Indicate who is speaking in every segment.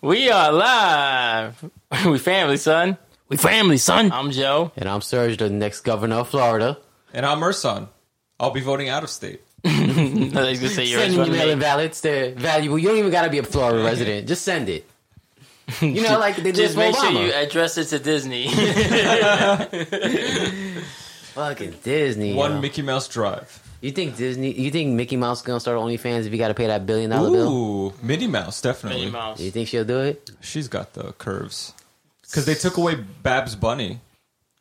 Speaker 1: We are live. we family, son.
Speaker 2: We family, son.
Speaker 1: I'm Joe.
Speaker 2: And I'm Serge, the next governor of Florida.
Speaker 3: And I'm Ersan. I'll be voting out of state.
Speaker 1: No, he's gonna say you're his
Speaker 2: Send an email
Speaker 1: running mate.
Speaker 2: invalids to valuable. You don't even gotta be a Florida resident. Just send it. You know, like they did
Speaker 1: Just
Speaker 2: for
Speaker 1: make sure
Speaker 2: Obama.
Speaker 1: you address it to Disney.
Speaker 2: Fucking Disney. yo.
Speaker 3: One Mickey Mouse Drive.
Speaker 2: you think Disney? You think Mickey Mouse gonna start OnlyFans if you gotta pay that billion dollar bill?
Speaker 3: Ooh, Minnie Mouse, definitely.
Speaker 1: Minnie Mouse.
Speaker 2: You think she'll do it?
Speaker 3: She's got the curves. Because they took away Babs Bunny.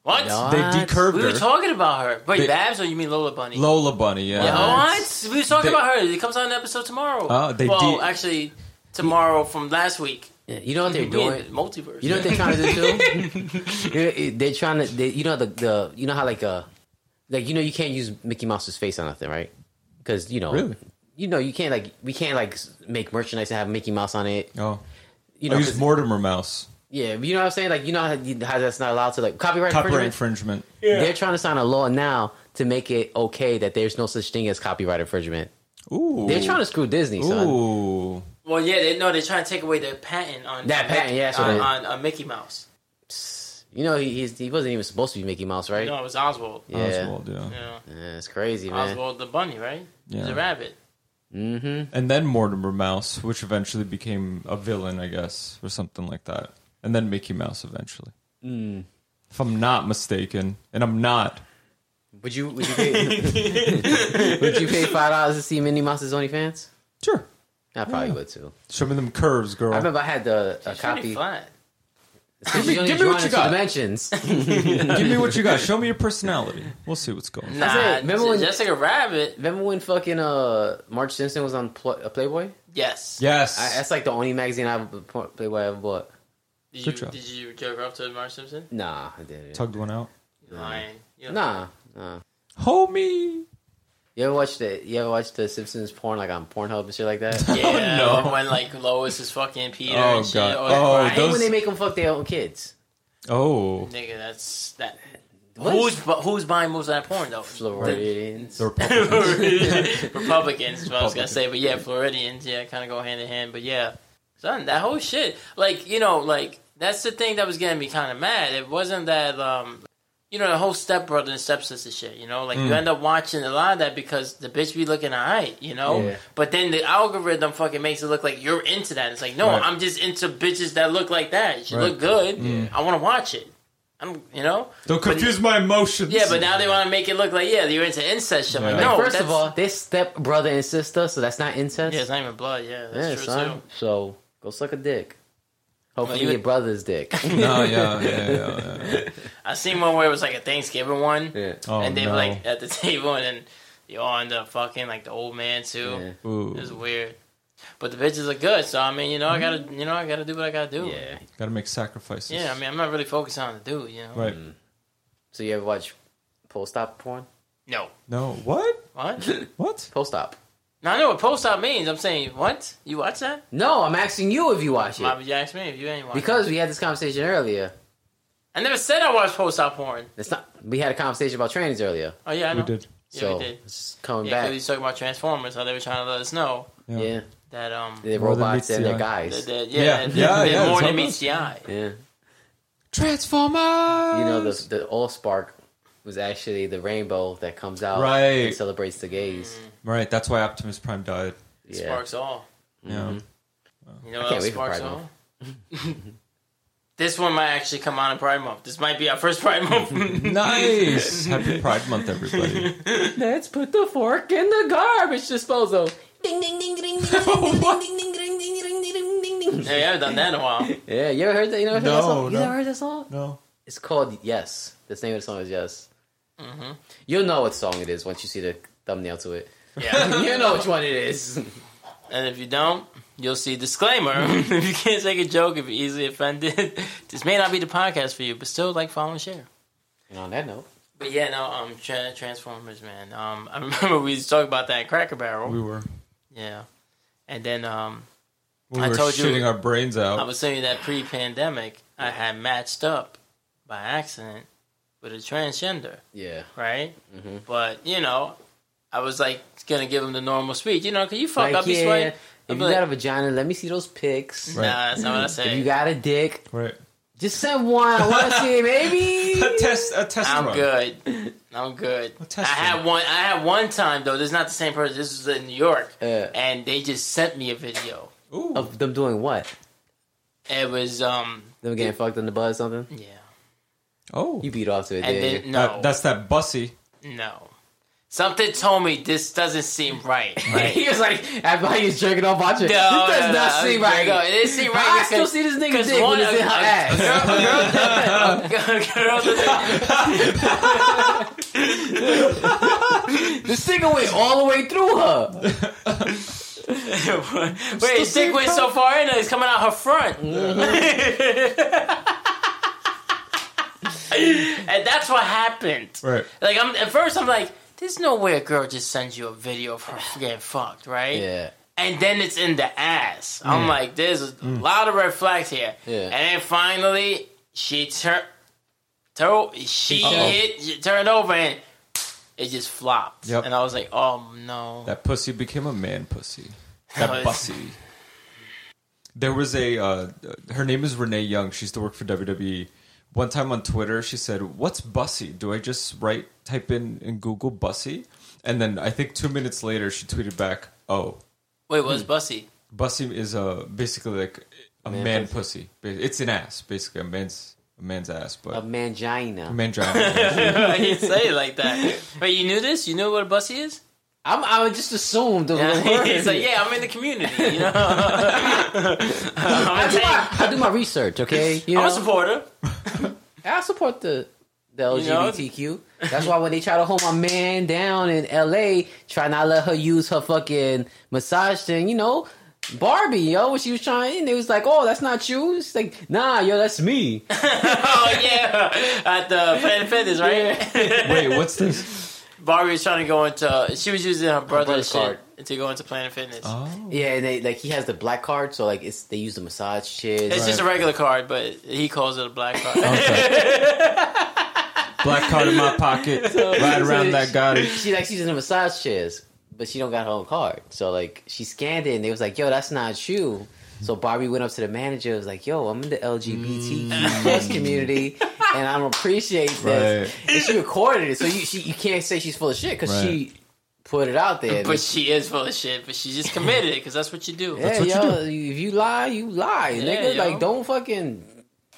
Speaker 1: What?
Speaker 2: No.
Speaker 3: They
Speaker 2: What?
Speaker 3: decurved
Speaker 1: We were
Speaker 3: her.
Speaker 1: talking about her. Wait,
Speaker 3: They-
Speaker 1: Babs or you mean Lola Bunny?
Speaker 3: Lola Bunny, yeah.
Speaker 2: Yeah.
Speaker 1: What? We were talking
Speaker 3: They-
Speaker 1: about her. It comes out an episode tomorrow.
Speaker 3: Oh, they
Speaker 1: well,
Speaker 3: did-
Speaker 1: actually, tomorrow from last week.
Speaker 2: Yeah, You know what they're
Speaker 1: We in
Speaker 2: doing.
Speaker 1: multiverse.
Speaker 2: You know what they're trying to do too. They're- eh, they're trying to. They, you know the the. You know how like uh, like you know you can't use Mickey Mouse's face on nothing, right? Because you know.
Speaker 3: Really?
Speaker 2: You know, you can't like we can't like s- make merchandise and have Mickey Mouse on it.
Speaker 3: Oh.
Speaker 2: You
Speaker 3: I
Speaker 2: know,
Speaker 3: used
Speaker 2: 'cause-
Speaker 3: Mortimer Mouse.
Speaker 2: Yeah, but you know what I'm saying? Like, you know how, you- how that's not allowed to, like, copyright,
Speaker 3: Copyright
Speaker 2: infringement?
Speaker 3: infringement.
Speaker 2: They're trying to sign a law now to make it okay that there's no such thing as copyright infringement.
Speaker 3: Ooh.
Speaker 2: They're trying to screw Disney, son.
Speaker 3: Ooh.
Speaker 1: Well, yeah, they no, they're trying to take away their patent on
Speaker 2: That
Speaker 1: on
Speaker 2: patent,
Speaker 1: Mickey-
Speaker 2: yeah, that's what
Speaker 1: on,
Speaker 2: it is.
Speaker 1: on, on Mickey Mouse.
Speaker 2: You know, he, he's, he wasn't even supposed to be Mickey Mouse, right?
Speaker 1: No, it was Oswald.
Speaker 2: Yeah.
Speaker 3: Oswald, yeah.
Speaker 1: Yeah.
Speaker 2: Yeah, it's crazy, man.
Speaker 1: Oswald the bunny, right?
Speaker 3: Yeah.
Speaker 1: The rabbit.
Speaker 2: Mm-hmm.
Speaker 3: And then Mortimer Mouse, which eventually became a villain, I guess, or something like that. And then Mickey Mouse eventually. If I'm not mistaken, and I'm not.
Speaker 2: Would you would you pay would you pay five dollars to see Minnie Mouse's OnlyFans?
Speaker 3: Sure.
Speaker 2: I probably would too.
Speaker 3: Show me them curves, girl.
Speaker 2: I remember I had the a
Speaker 1: It's pretty
Speaker 2: copy.
Speaker 1: flat.
Speaker 2: Give me,
Speaker 3: give me what you got.
Speaker 2: Dimensions.
Speaker 3: Give me what you got. Show me your personality. We'll see what's going on.
Speaker 1: Nah,
Speaker 2: said, remember when-
Speaker 1: Jessica Rabbit?
Speaker 2: Remember when fucking uh Marge Simpson was on Pl- uh, Playboy?
Speaker 1: Yes.
Speaker 3: Yes.
Speaker 2: I, that's like the only magazine I Playboy I ever bought.
Speaker 1: Did
Speaker 3: Good
Speaker 1: you
Speaker 3: job.
Speaker 1: did you jerk off to Marge Simpson?
Speaker 2: Nah, I didn't.
Speaker 3: Tugged one out.
Speaker 1: You're Lying. You don't-
Speaker 2: Nah, nah.
Speaker 3: Homie.
Speaker 2: You ever watch the You ever watch the Simpsons porn like on Pornhub and shit like that? I
Speaker 1: Yeah.
Speaker 3: Oh, no.
Speaker 1: When, when, like Lois is fucking Peter.
Speaker 3: Oh,
Speaker 1: and shit.
Speaker 3: God.
Speaker 1: Or,
Speaker 3: Oh,
Speaker 1: right?
Speaker 2: hate
Speaker 3: those-
Speaker 2: when they make them fuck their own kids.
Speaker 3: Oh.
Speaker 1: Nigga, that's that.
Speaker 2: What?
Speaker 1: Who's bu- who's buying most of that porn though?
Speaker 2: Floridians.
Speaker 3: The Republican.
Speaker 1: Republicans. is what I was gonna say, but yeah, Floridians, yeah, kind of go hand in hand. But yeah, son, that whole shit, like you know, like that's the thing that was getting me kind of mad. It wasn't that, um, you know, the whole stepbrother and stepsister shit. You know, like
Speaker 2: Mm.
Speaker 1: you end up watching a lot of that because the bitch be looking alright, you know.
Speaker 2: Yeah.
Speaker 1: But then the algorithm fucking makes it look like you're into that. It's like, no,
Speaker 3: Right.
Speaker 1: I'm just into bitches that look like that. She
Speaker 3: Right.
Speaker 1: look good. I want to watch it. I'm, you know.
Speaker 3: Don't confuse my emotions.
Speaker 1: Yeah, but now they want to make it look like yeah, you're into incest shit. I'm
Speaker 3: Yeah.
Speaker 1: Like, no,
Speaker 2: First
Speaker 1: that's-
Speaker 2: of all, they step brother and sister, so that's not incest.
Speaker 1: Yeah, it's not even blood. Yeah, that's
Speaker 2: Yeah,
Speaker 1: true
Speaker 2: son.
Speaker 1: too.
Speaker 2: So go suck a dick. Hopefully
Speaker 1: you-
Speaker 2: your brother's dick.
Speaker 3: No, yeah, yeah, yeah. yeah.
Speaker 1: I seen one where it was like a Thanksgiving one,
Speaker 2: yeah.
Speaker 3: Oh,
Speaker 1: and they
Speaker 3: no.
Speaker 1: were like at the table, and then they all end up fucking like the old man too.
Speaker 2: Yeah.
Speaker 3: Ooh.
Speaker 1: It was weird, but the bitches are good. So I mean, you know, I gotta, you know, I gotta do what I gotta do.
Speaker 2: Mm-hmm. Yeah.
Speaker 3: Gotta make sacrifices.
Speaker 1: Yeah, I mean, I'm not really focused on the dude, you know.
Speaker 3: Right.
Speaker 2: So you ever watch post op porn?
Speaker 1: No,
Speaker 3: No. What?
Speaker 1: what?
Speaker 3: What?
Speaker 2: Post op.
Speaker 1: now I know what post op means. I'm saying what? You watch that?
Speaker 2: No, I'm asking you if you watch
Speaker 1: Why
Speaker 2: it
Speaker 1: would you ask me if you ain't watch?
Speaker 2: because we had this conversation earlier.
Speaker 1: I never said I watched post op porn.
Speaker 2: It's not. We had a conversation about trannies earlier.
Speaker 1: Oh yeah, I know.
Speaker 3: We did.
Speaker 1: Yeah,
Speaker 2: so
Speaker 1: we did.
Speaker 2: it's just coming
Speaker 1: Yeah, 'cause we
Speaker 2: back.
Speaker 1: was talking about Transformers, how they were trying to let us know
Speaker 3: Yeah.
Speaker 2: yeah,
Speaker 1: that um,
Speaker 2: they're
Speaker 3: More than
Speaker 2: robots
Speaker 3: meets
Speaker 2: and
Speaker 3: the
Speaker 2: they're
Speaker 3: eye.
Speaker 2: guys.
Speaker 1: that- that- yeah,
Speaker 3: Yeah,
Speaker 1: that-
Speaker 3: yeah,
Speaker 1: that
Speaker 3: yeah,
Speaker 1: more
Speaker 3: it's
Speaker 1: than
Speaker 3: almost-
Speaker 1: meets the eye.
Speaker 2: Yeah,
Speaker 3: Transformers.
Speaker 2: you know the the all spark was actually the rainbow that comes out
Speaker 3: Right.
Speaker 2: and celebrates the gays.
Speaker 4: Mm.
Speaker 3: Right. That's why Optimus Prime died.
Speaker 2: Yeah,
Speaker 1: Sparks all.
Speaker 3: Yeah.
Speaker 1: You know what
Speaker 2: can't
Speaker 1: else
Speaker 2: wait for
Speaker 1: sparks
Speaker 2: Pride
Speaker 1: all? this one might actually come out in Pride Month. This might be our first Pride Month.
Speaker 3: Nice. Happy Pride Month, everybody.
Speaker 2: let's put the fork in the garbage disposal.
Speaker 4: ding ding ding ding ding ding ding ding ding ding ding ding ding ding
Speaker 1: yeah, we haven't done that in a while.
Speaker 2: Yeah, you ever heard that? You never heard that
Speaker 3: No,
Speaker 2: song? You
Speaker 3: no.
Speaker 2: never heard that song?
Speaker 3: No.
Speaker 2: It's called Yes. The name of the song is Yes.
Speaker 4: Mm-hmm.
Speaker 2: You'll know what song it is once you see the thumbnail to it.
Speaker 1: Yeah,
Speaker 2: You know which one it is.
Speaker 1: and if you don't, you'll see disclaimer. if you can't take a joke, if you're easily offended, this may not be the podcast for you. But still, like, follow, and share.
Speaker 2: and on that note,
Speaker 1: But yeah, no, um, tra- Transformers, man. Um, I remember we used to talk about that at Cracker Barrel.
Speaker 3: We were.
Speaker 1: yeah, and then um,
Speaker 3: We
Speaker 1: I
Speaker 3: were
Speaker 1: told you-
Speaker 3: shitting our brains out.
Speaker 2: Oh.
Speaker 1: I was saying that pre-pandemic, I had matched up by accident with a transgender,
Speaker 2: yeah.
Speaker 1: right?
Speaker 2: Mm-hmm.
Speaker 1: But you know, I was like gonna give him the normal speech, you know, 'cause you fuck
Speaker 2: Like,
Speaker 1: up, you
Speaker 2: yeah,
Speaker 1: swear.
Speaker 2: If you
Speaker 1: like-
Speaker 2: got a vagina, let me see those pics.
Speaker 3: Right.
Speaker 1: Nah, that's not what I
Speaker 2: If
Speaker 1: say.
Speaker 2: you got a dick,
Speaker 3: Right.
Speaker 2: just send one. I want to see it,
Speaker 3: A
Speaker 2: baby.
Speaker 3: test. A test.
Speaker 1: I'm
Speaker 3: run.
Speaker 1: good. I'm good.
Speaker 3: Well,
Speaker 1: I
Speaker 3: test
Speaker 1: had
Speaker 3: it.
Speaker 1: one. I had one time though. This is not the same person. This was in New York,
Speaker 2: Yeah.
Speaker 1: and they just sent me a video.
Speaker 3: Ooh.
Speaker 2: Uh, Of them doing what?
Speaker 1: It was um
Speaker 2: Them getting fucked on the bus or something?
Speaker 1: yeah,
Speaker 3: oh.
Speaker 2: You beat off to it,
Speaker 1: and
Speaker 2: didn't you?
Speaker 1: then no,
Speaker 3: That- that's that bussy.
Speaker 1: no. Something told me this doesn't seem right. Like,
Speaker 2: he was like, after how you was jerking off watching,
Speaker 1: No,
Speaker 2: this does
Speaker 1: no, no,
Speaker 2: not seem
Speaker 1: no,
Speaker 2: right.
Speaker 1: no, it didn't seem right.
Speaker 2: I still
Speaker 1: because-
Speaker 2: see this nigga
Speaker 1: because
Speaker 2: dick
Speaker 1: one
Speaker 2: when it's in her
Speaker 1: of-
Speaker 2: ass. this nigga went all the way through her.
Speaker 1: Wait, his dick went so far in, it's coming out her front. and that's what happened.
Speaker 3: Right.
Speaker 1: Like, I'm at first, I'm like, there's no way a girl just sends you a video of her getting fucked, right?
Speaker 2: Yeah.
Speaker 1: And then it's in the ass.
Speaker 3: Mm.
Speaker 1: I'm like, there's a lot of red flags here.
Speaker 2: Yeah.
Speaker 1: And then finally, she turned. She
Speaker 3: Uh-oh.
Speaker 1: hit, she turned over, and it just flopped.
Speaker 3: Yep.
Speaker 1: And I was like, "Oh no!"
Speaker 3: That pussy became a man pussy.
Speaker 1: Oh,
Speaker 3: That
Speaker 1: it's-
Speaker 3: bussy. There was a. Uh, her name is Renee Young. She used to work for WWE. One time on Twitter, she said, "What's bussy? Do I just write type in in Google bussy?" And then I think two minutes later, she tweeted back, "Oh,
Speaker 1: Wait, what's Bussy?
Speaker 3: bussy is a basically like a man, pussy. It's an ass, basically a man's a man's ass, but
Speaker 2: A mangina.
Speaker 3: man giant.
Speaker 1: Why you say it like that? Wait, you knew this? You knew what a Bussy is?
Speaker 2: I'm, I would just assume the
Speaker 1: Yeah.
Speaker 2: the word.
Speaker 1: He's like, "Yeah, I'm in the community. You know, I'm,
Speaker 2: I
Speaker 1: a
Speaker 2: do,
Speaker 1: tank.
Speaker 2: my, I do my research, okay? You
Speaker 1: I'm a
Speaker 2: know?
Speaker 1: supporter."
Speaker 2: I support the the
Speaker 1: You know?
Speaker 2: LGBTQ. That's why when they try to hold my man down in LA, try not let her use her fucking massage thing, you know, Barbie, yo, when she was trying, and they was like, "Oh, that's not you." She's like, "Nah, yo, that's me."
Speaker 1: Oh yeah, at the Planet Fitness, right?
Speaker 3: Wait, what's this?
Speaker 1: Barbie was trying to go into. She was using her brother's
Speaker 2: brother's
Speaker 1: shit to go into Planet Fitness.
Speaker 3: Oh,
Speaker 2: yeah, and they like he has the black card, so like it's they use the massage shit.
Speaker 1: It's just a regular card, but he calls it a black card.
Speaker 3: black card in my pocket, right around that guy.
Speaker 2: she like she's in the massage chairs, but she don't got her own card. So like she scanned it and they was like, "Yo, that's not you." So Barbie went up to the manager and was like, "Yo, I'm in the LGBTQ
Speaker 3: Mm.
Speaker 2: plus community, and I don't appreciate this."
Speaker 3: Right.
Speaker 2: And she recorded it, so you she, you can't say she's full of shit because she put it out there.
Speaker 1: but she is full of shit. But she just committed it because that's what you do.
Speaker 2: yeah,
Speaker 3: what you
Speaker 2: yo, if you lie, you lie,
Speaker 1: Yeah,
Speaker 2: nigga.
Speaker 1: yo.
Speaker 2: Like, don't fucking.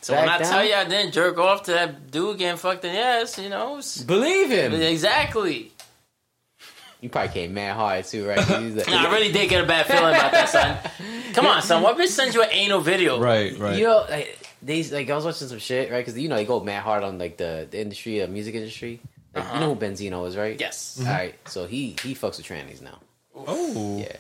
Speaker 1: So when
Speaker 2: back
Speaker 1: I tell
Speaker 2: down.
Speaker 1: you I didn't jerk off to that dude getting fucked in the ass, you know, it's-
Speaker 2: believe him,
Speaker 1: exactly.
Speaker 2: you probably came mad hard too, right? You was like-
Speaker 1: Nah, I really did get a bad feeling about that, son. Come on, son. What bitch sends you an anal video?
Speaker 3: Right, right.
Speaker 2: You know, like, these like I was watching some shit, right? Because you know they go mad hard on like the, the industry, the music industry. Like,
Speaker 1: Uh-huh.
Speaker 2: You know who Benzino is, right?
Speaker 1: Yes.
Speaker 2: All right, so he he fucks with trannies now.
Speaker 3: Oh,
Speaker 2: Yeah,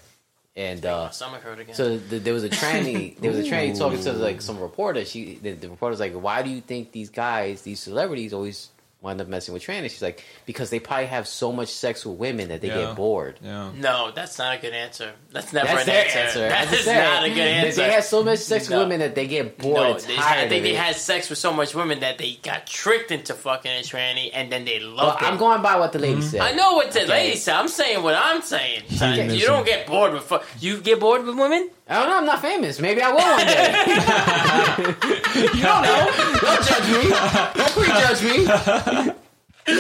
Speaker 2: and uh,
Speaker 1: My stomach hurt again.
Speaker 2: so the, there was a tranny, there was a tranny talking to like some reporter. She the, the reporter's like, "Why do you think these guys, these celebrities, always wind up messing with trannies?" She's like, "Because they probably have so much sex with women that they
Speaker 3: Yeah.
Speaker 2: get bored."
Speaker 3: yeah.
Speaker 1: no, that's not a good answer. That's never
Speaker 2: That's
Speaker 1: an
Speaker 2: their
Speaker 1: answer.
Speaker 2: answer.
Speaker 1: That
Speaker 2: That's
Speaker 1: is
Speaker 2: their-
Speaker 1: not a good answer.
Speaker 2: They had so much sex
Speaker 1: No.
Speaker 2: with women that they get bored.
Speaker 1: no,
Speaker 2: and
Speaker 1: they,
Speaker 2: tired
Speaker 1: I
Speaker 2: of
Speaker 1: think they
Speaker 2: it.
Speaker 1: had sex with so much women that they got tricked into fucking a tranny, and then they
Speaker 2: Well,
Speaker 1: love it.
Speaker 2: I'm going by what the lady said.
Speaker 1: Mm-hmm. I know what the lady said. I'm saying what I'm saying. son.
Speaker 3: Hedonism.
Speaker 1: You don't get bored with fu- you get bored with women.
Speaker 2: I don't know. I'm not famous. Maybe I will one day. you don't know. Don't judge me. Don't prejudge me.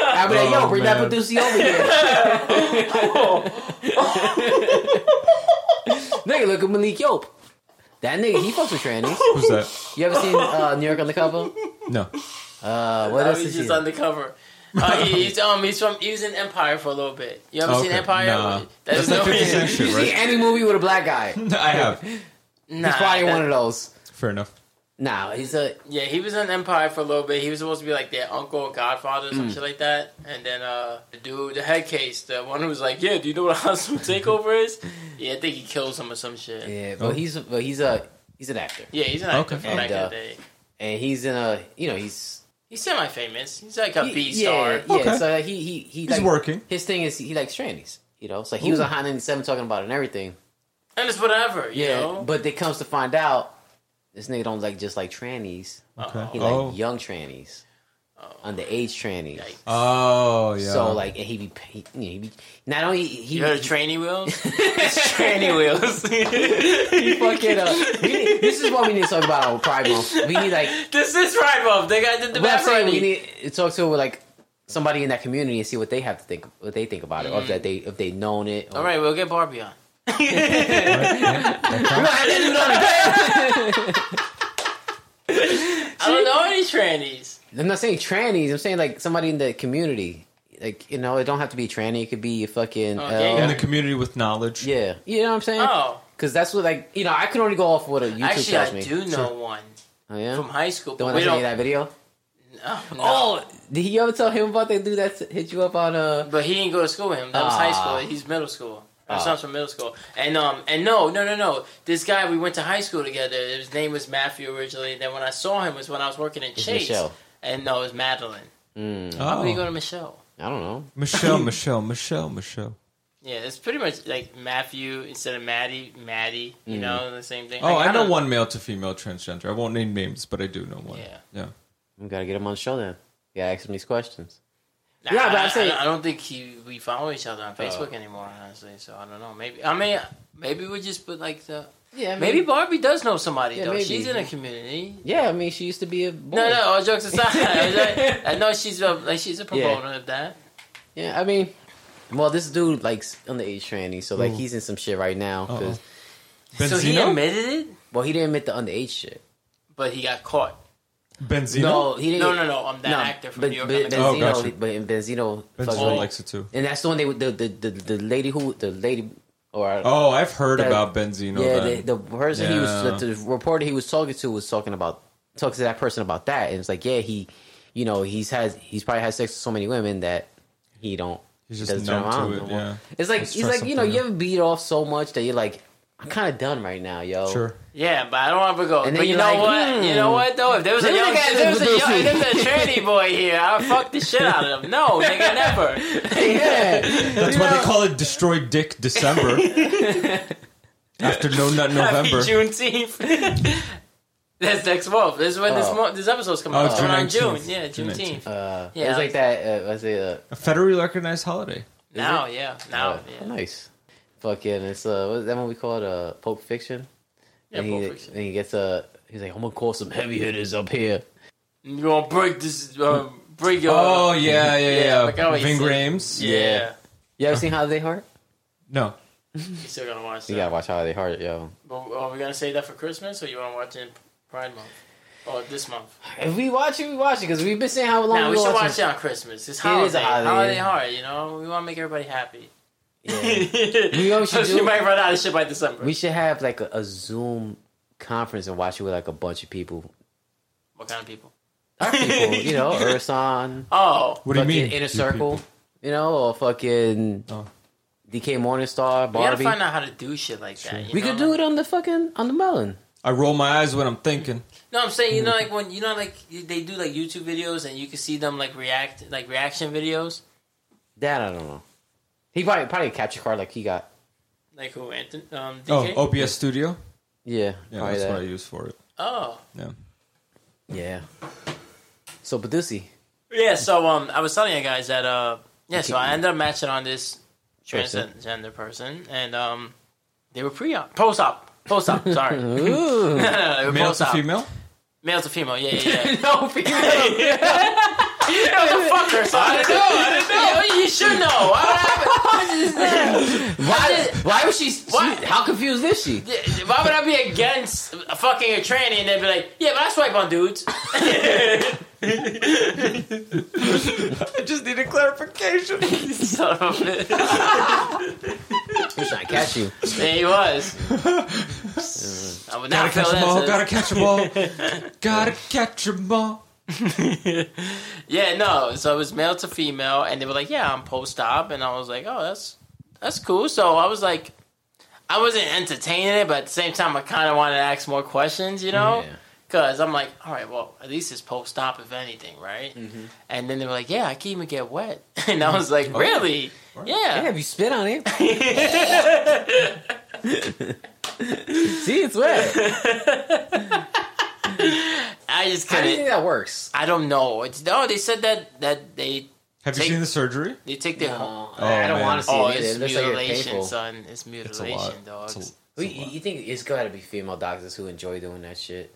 Speaker 2: I'll be like, yo,
Speaker 3: Oh,
Speaker 2: bring
Speaker 3: man.
Speaker 2: that Padusi over here. nigga, look at Malik Yope. That nigga, he fucks with trannies.
Speaker 3: Who's that?
Speaker 2: You ever seen uh, New York Undercover?
Speaker 3: No.
Speaker 2: Uh, what
Speaker 1: Oh,
Speaker 2: else
Speaker 1: he's
Speaker 2: is
Speaker 1: just
Speaker 2: he?
Speaker 1: undercover. Uh, he- he's um he's from he was in Empire for a little bit. You ever seen
Speaker 3: Okay.
Speaker 1: Empire?
Speaker 3: Nah.
Speaker 1: That is
Speaker 3: That's not 50 Cent
Speaker 1: no
Speaker 3: shit,
Speaker 2: you see
Speaker 3: right?
Speaker 2: any movie with a black guy? He's
Speaker 3: I have.
Speaker 1: nah,
Speaker 2: probably
Speaker 1: that-
Speaker 2: one of those.
Speaker 3: Fair enough.
Speaker 2: Nah, he's a
Speaker 1: Yeah, he was in Empire for a little bit. He was supposed to be like their uncle or godfather or
Speaker 2: Hmm.
Speaker 1: some shit like that. And then uh the dude, the head case, the one who was like, Yeah, do you know what a hostile takeover is? Yeah, I think he kills him or some shit. Yeah,
Speaker 2: yeah,
Speaker 3: Oh.
Speaker 2: but he's but he's a he's an actor,
Speaker 1: he's an actor
Speaker 3: Okay.
Speaker 1: from back
Speaker 2: And, uh,
Speaker 1: in the day.
Speaker 2: and he's in a you know he's
Speaker 1: He's semi famous. He's like a
Speaker 2: He-
Speaker 1: B star.
Speaker 2: Yeah, yeah.
Speaker 3: Okay.
Speaker 2: So like, he he he
Speaker 3: He's
Speaker 2: like,
Speaker 3: working.
Speaker 2: His thing is he likes trannies. You know, so he was
Speaker 3: Ooh.
Speaker 2: on Hot 97 talking about it and everything.
Speaker 1: And it's whatever, you
Speaker 2: Yeah,
Speaker 1: know?
Speaker 2: but it comes to find out, this nigga don't like just like trannies.
Speaker 3: Okay.
Speaker 2: He like
Speaker 3: oh,
Speaker 2: young trannies. underage trannies.
Speaker 1: Oh. Yikes.
Speaker 3: Oh yeah.
Speaker 2: So like, and he be, he, you know, he be not only he,
Speaker 1: You heard of
Speaker 2: he
Speaker 1: tranny wheels? it's tranny wheels.
Speaker 2: fucking. Uh, we need, this is what we need to talk about on Pride Month. We need like,
Speaker 1: this is right, Bob. They got the
Speaker 2: what I'm saying, we
Speaker 1: debate.
Speaker 2: need to talk to like somebody in that community and see what they have to think, what they think about it,
Speaker 1: Mm.
Speaker 2: or if that they if they known it. Or,
Speaker 1: All right, we'll get Barbie on. I don't know any trannies.
Speaker 2: I'm not saying trannies. I'm saying like somebody in the community. Like you know, it don't have to be tranny. It could be a fucking.
Speaker 1: Oh, there you
Speaker 2: uh,
Speaker 1: go.
Speaker 3: in the community with knowledge.
Speaker 2: yeah, you know what I'm saying.
Speaker 1: Oh,
Speaker 2: Because that's what, like, you know, I can only go off what a YouTube
Speaker 1: actually,
Speaker 2: tells
Speaker 1: I
Speaker 2: me.
Speaker 1: do know one
Speaker 2: Oh, yeah?
Speaker 1: from high school.
Speaker 2: the
Speaker 1: But
Speaker 2: one
Speaker 1: we
Speaker 2: that
Speaker 1: don't.
Speaker 2: sent you that video?
Speaker 1: No, no.
Speaker 2: Oh, did you ever tell him about that dude that s- hit you up on, uh...
Speaker 1: But he didn't go to school with him. That was
Speaker 2: Ah.
Speaker 1: high school. He's middle school. Our
Speaker 2: Ah.
Speaker 1: son's from middle school. And um and no, no, no, no. This guy we went to high school together. His name was Matthew originally. And then when I saw him was when I was working at
Speaker 2: It's
Speaker 1: Chase.
Speaker 2: Michelle.
Speaker 1: And no, it was Madeline.
Speaker 2: Mm,
Speaker 1: Why would you go
Speaker 3: Oh.
Speaker 1: to Michelle?
Speaker 2: I don't know.
Speaker 3: Michelle, Michelle, Michelle, Michelle.
Speaker 1: Yeah, it's pretty much like Matthew instead of Maddie, Maddie, you
Speaker 2: Mm.
Speaker 1: know, the same thing.
Speaker 3: Oh,
Speaker 1: Like,
Speaker 3: I know
Speaker 1: don't-
Speaker 3: one male to female transgender. I won't name names, but I do know one.
Speaker 1: Yeah.
Speaker 3: Yeah.
Speaker 2: We gotta get him on the show then. You gotta ask him these questions.
Speaker 1: Nah,
Speaker 2: Yeah, but
Speaker 1: I,
Speaker 2: I'm saying-
Speaker 1: I, I don't think he, we follow each other on Facebook anymore, honestly. So I don't know. Maybe I mean, maybe we just put like the
Speaker 2: Yeah, I mean,
Speaker 1: maybe Barbie does know somebody
Speaker 2: Yeah,
Speaker 1: though.
Speaker 2: maybe.
Speaker 1: She's in a community.
Speaker 2: Yeah, I mean, she used to be a boy.
Speaker 1: No, no. All jokes aside, I, I know she's a like she's a proponent of that.
Speaker 2: Yeah, I mean... Well, this dude likes underage tranny, so like he's in some shit right now. 'cause-
Speaker 3: Benzino?
Speaker 1: So he admitted it,
Speaker 2: well, he didn't admit the underage shit.
Speaker 1: but he got caught.
Speaker 3: Benzino?
Speaker 2: No, he didn't.
Speaker 1: No, no, no. I'm that
Speaker 2: no,
Speaker 1: actor from
Speaker 2: but,
Speaker 1: New York.
Speaker 2: But
Speaker 1: I'm like,
Speaker 3: Oh,
Speaker 2: Benzino,
Speaker 3: gotcha.
Speaker 2: but Benzino, fucks
Speaker 3: Benzino
Speaker 2: with-
Speaker 3: likes it too.
Speaker 2: and that's the one they the the the, the lady who the lady or
Speaker 3: Oh, I've heard
Speaker 2: That-
Speaker 3: about Benzino.
Speaker 2: yeah,
Speaker 3: then.
Speaker 2: the, the person he
Speaker 3: Yeah.
Speaker 2: was, the, the reporter he was talking to was talking about talking to that person about that, and it's like, yeah, he, you know, he's has he's probably had sex with so many women that he don't.
Speaker 3: He's
Speaker 2: he
Speaker 3: just
Speaker 2: turn
Speaker 3: numb to
Speaker 2: on
Speaker 3: it,
Speaker 2: no more.
Speaker 3: yeah.
Speaker 2: it's like
Speaker 3: Let's
Speaker 2: he's
Speaker 3: try
Speaker 2: like you know
Speaker 3: something
Speaker 2: you ever beat off so much that you're like I'm kind of done right now, yo.
Speaker 3: sure.
Speaker 1: yeah, but I don't want to go.
Speaker 2: And then
Speaker 1: But you
Speaker 2: you're
Speaker 1: know
Speaker 2: like,
Speaker 1: what?
Speaker 2: hmm.
Speaker 1: You know what though? If there was a
Speaker 2: Let me
Speaker 1: young,
Speaker 2: look at
Speaker 1: if there was a
Speaker 2: this
Speaker 1: young, if there
Speaker 2: pussy.
Speaker 1: was a tranny boy here, I would fuck the shit out of him. No, nigga, never.
Speaker 2: yeah.
Speaker 3: That's
Speaker 2: You
Speaker 3: why
Speaker 2: know?
Speaker 3: they call it Destroy Dick December. After No Nut
Speaker 1: Happy
Speaker 3: November.
Speaker 1: Juneteenth. That's next month. This is when this
Speaker 2: Oh.
Speaker 1: month, this episode's coming
Speaker 3: Oh,
Speaker 1: out. It's
Speaker 3: June
Speaker 1: coming out in
Speaker 3: 19th.
Speaker 1: June. Yeah,
Speaker 3: June
Speaker 1: Juneteenth.
Speaker 2: Uh,
Speaker 1: Yeah.
Speaker 2: It's like that. Uh, what's it? Uh,
Speaker 3: A federally recognized holiday.
Speaker 1: Now, yeah, now,
Speaker 2: uh,
Speaker 1: Oh, yeah.
Speaker 2: Nice. Fucking. It's uh, what's that one we call it? Uh, Pulp Fiction.
Speaker 1: Yeah,
Speaker 2: and
Speaker 1: Pulp
Speaker 2: he,
Speaker 1: Fiction.
Speaker 2: And he gets uh He's like, I'm gonna call some heavy hitters up here.
Speaker 1: You gonna break this? Uh, break your.
Speaker 3: Oh, yeah,
Speaker 1: Yeah,
Speaker 3: yeah,
Speaker 1: like I
Speaker 3: yeah.
Speaker 1: always
Speaker 3: Ving
Speaker 1: say.
Speaker 3: Rhames?
Speaker 1: yeah.
Speaker 2: You ever seen Holiday Heart?
Speaker 3: No.
Speaker 1: You still gonna watch that?
Speaker 2: You gotta watch Holiday Heart, yo.
Speaker 1: Well, are we gonna say that for Christmas, or you want to watch it in Pride Month, or this month?
Speaker 2: If we watch it, we watch it because we've been saying how long
Speaker 1: Nah, we
Speaker 2: we're
Speaker 1: should watch it
Speaker 2: watching.
Speaker 1: on Christmas. It's
Speaker 2: It
Speaker 1: holiday,
Speaker 2: is a holiday,
Speaker 1: holiday
Speaker 2: yeah.
Speaker 1: hard. You know, we want to make everybody happy.
Speaker 2: Yeah.
Speaker 1: you
Speaker 2: know what we should do?
Speaker 1: might run out of shit by December.
Speaker 2: we should have like a, a Zoom conference and watch it with like a bunch of people.
Speaker 1: what kind of people?
Speaker 2: Our people, you know, Ursan,
Speaker 1: Oh,
Speaker 3: What do you
Speaker 2: fucking
Speaker 3: mean?
Speaker 2: Inner
Speaker 3: you
Speaker 2: Circle,
Speaker 3: people?
Speaker 2: you know, or fucking
Speaker 3: Oh.
Speaker 2: DK Morningstar,
Speaker 1: we gotta
Speaker 2: Barbie.
Speaker 1: find out how to do shit like that. you
Speaker 2: we
Speaker 1: know?
Speaker 2: could do it on the fucking on the melon.
Speaker 3: I roll my eyes when I'm thinking.
Speaker 1: No, I'm saying you know, like when you know, like they do like YouTube videos, and you can see them like react, like reaction videos.
Speaker 2: That I don't know. He probably probably a capture card like he got.
Speaker 1: Like who? Anthony, um, DK.
Speaker 3: Oh, OBS Studio?
Speaker 2: Yeah,
Speaker 3: Yeah,
Speaker 2: probably
Speaker 3: that's
Speaker 2: that.
Speaker 3: what I use for it.
Speaker 1: oh.
Speaker 3: Yeah.
Speaker 2: Yeah. So Badusi,
Speaker 1: Yeah, so um, I was telling you guys that uh, yeah, so I ended up matching on this transgender person, and um, they were pre-op, post-op, post-op. Sorry,
Speaker 2: Ooh.
Speaker 1: They were
Speaker 3: Male to
Speaker 1: post-op.
Speaker 3: female?
Speaker 1: male to female. Yeah, yeah, yeah.
Speaker 2: no, female.
Speaker 1: That was a fucker. So I didn't know. I didn't know. You should know. Why would I?
Speaker 2: Why? Why was she?
Speaker 1: Why-
Speaker 2: she- How confused is she?
Speaker 1: Why would I be against a fucking a tranny and they'd be like, yeah, but I swipe on dudes.
Speaker 3: I just need a clarification.
Speaker 1: Son of a bitch.
Speaker 2: We're trying to catch you.
Speaker 1: There he was. I would
Speaker 3: gotta
Speaker 1: not
Speaker 3: catch
Speaker 1: feel
Speaker 3: them all,
Speaker 1: that.
Speaker 3: gotta catch them all. gotta catch them all.
Speaker 1: Yeah, no. So it was male to female, and they were like, "Yeah, I'm post op," and I was like, "Oh, that's that's cool." So I was like, I wasn't entertaining it, but at the same time, I kind of wanted to ask more questions, you know?
Speaker 2: Yeah.
Speaker 1: Because I'm like, all right, well, at least it's post op, if anything, right?
Speaker 2: Mm-hmm.
Speaker 1: And then they were like, "Yeah, I can even get wet," and I was
Speaker 2: Oh,
Speaker 1: like, "Really?
Speaker 2: Yeah,
Speaker 1: Yeah."
Speaker 2: have you spit on it? See, it's wet.
Speaker 1: I just
Speaker 2: How do
Speaker 1: couldn't.
Speaker 2: you think that works?
Speaker 1: I don't know. It's no. They said that that they
Speaker 3: Have you
Speaker 1: Take-
Speaker 3: seen the surgery?
Speaker 1: they take their.
Speaker 2: No,
Speaker 3: Oh,
Speaker 2: I I don't
Speaker 3: man.
Speaker 2: want to see
Speaker 1: Oh,
Speaker 2: it. Either.
Speaker 1: it's
Speaker 2: It looks like it's
Speaker 1: mutilation,
Speaker 2: painful.
Speaker 1: son. It's
Speaker 3: It's a
Speaker 1: mutilation,
Speaker 3: lot.
Speaker 1: dogs.
Speaker 3: It's a-
Speaker 2: Who-
Speaker 3: it's a
Speaker 2: you,
Speaker 3: lot.
Speaker 2: you think it's got to be female doctors who enjoy doing that shit?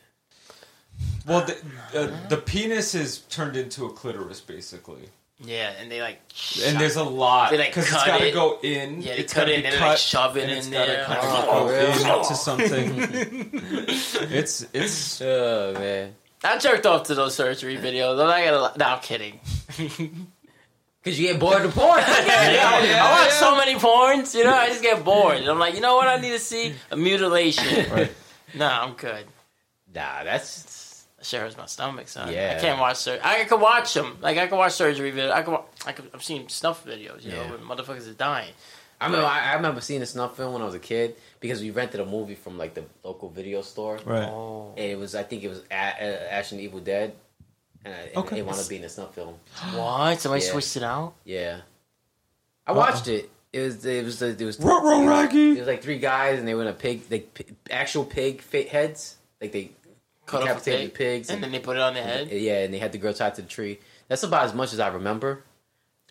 Speaker 3: Well, the, uh, the penis is turned into a clitoris, basically.
Speaker 1: yeah, and they like.
Speaker 3: And
Speaker 1: shove-
Speaker 3: there's a lot
Speaker 1: They, like,
Speaker 3: because it's
Speaker 1: cut
Speaker 3: got to
Speaker 1: it.
Speaker 3: go in.
Speaker 1: Yeah, they
Speaker 3: it's
Speaker 1: cut
Speaker 3: gotta
Speaker 1: it
Speaker 3: be
Speaker 1: and then they,
Speaker 3: cut,
Speaker 1: like, shove it
Speaker 3: and it's
Speaker 1: in
Speaker 3: gotta
Speaker 1: there.
Speaker 3: Kind
Speaker 2: Oh,
Speaker 3: of
Speaker 2: really?
Speaker 3: go into something. it's it's
Speaker 2: Oh man,
Speaker 1: I jerked off to those surgery videos. I'm not gonna. Lie. No, I'm kidding.
Speaker 2: because you get bored of porn.
Speaker 1: I,
Speaker 3: yeah,
Speaker 1: watch
Speaker 3: yeah.
Speaker 1: so many porns, you know. I just get bored, and I'm like, you know what? I need to see a mutilation.
Speaker 3: Right.
Speaker 1: No, I'm good.
Speaker 2: Nah, that's
Speaker 1: It shares my stomach, son.
Speaker 2: Yeah.
Speaker 1: I can't watch sur- I could watch them. Like I could watch surgery videos. I could. Wa- I could. I've seen snuff videos. You
Speaker 2: Yeah.
Speaker 1: know, when motherfuckers are dying.
Speaker 2: I remember, I, I remember seeing a snuff film when I was a kid because we rented a movie from like the local video store.
Speaker 3: right.
Speaker 1: Oh.
Speaker 2: And it was, I think it was A- A- Ash and the Evil Dead. And I,
Speaker 3: Okay.
Speaker 2: it wound up being a snuff film.
Speaker 1: What? Somebody
Speaker 2: Yeah.
Speaker 1: switched it out?
Speaker 2: Yeah. I watched it. It was, it was, it was,
Speaker 3: Ruh, ruh,
Speaker 2: it
Speaker 3: Raggy.
Speaker 2: was like three guys and they were in a pig, like p- actual pig fa- heads. Like they,
Speaker 1: Cut off a pig,
Speaker 2: Decapitated pigs
Speaker 1: and,
Speaker 2: and-
Speaker 1: then they put it on their head.
Speaker 2: yeah, and they had the girl tied to the tree. That's about as much as I remember.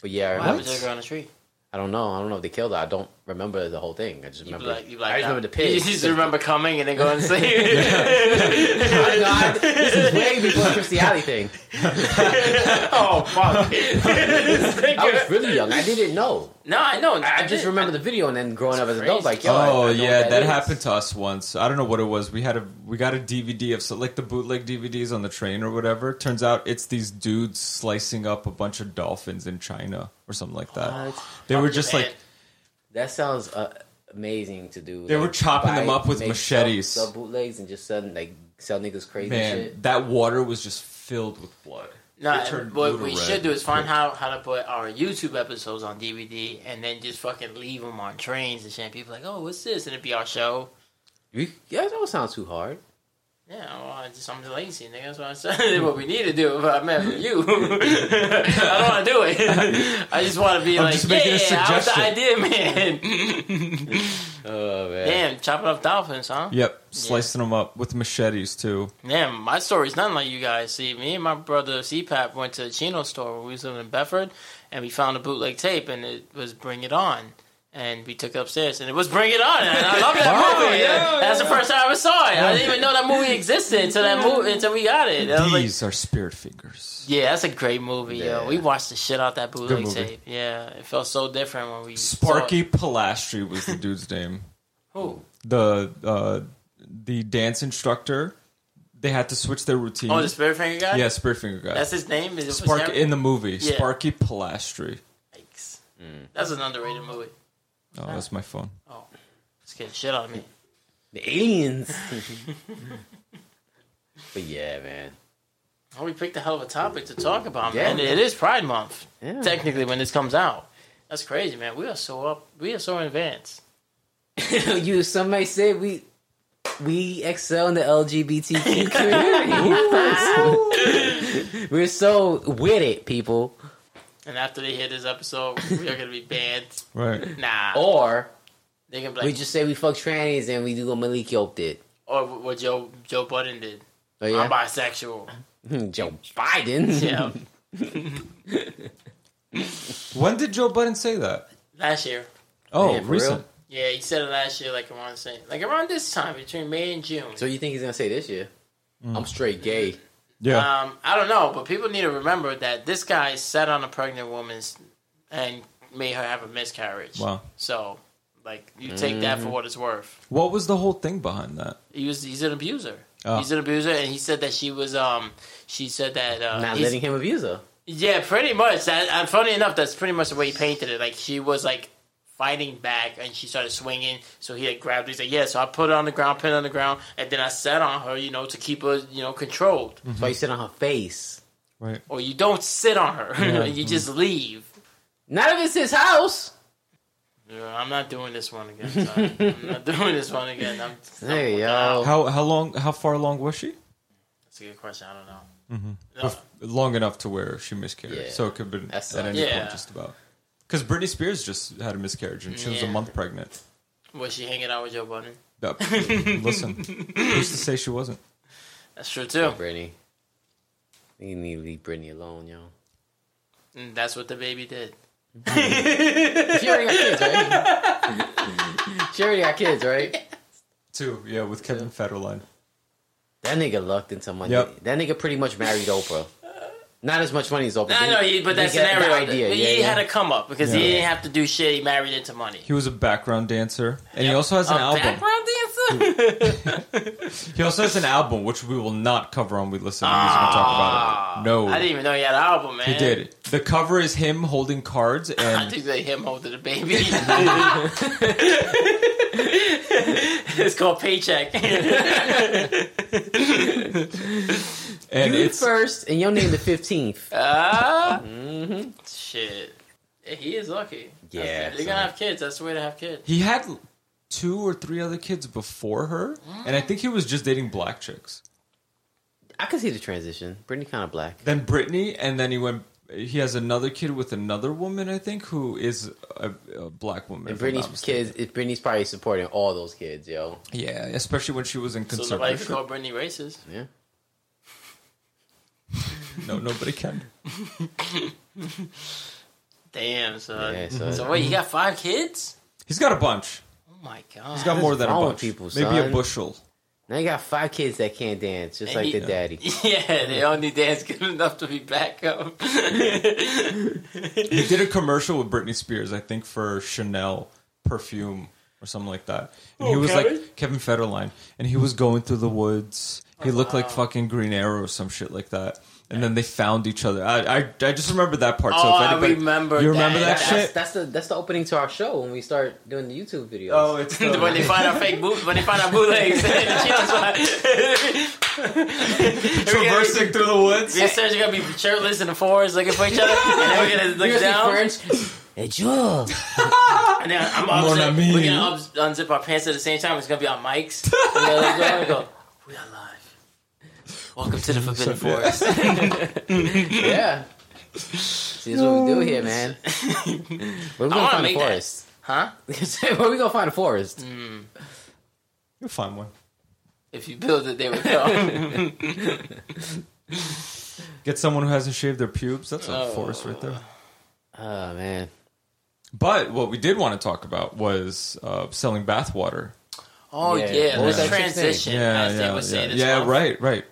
Speaker 2: But
Speaker 1: Why
Speaker 2: yeah, I, remember-
Speaker 1: happened to the girl on the tree?
Speaker 2: I don't know. I don't know if they killed her. I don't remember the whole thing. I just
Speaker 1: You
Speaker 2: remember.
Speaker 1: like, you like
Speaker 2: I just
Speaker 1: that.
Speaker 2: remember the pig.
Speaker 1: You just remember coming and then going to sleep.
Speaker 2: I know, I- this is way before the Christy Alley thing.
Speaker 1: oh fuck!
Speaker 2: I was really young. I didn't know.
Speaker 1: no, I know.
Speaker 2: I, I just remember the video and then growing up as an adult, like,
Speaker 1: crazy.
Speaker 2: yo. I- I know
Speaker 3: Oh
Speaker 2: what
Speaker 3: yeah, that,
Speaker 2: is.
Speaker 3: happened to us once. I don't know what it was. We had a we got a DVD of so like the bootleg DVDs on the train or whatever. Turns out it's these dudes slicing up a bunch of dolphins in China or something like that.
Speaker 2: What?
Speaker 3: They were just like
Speaker 2: That sounds uh, amazing to do.
Speaker 3: They were chopping them
Speaker 2: buy-
Speaker 3: up with
Speaker 2: make
Speaker 3: machetes.
Speaker 2: Sell, sell bootlegs and just sell, like, sell niggas crazy
Speaker 3: man,
Speaker 2: shit.
Speaker 3: that water was just filled with blood.
Speaker 1: No,
Speaker 3: It turned
Speaker 1: what
Speaker 3: blue to
Speaker 1: we
Speaker 3: red.
Speaker 1: should do is find out how to put our YouTube episodes on DVD and then just fucking leave them on trains and shit. And people like, oh, what's this? And it'd be our show.
Speaker 2: You- Yeah, that don't sound too hard.
Speaker 1: Yeah, well, I just, I'm lazy, nigga. That's what I said. what we need to do, but I meant for you. I don't want to do it. I just want to be
Speaker 3: I'm
Speaker 1: like,
Speaker 3: just
Speaker 1: yeah,
Speaker 3: making a
Speaker 1: I was the idea,
Speaker 3: suggestion."
Speaker 1: man.
Speaker 2: Oh, man.
Speaker 1: Damn, chopping up dolphins, huh?
Speaker 3: Yep, slicing them up with machetes too.
Speaker 1: Damn, my story's nothing like you guys. See, me and my brother CPAP went to a Chino store when we was living in Bedford, and we found a bootleg tape, and it was Bring It On. And we took it upstairs, and it was Bring It On, and I love that
Speaker 3: Wow,
Speaker 1: movie.
Speaker 3: yeah,
Speaker 1: That's the first time I ever saw it. I didn't even know that movie existed until that movie until we got it. And I was like,
Speaker 3: These are spirit fingers.
Speaker 1: yeah, that's a great movie,
Speaker 2: Yeah.
Speaker 1: yo. We watched the shit out that bootleg
Speaker 3: movie.
Speaker 1: tape. Yeah, it felt so different when we saw
Speaker 3: Sparky Pilastri was the dude's name.
Speaker 1: it. Who?
Speaker 3: The uh, the dance instructor. They had to switch their routine.
Speaker 1: Oh, the Spirit Finger guy.
Speaker 3: yeah, spirit finger guy.
Speaker 1: that's his name. Is it
Speaker 3: Spark
Speaker 1: Sarah?
Speaker 3: in the movie.
Speaker 1: Yeah.
Speaker 3: Sparky Pilastri.
Speaker 1: Yikes. That's an underrated movie.
Speaker 3: Oh,
Speaker 1: Ah.
Speaker 3: that's my phone.
Speaker 1: It's getting shit on me.
Speaker 2: The aliens. but yeah, man.
Speaker 1: Oh, we picked a hell of a topic to talk about,
Speaker 2: Yeah.
Speaker 1: man. It is Pride Month,
Speaker 2: Yeah.
Speaker 1: technically, when this comes out. That's crazy, man. We are so up. We are so in advance.
Speaker 2: you somebody said we we excel in the LGBTQ community. We're so with it, people.
Speaker 1: And after they hear this episode, we are gonna be banned.
Speaker 3: Right.
Speaker 1: Nah,
Speaker 2: Or
Speaker 1: they can be like,
Speaker 2: Oh, we just say we fuck trannies and we do what Malik Yope did.
Speaker 1: or what Joe Joe Budden did.
Speaker 2: Oh
Speaker 1: I'm
Speaker 2: yeah, Hmm,
Speaker 1: bisexual.
Speaker 2: Joe Biden.
Speaker 1: Yeah,
Speaker 3: When did Joe Budden say that?
Speaker 1: last year.
Speaker 3: Oh,
Speaker 2: Man, for
Speaker 3: recent.
Speaker 2: real?
Speaker 1: Yeah, he said it last year, like around the same, like around this time between May and June.
Speaker 2: So you think he's gonna say this year? I'm straight gay.
Speaker 3: Yeah.
Speaker 1: Um, I don't know, but people need to remember that this guy sat on a pregnant woman's and made her have a miscarriage.
Speaker 3: wow.
Speaker 1: So, like, you take that
Speaker 2: Mm-hmm.
Speaker 1: for what it's worth.
Speaker 3: What was the whole thing behind that?
Speaker 1: He was he's an abuser.
Speaker 3: Oh.
Speaker 1: He's an abuser, and he said that she was um she said that uh,
Speaker 2: Not
Speaker 1: he's-
Speaker 2: letting him abuse her.
Speaker 1: yeah, pretty much. That and funny enough, that's pretty much the way he painted it. Like she was like fighting back, and she started swinging. So he like grabbed. her. He's like, yeah. So I put her on the ground, pin her on the ground, and then I sat on her, you know, to keep her, you know, controlled.
Speaker 2: That's why you sit on her face.
Speaker 3: Right.
Speaker 1: Or you don't sit on her, you just leave.
Speaker 2: Not if it's his house.
Speaker 1: Yeah, I'm not doing this one again. Sorry. I'm not doing this one again. I'm,
Speaker 2: Hey
Speaker 1: I'm-
Speaker 2: yo,
Speaker 3: How how long how far along was she?
Speaker 1: That's a good question. I don't know. No,
Speaker 3: Bef- long enough to where she miscarried.
Speaker 2: Yeah.
Speaker 3: So it could have been
Speaker 2: That
Speaker 3: at
Speaker 2: sucks.
Speaker 3: any
Speaker 1: Yeah.
Speaker 3: point just about. Because Britney Spears just had a miscarriage and she was a
Speaker 1: Yeah.
Speaker 3: month pregnant.
Speaker 1: was she hanging out with Joe Budden?
Speaker 3: That- Listen, who's to say she wasn't?
Speaker 1: That's true too.
Speaker 2: Brittany. You need to leave Brittany alone, yo.
Speaker 1: And Mm, that's what the baby did.
Speaker 2: She already got kids, right? she already got kids, right?
Speaker 3: Two, yeah, with Kevin Federline.
Speaker 2: That nigga lucked into money.
Speaker 3: Yep.
Speaker 2: That nigga pretty much married Oprah. Not as much money as Oprah.
Speaker 1: I know, he- but that
Speaker 2: they get the
Speaker 1: scenario,
Speaker 2: idea,
Speaker 1: he
Speaker 2: yeah, yeah.
Speaker 1: had a come up because
Speaker 3: Yeah.
Speaker 1: he didn't have to do shit. He married into money.
Speaker 3: He was a background dancer, and he also has an
Speaker 1: A
Speaker 3: album.
Speaker 1: background dancer.
Speaker 3: He also has an album which we will not cover on We Listen. We're just gonna talk about it. No,
Speaker 1: Ah. I didn't even know he had an album, man.
Speaker 3: he did. The cover is him holding cards,
Speaker 1: I
Speaker 3: and
Speaker 1: think they him holding a baby. it's called paycheck.
Speaker 3: and
Speaker 2: You
Speaker 3: it's
Speaker 2: first, and your name the fifteenth.
Speaker 1: Ah, shit. Yeah, He is lucky.
Speaker 2: Yeah,
Speaker 1: That's good. they're
Speaker 2: son.
Speaker 1: gonna have kids. That's the way to have kids.
Speaker 3: he had two or three other kids before her, and I think he was just dating black chicks.
Speaker 2: I could see the transition. Brittany kind of black.
Speaker 3: Then Britney, and then he went. He has another kid with another woman, I think, who is a, a black woman.
Speaker 2: And
Speaker 3: if I'm not
Speaker 2: Brittany's
Speaker 3: mistaken.
Speaker 2: kids. it- Brittany's probably supporting all those kids, yo.
Speaker 3: yeah, especially when she was in
Speaker 1: So nobody can
Speaker 3: conservatorship.
Speaker 1: call Britney racist.
Speaker 2: Yeah.
Speaker 3: no, nobody can.
Speaker 1: Damn, son.
Speaker 2: Yeah, son.
Speaker 1: So wait, you got five kids?
Speaker 3: He's got a bunch.
Speaker 1: Oh my god.
Speaker 3: He's got more than a
Speaker 2: wrong with
Speaker 3: bunch.
Speaker 2: people,
Speaker 3: Maybe a
Speaker 2: son?
Speaker 3: bushel.
Speaker 2: Now you got five kids that can't dance, just
Speaker 1: And
Speaker 2: like
Speaker 1: he-
Speaker 2: their daddy.
Speaker 1: Yeah, they only dance good enough to be back up.
Speaker 3: He did a commercial with Britney Spears, I think, for Chanel perfume or something like that. And he
Speaker 1: Oh,
Speaker 3: was
Speaker 1: Kevin?
Speaker 3: like Kevin Federline, and he was going through the woods. He looked like fucking Green Arrow or some shit like that. And then they found each other. I I, I just remember that part. so
Speaker 1: Oh,
Speaker 3: if
Speaker 1: I
Speaker 3: anybody,
Speaker 1: remember
Speaker 3: You remember
Speaker 1: that.
Speaker 3: that,
Speaker 1: That's-
Speaker 2: That's,
Speaker 3: shit?
Speaker 2: that's the that's the opening to our show when we start doing the YouTube videos.
Speaker 3: oh, it's the,
Speaker 1: when they find out fake boot, when they find out bootlegs, and the children's
Speaker 3: traversing through the woods.
Speaker 1: Me and Serge are gonna be shirtless in the forest looking for each other, and then we're gonna
Speaker 2: you
Speaker 1: look down,
Speaker 2: French? Hey, Joel.
Speaker 1: and then I'm
Speaker 3: Mon
Speaker 1: upset.
Speaker 3: ami.
Speaker 1: We're gonna ups- unzip our pants at the same time. It's gonna be on mics. We're gonna look down and go, "We are live. Welcome to the Forbidden Forest."
Speaker 2: yeah. See, that's what we do here, man. Where we
Speaker 1: wanna
Speaker 2: gonna find a
Speaker 1: make that.
Speaker 2: forest?
Speaker 1: Huh?
Speaker 2: Where we gonna find a forest?
Speaker 3: You'll find one.
Speaker 1: If you build it, they will come.
Speaker 3: Get someone who hasn't shaved their pubes. That's a
Speaker 1: Oh.
Speaker 3: forest right there.
Speaker 2: Oh man.
Speaker 3: But what we did want to talk about was uh, selling bathwater.
Speaker 1: Oh
Speaker 2: Yeah.
Speaker 1: yeah,
Speaker 2: What was
Speaker 1: let's
Speaker 2: that chick's
Speaker 1: transition.
Speaker 3: Yeah,
Speaker 1: I
Speaker 3: yeah,
Speaker 1: think we'll say
Speaker 3: yeah.
Speaker 1: this
Speaker 3: yeah
Speaker 1: month.
Speaker 3: right,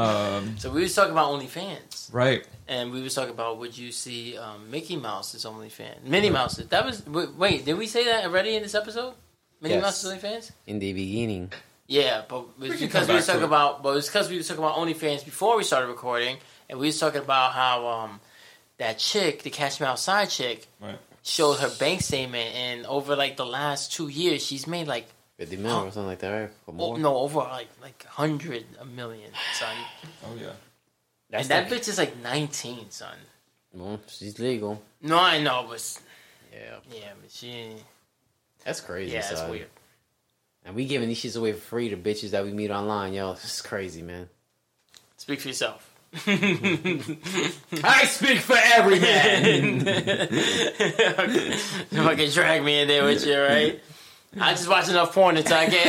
Speaker 3: Um,
Speaker 1: So we was talking about OnlyFans,
Speaker 3: right.
Speaker 1: and we was talking about would you see um, Mickey Mouse is OnlyFans, Minnie Mouse. is- That was wait, wait, did we say that already in this episode? Minnie
Speaker 2: Yes.
Speaker 1: Mouse is OnlyFans.
Speaker 2: In the beginning,
Speaker 1: Yeah, but it was
Speaker 3: can
Speaker 1: because
Speaker 3: come
Speaker 1: we
Speaker 3: back
Speaker 1: was talking
Speaker 3: to it.
Speaker 1: about, but it was because we was talking about OnlyFans before we started recording, and we was talking about how um that chick, the Cash Me Outside chick,
Speaker 3: Right.
Speaker 1: showed her bank statement, and over like the last two years, she's made like
Speaker 2: fifty mil or something like that, right?
Speaker 1: o-
Speaker 2: Or more.
Speaker 1: Oh. no over like like hundred a million, son.
Speaker 3: Oh yeah.
Speaker 2: That's
Speaker 1: and that
Speaker 2: like-
Speaker 1: bitch is like nineteen, son.
Speaker 2: Well, she's legal.
Speaker 1: No, I know, but
Speaker 2: Yeah,
Speaker 1: yeah, but she
Speaker 2: that's crazy.
Speaker 1: yeah, it's
Speaker 2: son.
Speaker 1: weird.
Speaker 2: And we giving these shits away for free to bitches that we meet online, yo. It's crazy, man.
Speaker 1: Speak for yourself.
Speaker 2: I speak for every
Speaker 1: Fucking drag me in there with you, right? I just watch enough porn until I get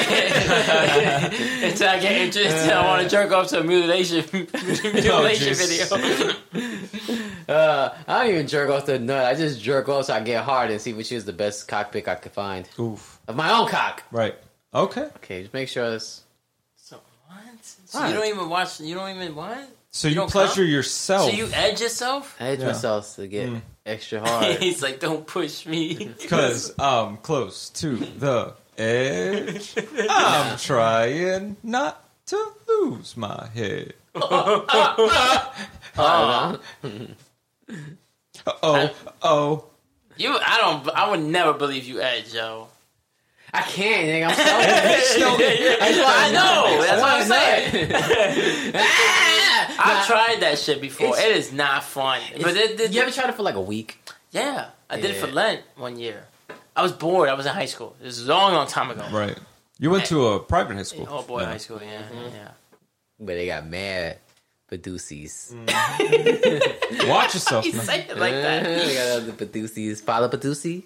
Speaker 1: until I get interested. I want
Speaker 2: Uh.
Speaker 1: to jerk off to a mutilation
Speaker 2: Oh,
Speaker 1: mutilation
Speaker 3: jeez.
Speaker 1: video.
Speaker 2: Uh, I don't even jerk off the nut. I just jerk off so I get hard and see which is the best cock pick I could find
Speaker 3: Oof.
Speaker 2: of my own cock.
Speaker 3: Right. Okay.
Speaker 2: Okay, just make sure it's
Speaker 1: So what? So
Speaker 2: What?
Speaker 1: you don't even watch. You don't even what?
Speaker 3: So you,
Speaker 1: don't
Speaker 3: pleasure
Speaker 1: count?
Speaker 3: yourself.
Speaker 1: So you edge yourself?
Speaker 2: I edge
Speaker 3: Yeah.
Speaker 2: myself to get extra hard.
Speaker 1: He's like, don't push me.
Speaker 3: Cause I'm close to the edge. I'm trying not to lose my head. Oh, oh.
Speaker 1: You, I don't. I would never believe you edge, yo.
Speaker 2: I can't, nigga. I'm so
Speaker 1: I know. That's what I'm saying.
Speaker 2: ah!
Speaker 1: I've tried that shit before.
Speaker 2: It's-
Speaker 1: It is not fun. But it, it,
Speaker 2: You ever tried it for like a week?
Speaker 1: Yeah, I did it for
Speaker 2: Yeah.
Speaker 1: Lent one year. I was bored. I was in high school. This was a long, long time ago.
Speaker 3: Right. You went to a private high school.
Speaker 1: Oh boy,
Speaker 3: Yeah.
Speaker 1: high school. Yeah, yeah.
Speaker 2: But they got mad Paducies.
Speaker 3: Watch yourself.
Speaker 1: He
Speaker 3: man.
Speaker 1: said it like
Speaker 2: Uh-huh,
Speaker 1: that.
Speaker 2: they got all the Paducies. Father Padusi?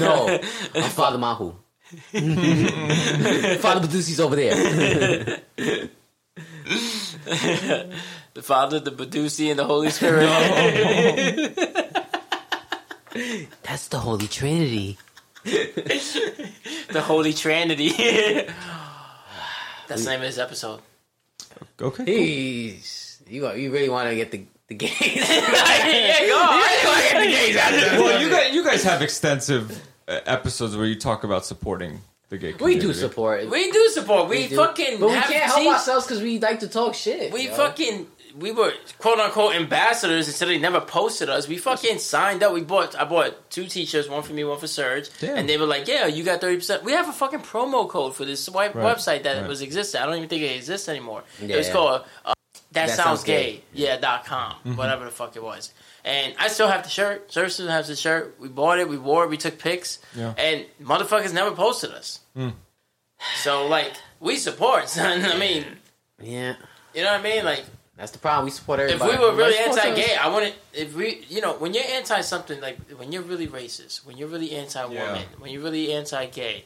Speaker 2: No. I'm Father Mahu. Father Bedusi's over there.
Speaker 1: The Father, the Badusi, and the Holy Spirit.
Speaker 2: That's the Holy Trinity.
Speaker 1: the Holy Trinity. That's the name of this episode.
Speaker 3: Okay.
Speaker 2: Jeez. You, want- you really want to get the, the gays.
Speaker 1: yeah, go
Speaker 3: Well, you guys, you guys have extensive uh, episodes where you talk about supporting the gay
Speaker 2: we
Speaker 3: community.
Speaker 2: do support.
Speaker 1: We do support. We,
Speaker 2: We do.
Speaker 1: fucking
Speaker 2: But we
Speaker 1: have
Speaker 2: can't help
Speaker 1: tea-
Speaker 2: ourselves because we like to talk shit.
Speaker 1: We
Speaker 2: yo.
Speaker 1: fucking we were quote unquote ambassadors until they never posted us. We fucking signed up. We bought I bought two t-shirts, one for me, one for Serge,
Speaker 3: Damn.
Speaker 1: and they were like, "Yeah, you got thirty percent." We have a fucking promo code for this wi-
Speaker 3: Right.
Speaker 1: website that
Speaker 3: Right.
Speaker 1: was existed. I don't even think it exists anymore. It
Speaker 2: Yeah,
Speaker 1: was
Speaker 2: yeah.
Speaker 1: called uh, that,
Speaker 2: That
Speaker 1: sounds,
Speaker 2: Sounds
Speaker 1: gay.
Speaker 2: Gay.
Speaker 1: Yeah, dot com, whatever the fuck it was. And I still have the shirt. Serge still has the shirt. We bought it. We wore it. We took pics,
Speaker 3: Yeah.
Speaker 1: and motherfuckers never posted us. So like, we support. Son. I mean,
Speaker 2: Yeah.
Speaker 1: you know what I mean? Like.
Speaker 2: That's the problem. We support
Speaker 1: If
Speaker 2: everybody.
Speaker 1: we were really
Speaker 2: Let's support
Speaker 1: anti-gay, I wouldn't. If we, you know, when you're anti something, like when you're really racist, when you're really anti-woman,
Speaker 3: Yeah.
Speaker 1: when you're really anti-gay,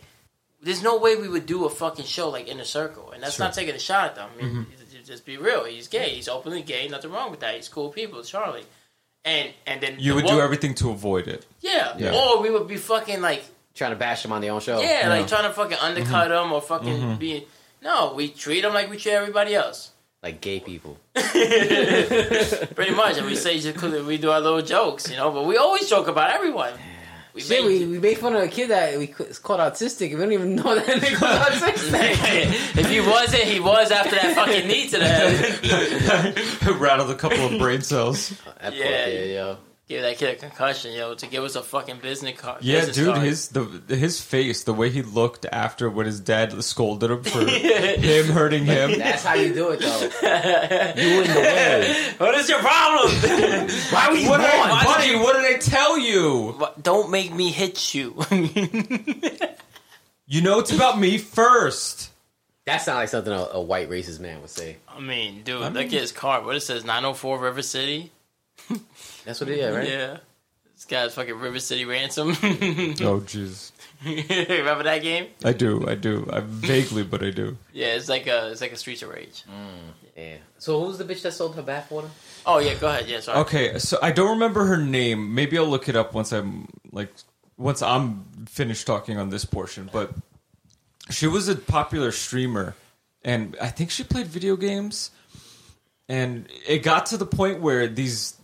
Speaker 1: there's no way we would do a fucking show like Inner Circle, and that's
Speaker 3: Sure. Mm-hmm.
Speaker 1: not taking a shot at them. I mean, j- just be real. He's gay. He's openly gay. Nothing wrong with that. He's cool people, Charlie. And and then the
Speaker 3: You would
Speaker 1: wo-
Speaker 3: do everything to avoid it.
Speaker 1: yeah.
Speaker 3: Yeah. Oh,
Speaker 1: Or we would be fucking like,
Speaker 2: Trying to bash them on their own show.
Speaker 1: yeah,
Speaker 3: Yeah. Mm-hmm.
Speaker 1: like trying to fucking undercut them or fucking be. No, we treat them like we treat everybody else.
Speaker 2: Like gay people.
Speaker 1: Pretty much, and we say just 'cause we do our little jokes, you know. But we always joke about everyone. We
Speaker 2: Shit, we, we made fun of a kid that we c- called autistic. and We don't even know that nigga was autistic.
Speaker 1: if he wasn't, he was after that fucking knee to the head.
Speaker 3: Rattled a couple of brain cells.
Speaker 2: That
Speaker 1: Yeah.
Speaker 2: yeah, kid, yo.
Speaker 1: Give that kid a concussion, yo, to give us a fucking business card.
Speaker 3: Yeah,
Speaker 1: business
Speaker 3: dude,
Speaker 1: card.
Speaker 3: his the his face, the way he looked after when his dad scolded him for him hurting him.
Speaker 2: That's how you do it, though. you in the way.
Speaker 1: What is your problem?
Speaker 2: Why were you
Speaker 3: What did
Speaker 2: born?
Speaker 3: I,
Speaker 1: Why did
Speaker 3: buddy, what did I tell you?
Speaker 1: What- Don't make me hit you.
Speaker 3: You know it's about me first.
Speaker 2: That sounds like something a, a white racist man would say.
Speaker 1: I mean, dude,
Speaker 3: mean-
Speaker 1: look at his card. What it says, nine hundred four River City.
Speaker 2: That's what it is, right?
Speaker 1: Yeah, this guy's fucking River City Ransom.
Speaker 3: Oh, jeez.
Speaker 1: Remember that game?
Speaker 3: I do, I do. I vaguely, but I do.
Speaker 1: Yeah, it's like a it's like a Streets of Rage.
Speaker 2: Yeah. So who's the bitch that sold her bathwater?
Speaker 1: Oh yeah, go ahead. Yeah, sorry.
Speaker 3: Okay, so I don't remember her name. Maybe I'll look it up once I'm like once I'm finished talking on this portion, but she was a popular streamer and I think she played video games and it got to the point where these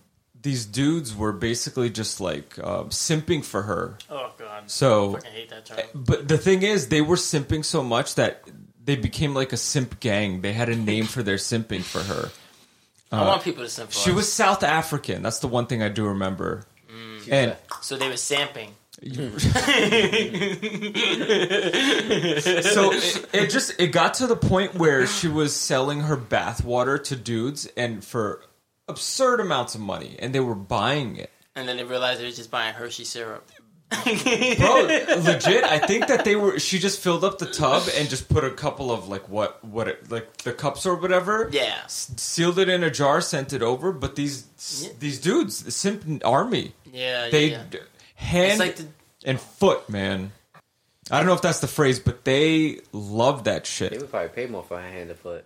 Speaker 3: these dudes were basically just like uh, simping for her.
Speaker 1: Oh god,
Speaker 3: So
Speaker 1: fucking hate that term.
Speaker 3: but the thing is, they were simping so much that they became like a simp gang. They had a name for their simping for her.
Speaker 1: I want people to simp. for
Speaker 3: She
Speaker 1: us.
Speaker 3: was South African. That's the one thing I do remember. And
Speaker 1: so they were samping.
Speaker 3: so it, it just it got to the point where she was selling her bathwater to dudes and for absurd amounts of money, and they were buying it.
Speaker 1: And then they realized they were just buying Hershey syrup.
Speaker 3: Bro, legit, I think that they were. She just filled up the tub and just put a couple of like what what it, like the cups or whatever.
Speaker 1: Yeah.
Speaker 3: s- sealed it in a jar, sent it over. But these
Speaker 1: Yeah.
Speaker 3: these dudes, the simp army,
Speaker 1: Yeah,
Speaker 3: they
Speaker 1: yeah.
Speaker 3: d- hand
Speaker 1: It's like the-
Speaker 3: and foot, man. I don't know if that's the phrase, but they love that
Speaker 2: They
Speaker 3: shit.
Speaker 2: would probably pay more for her hand and foot.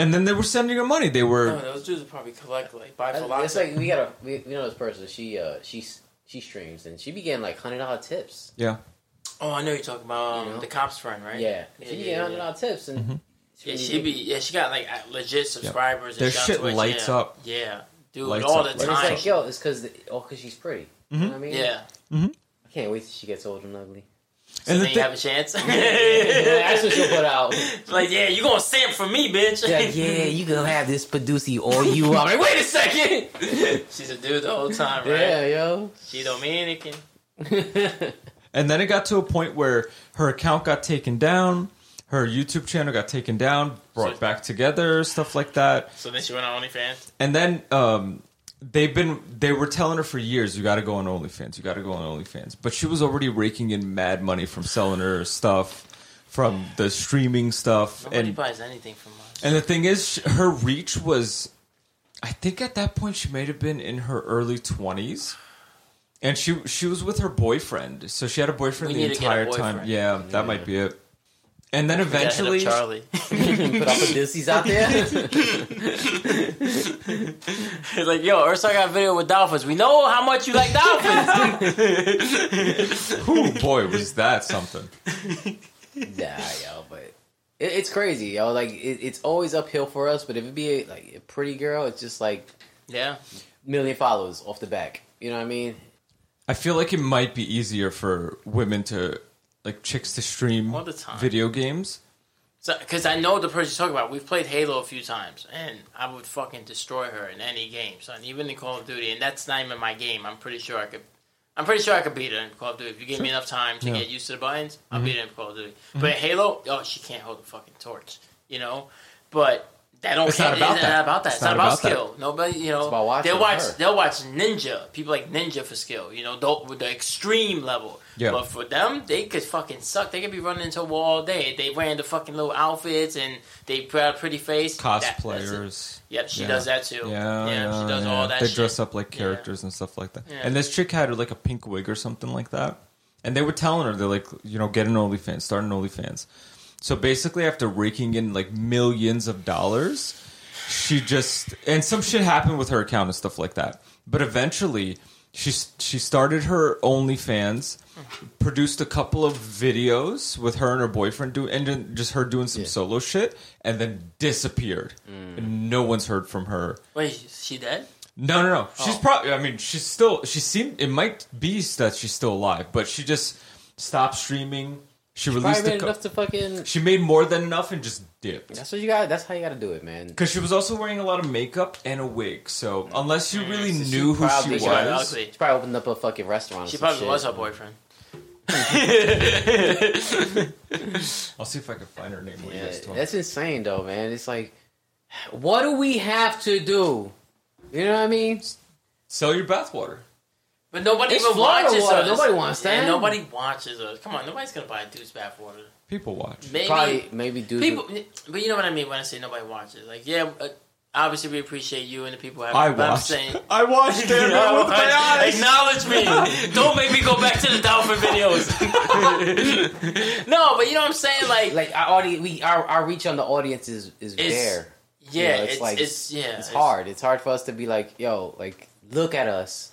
Speaker 3: And then they were sending her money. They
Speaker 1: No,
Speaker 3: were
Speaker 1: oh, those dudes would probably collect like buy for
Speaker 2: It's
Speaker 1: lots.
Speaker 2: like we got a we, we know this person. She uh she she streams and she began like hundred dollar tips.
Speaker 3: yeah.
Speaker 1: oh, I know you're talking about um,
Speaker 2: You know?
Speaker 1: the cops friend, right?
Speaker 2: Yeah,
Speaker 1: yeah,
Speaker 2: she
Speaker 1: yeah,
Speaker 2: began
Speaker 1: yeah,
Speaker 2: hundred
Speaker 1: yeah. Mm-hmm.
Speaker 2: dollar tips and
Speaker 1: Yeah, she be yeah, she got like uh, legit subscribers.
Speaker 3: Their
Speaker 1: and shit
Speaker 3: shit lights
Speaker 1: yeah.
Speaker 3: up.
Speaker 1: Yeah, dude,
Speaker 3: Lights
Speaker 1: all
Speaker 3: up,
Speaker 1: the
Speaker 3: lights
Speaker 2: But
Speaker 1: time. Mm-hmm.
Speaker 2: it's like yo, it's because oh, because she's pretty. You know what I mean?
Speaker 1: yeah,
Speaker 2: I can't wait till she gets old and ugly.
Speaker 1: so and
Speaker 3: and the
Speaker 1: then you
Speaker 3: thing,
Speaker 1: have a chance.
Speaker 2: That's what she'll put out.
Speaker 1: like yeah, you gonna samp for me, bitch?
Speaker 2: Yeah, yeah, you gonna have this Padusi all you are.
Speaker 1: Like, wait a second. She's a dude the whole time, right?
Speaker 2: Yeah, yo.
Speaker 1: She Dominican.
Speaker 3: and then it got to a point where her account got taken down. Her YouTube channel got taken down, brought
Speaker 1: So-
Speaker 3: back together, stuff like that.
Speaker 1: So then she went on OnlyFans.
Speaker 3: And then um, they've been they were telling her for years, you got to go on OnlyFans, you got to go on OnlyFans. But she was already raking in mad money from selling her stuff, from the streaming stuff,
Speaker 1: Nobody
Speaker 3: and
Speaker 1: buys anything from us.
Speaker 3: and the thing is, sh- her reach was, I think at that point she might have been in her early twenties, And she she was with her boyfriend, so she had a boyfriend
Speaker 1: We
Speaker 3: the
Speaker 1: need to get a
Speaker 3: entire time.
Speaker 1: boyfriend.
Speaker 3: Yeah, that might be it. And then
Speaker 1: We gotta hit up
Speaker 3: eventually,
Speaker 1: Charlie.
Speaker 2: Put all the dissies out there.
Speaker 1: It's like, yo, Ursa got a video with dolphins. We know how much you like dolphins.
Speaker 3: oh boy, was that something?
Speaker 2: nah, yo, but it, it's crazy, yo. Like it, it's always uphill for us. But if it be a, like a pretty girl, it's just like
Speaker 1: yeah.
Speaker 2: million followers off the back. You know what I mean?
Speaker 3: I feel like it might be easier for women to like chicks to stream
Speaker 1: All the time.
Speaker 3: video games.
Speaker 1: So, because I know the person you're talking about. We've played Halo a few times, and I would fucking destroy her in any game, son. Even in Call of Duty, and that's not even my game. I'm pretty sure I could. I'm pretty sure I could beat her in Call of Duty if you give me enough time to
Speaker 3: Yeah.
Speaker 1: get used to the buttons. I'll beat her in Call of Duty. But in Halo, oh, she can't hold the fucking torch, you know. But that don't.
Speaker 3: It's not about
Speaker 1: it's
Speaker 3: that.
Speaker 1: Not about that. It's, not, about, skill. Nobody, you know.
Speaker 2: about watching
Speaker 1: they'll watch.
Speaker 2: her.
Speaker 1: They'll watch ninja people like ninja for skill. You know, do with the extreme level.
Speaker 3: Yeah.
Speaker 1: But for them, they could fucking suck. They could be running into a wall all day. They wearing the fucking little outfits and they put out a pretty face. That- that's it.
Speaker 3: Cosplayers.
Speaker 1: yep, she
Speaker 3: Yeah.
Speaker 1: does that too.
Speaker 3: Yeah,
Speaker 1: she
Speaker 3: yeah,
Speaker 1: does
Speaker 3: yeah.
Speaker 1: all that.
Speaker 3: They
Speaker 1: shit.
Speaker 3: dress up like characters and stuff like that.
Speaker 1: Yeah.
Speaker 3: And this chick had like a pink wig or something like that. And they were telling her they're like, you know, get an OnlyFans, start an OnlyFans. So basically, after raking in like millions of dollars, she just and some shit happened with her account and stuff like that. But eventually, she she started her OnlyFans, produced a couple of videos with her and her boyfriend doing and then just her doing some solo shit, and then disappeared. And no one's heard from her.
Speaker 1: Wait, is she dead?
Speaker 3: No, no, no. She's
Speaker 1: Oh.
Speaker 3: probably. I mean, she's still. She seemed. It might be that she's still alive, but she just stopped streaming. She,
Speaker 2: Probably
Speaker 3: released.
Speaker 2: made
Speaker 3: A co-
Speaker 2: enough to fucking.
Speaker 3: she made more than enough and just dipped.
Speaker 2: That's what you got. That's how you got to do it, man.
Speaker 3: Because she was also wearing a lot of makeup and a wig, so unless you really
Speaker 2: Mm. So she
Speaker 3: knew who she
Speaker 2: probably-
Speaker 3: was,
Speaker 2: She
Speaker 1: Right, ugly.
Speaker 2: She probably opened up a fucking restaurant. or
Speaker 1: She
Speaker 2: some
Speaker 1: probably
Speaker 2: shit.
Speaker 1: was her boyfriend.
Speaker 3: I'll see if I can find her name. while you
Speaker 2: Yeah,
Speaker 3: guys talk.
Speaker 2: that's insane, though, man. It's like, what do we have to do? You know what I mean?
Speaker 3: Sell your bathwater.
Speaker 1: But nobody
Speaker 2: It's
Speaker 1: even
Speaker 2: Florida
Speaker 1: watches
Speaker 2: water.
Speaker 1: us.
Speaker 2: Nobody wants
Speaker 1: Yeah,
Speaker 2: that.
Speaker 1: nobody watches us. Come on, nobody's gonna buy a dude's bath water.
Speaker 3: People watch.
Speaker 1: Maybe
Speaker 2: Probably maybe do
Speaker 1: people, but you know what I mean when I say nobody watches. Like, yeah, uh, obviously we appreciate you and the people who have.
Speaker 3: I
Speaker 1: but I'm
Speaker 3: watched.
Speaker 1: saying,
Speaker 3: I watched it with my eyes.
Speaker 1: Acknowledge me. Don't make me go back to the dolphin videos. no, but you know what I'm saying? Like,
Speaker 2: like our audi- we our, our reach on the audience is is
Speaker 1: It's-
Speaker 2: there.
Speaker 1: yeah,
Speaker 2: you know, it's
Speaker 1: it's,
Speaker 2: like-
Speaker 1: it's yeah,
Speaker 2: It's hard. It's hard for us to be like, yo, like look at us.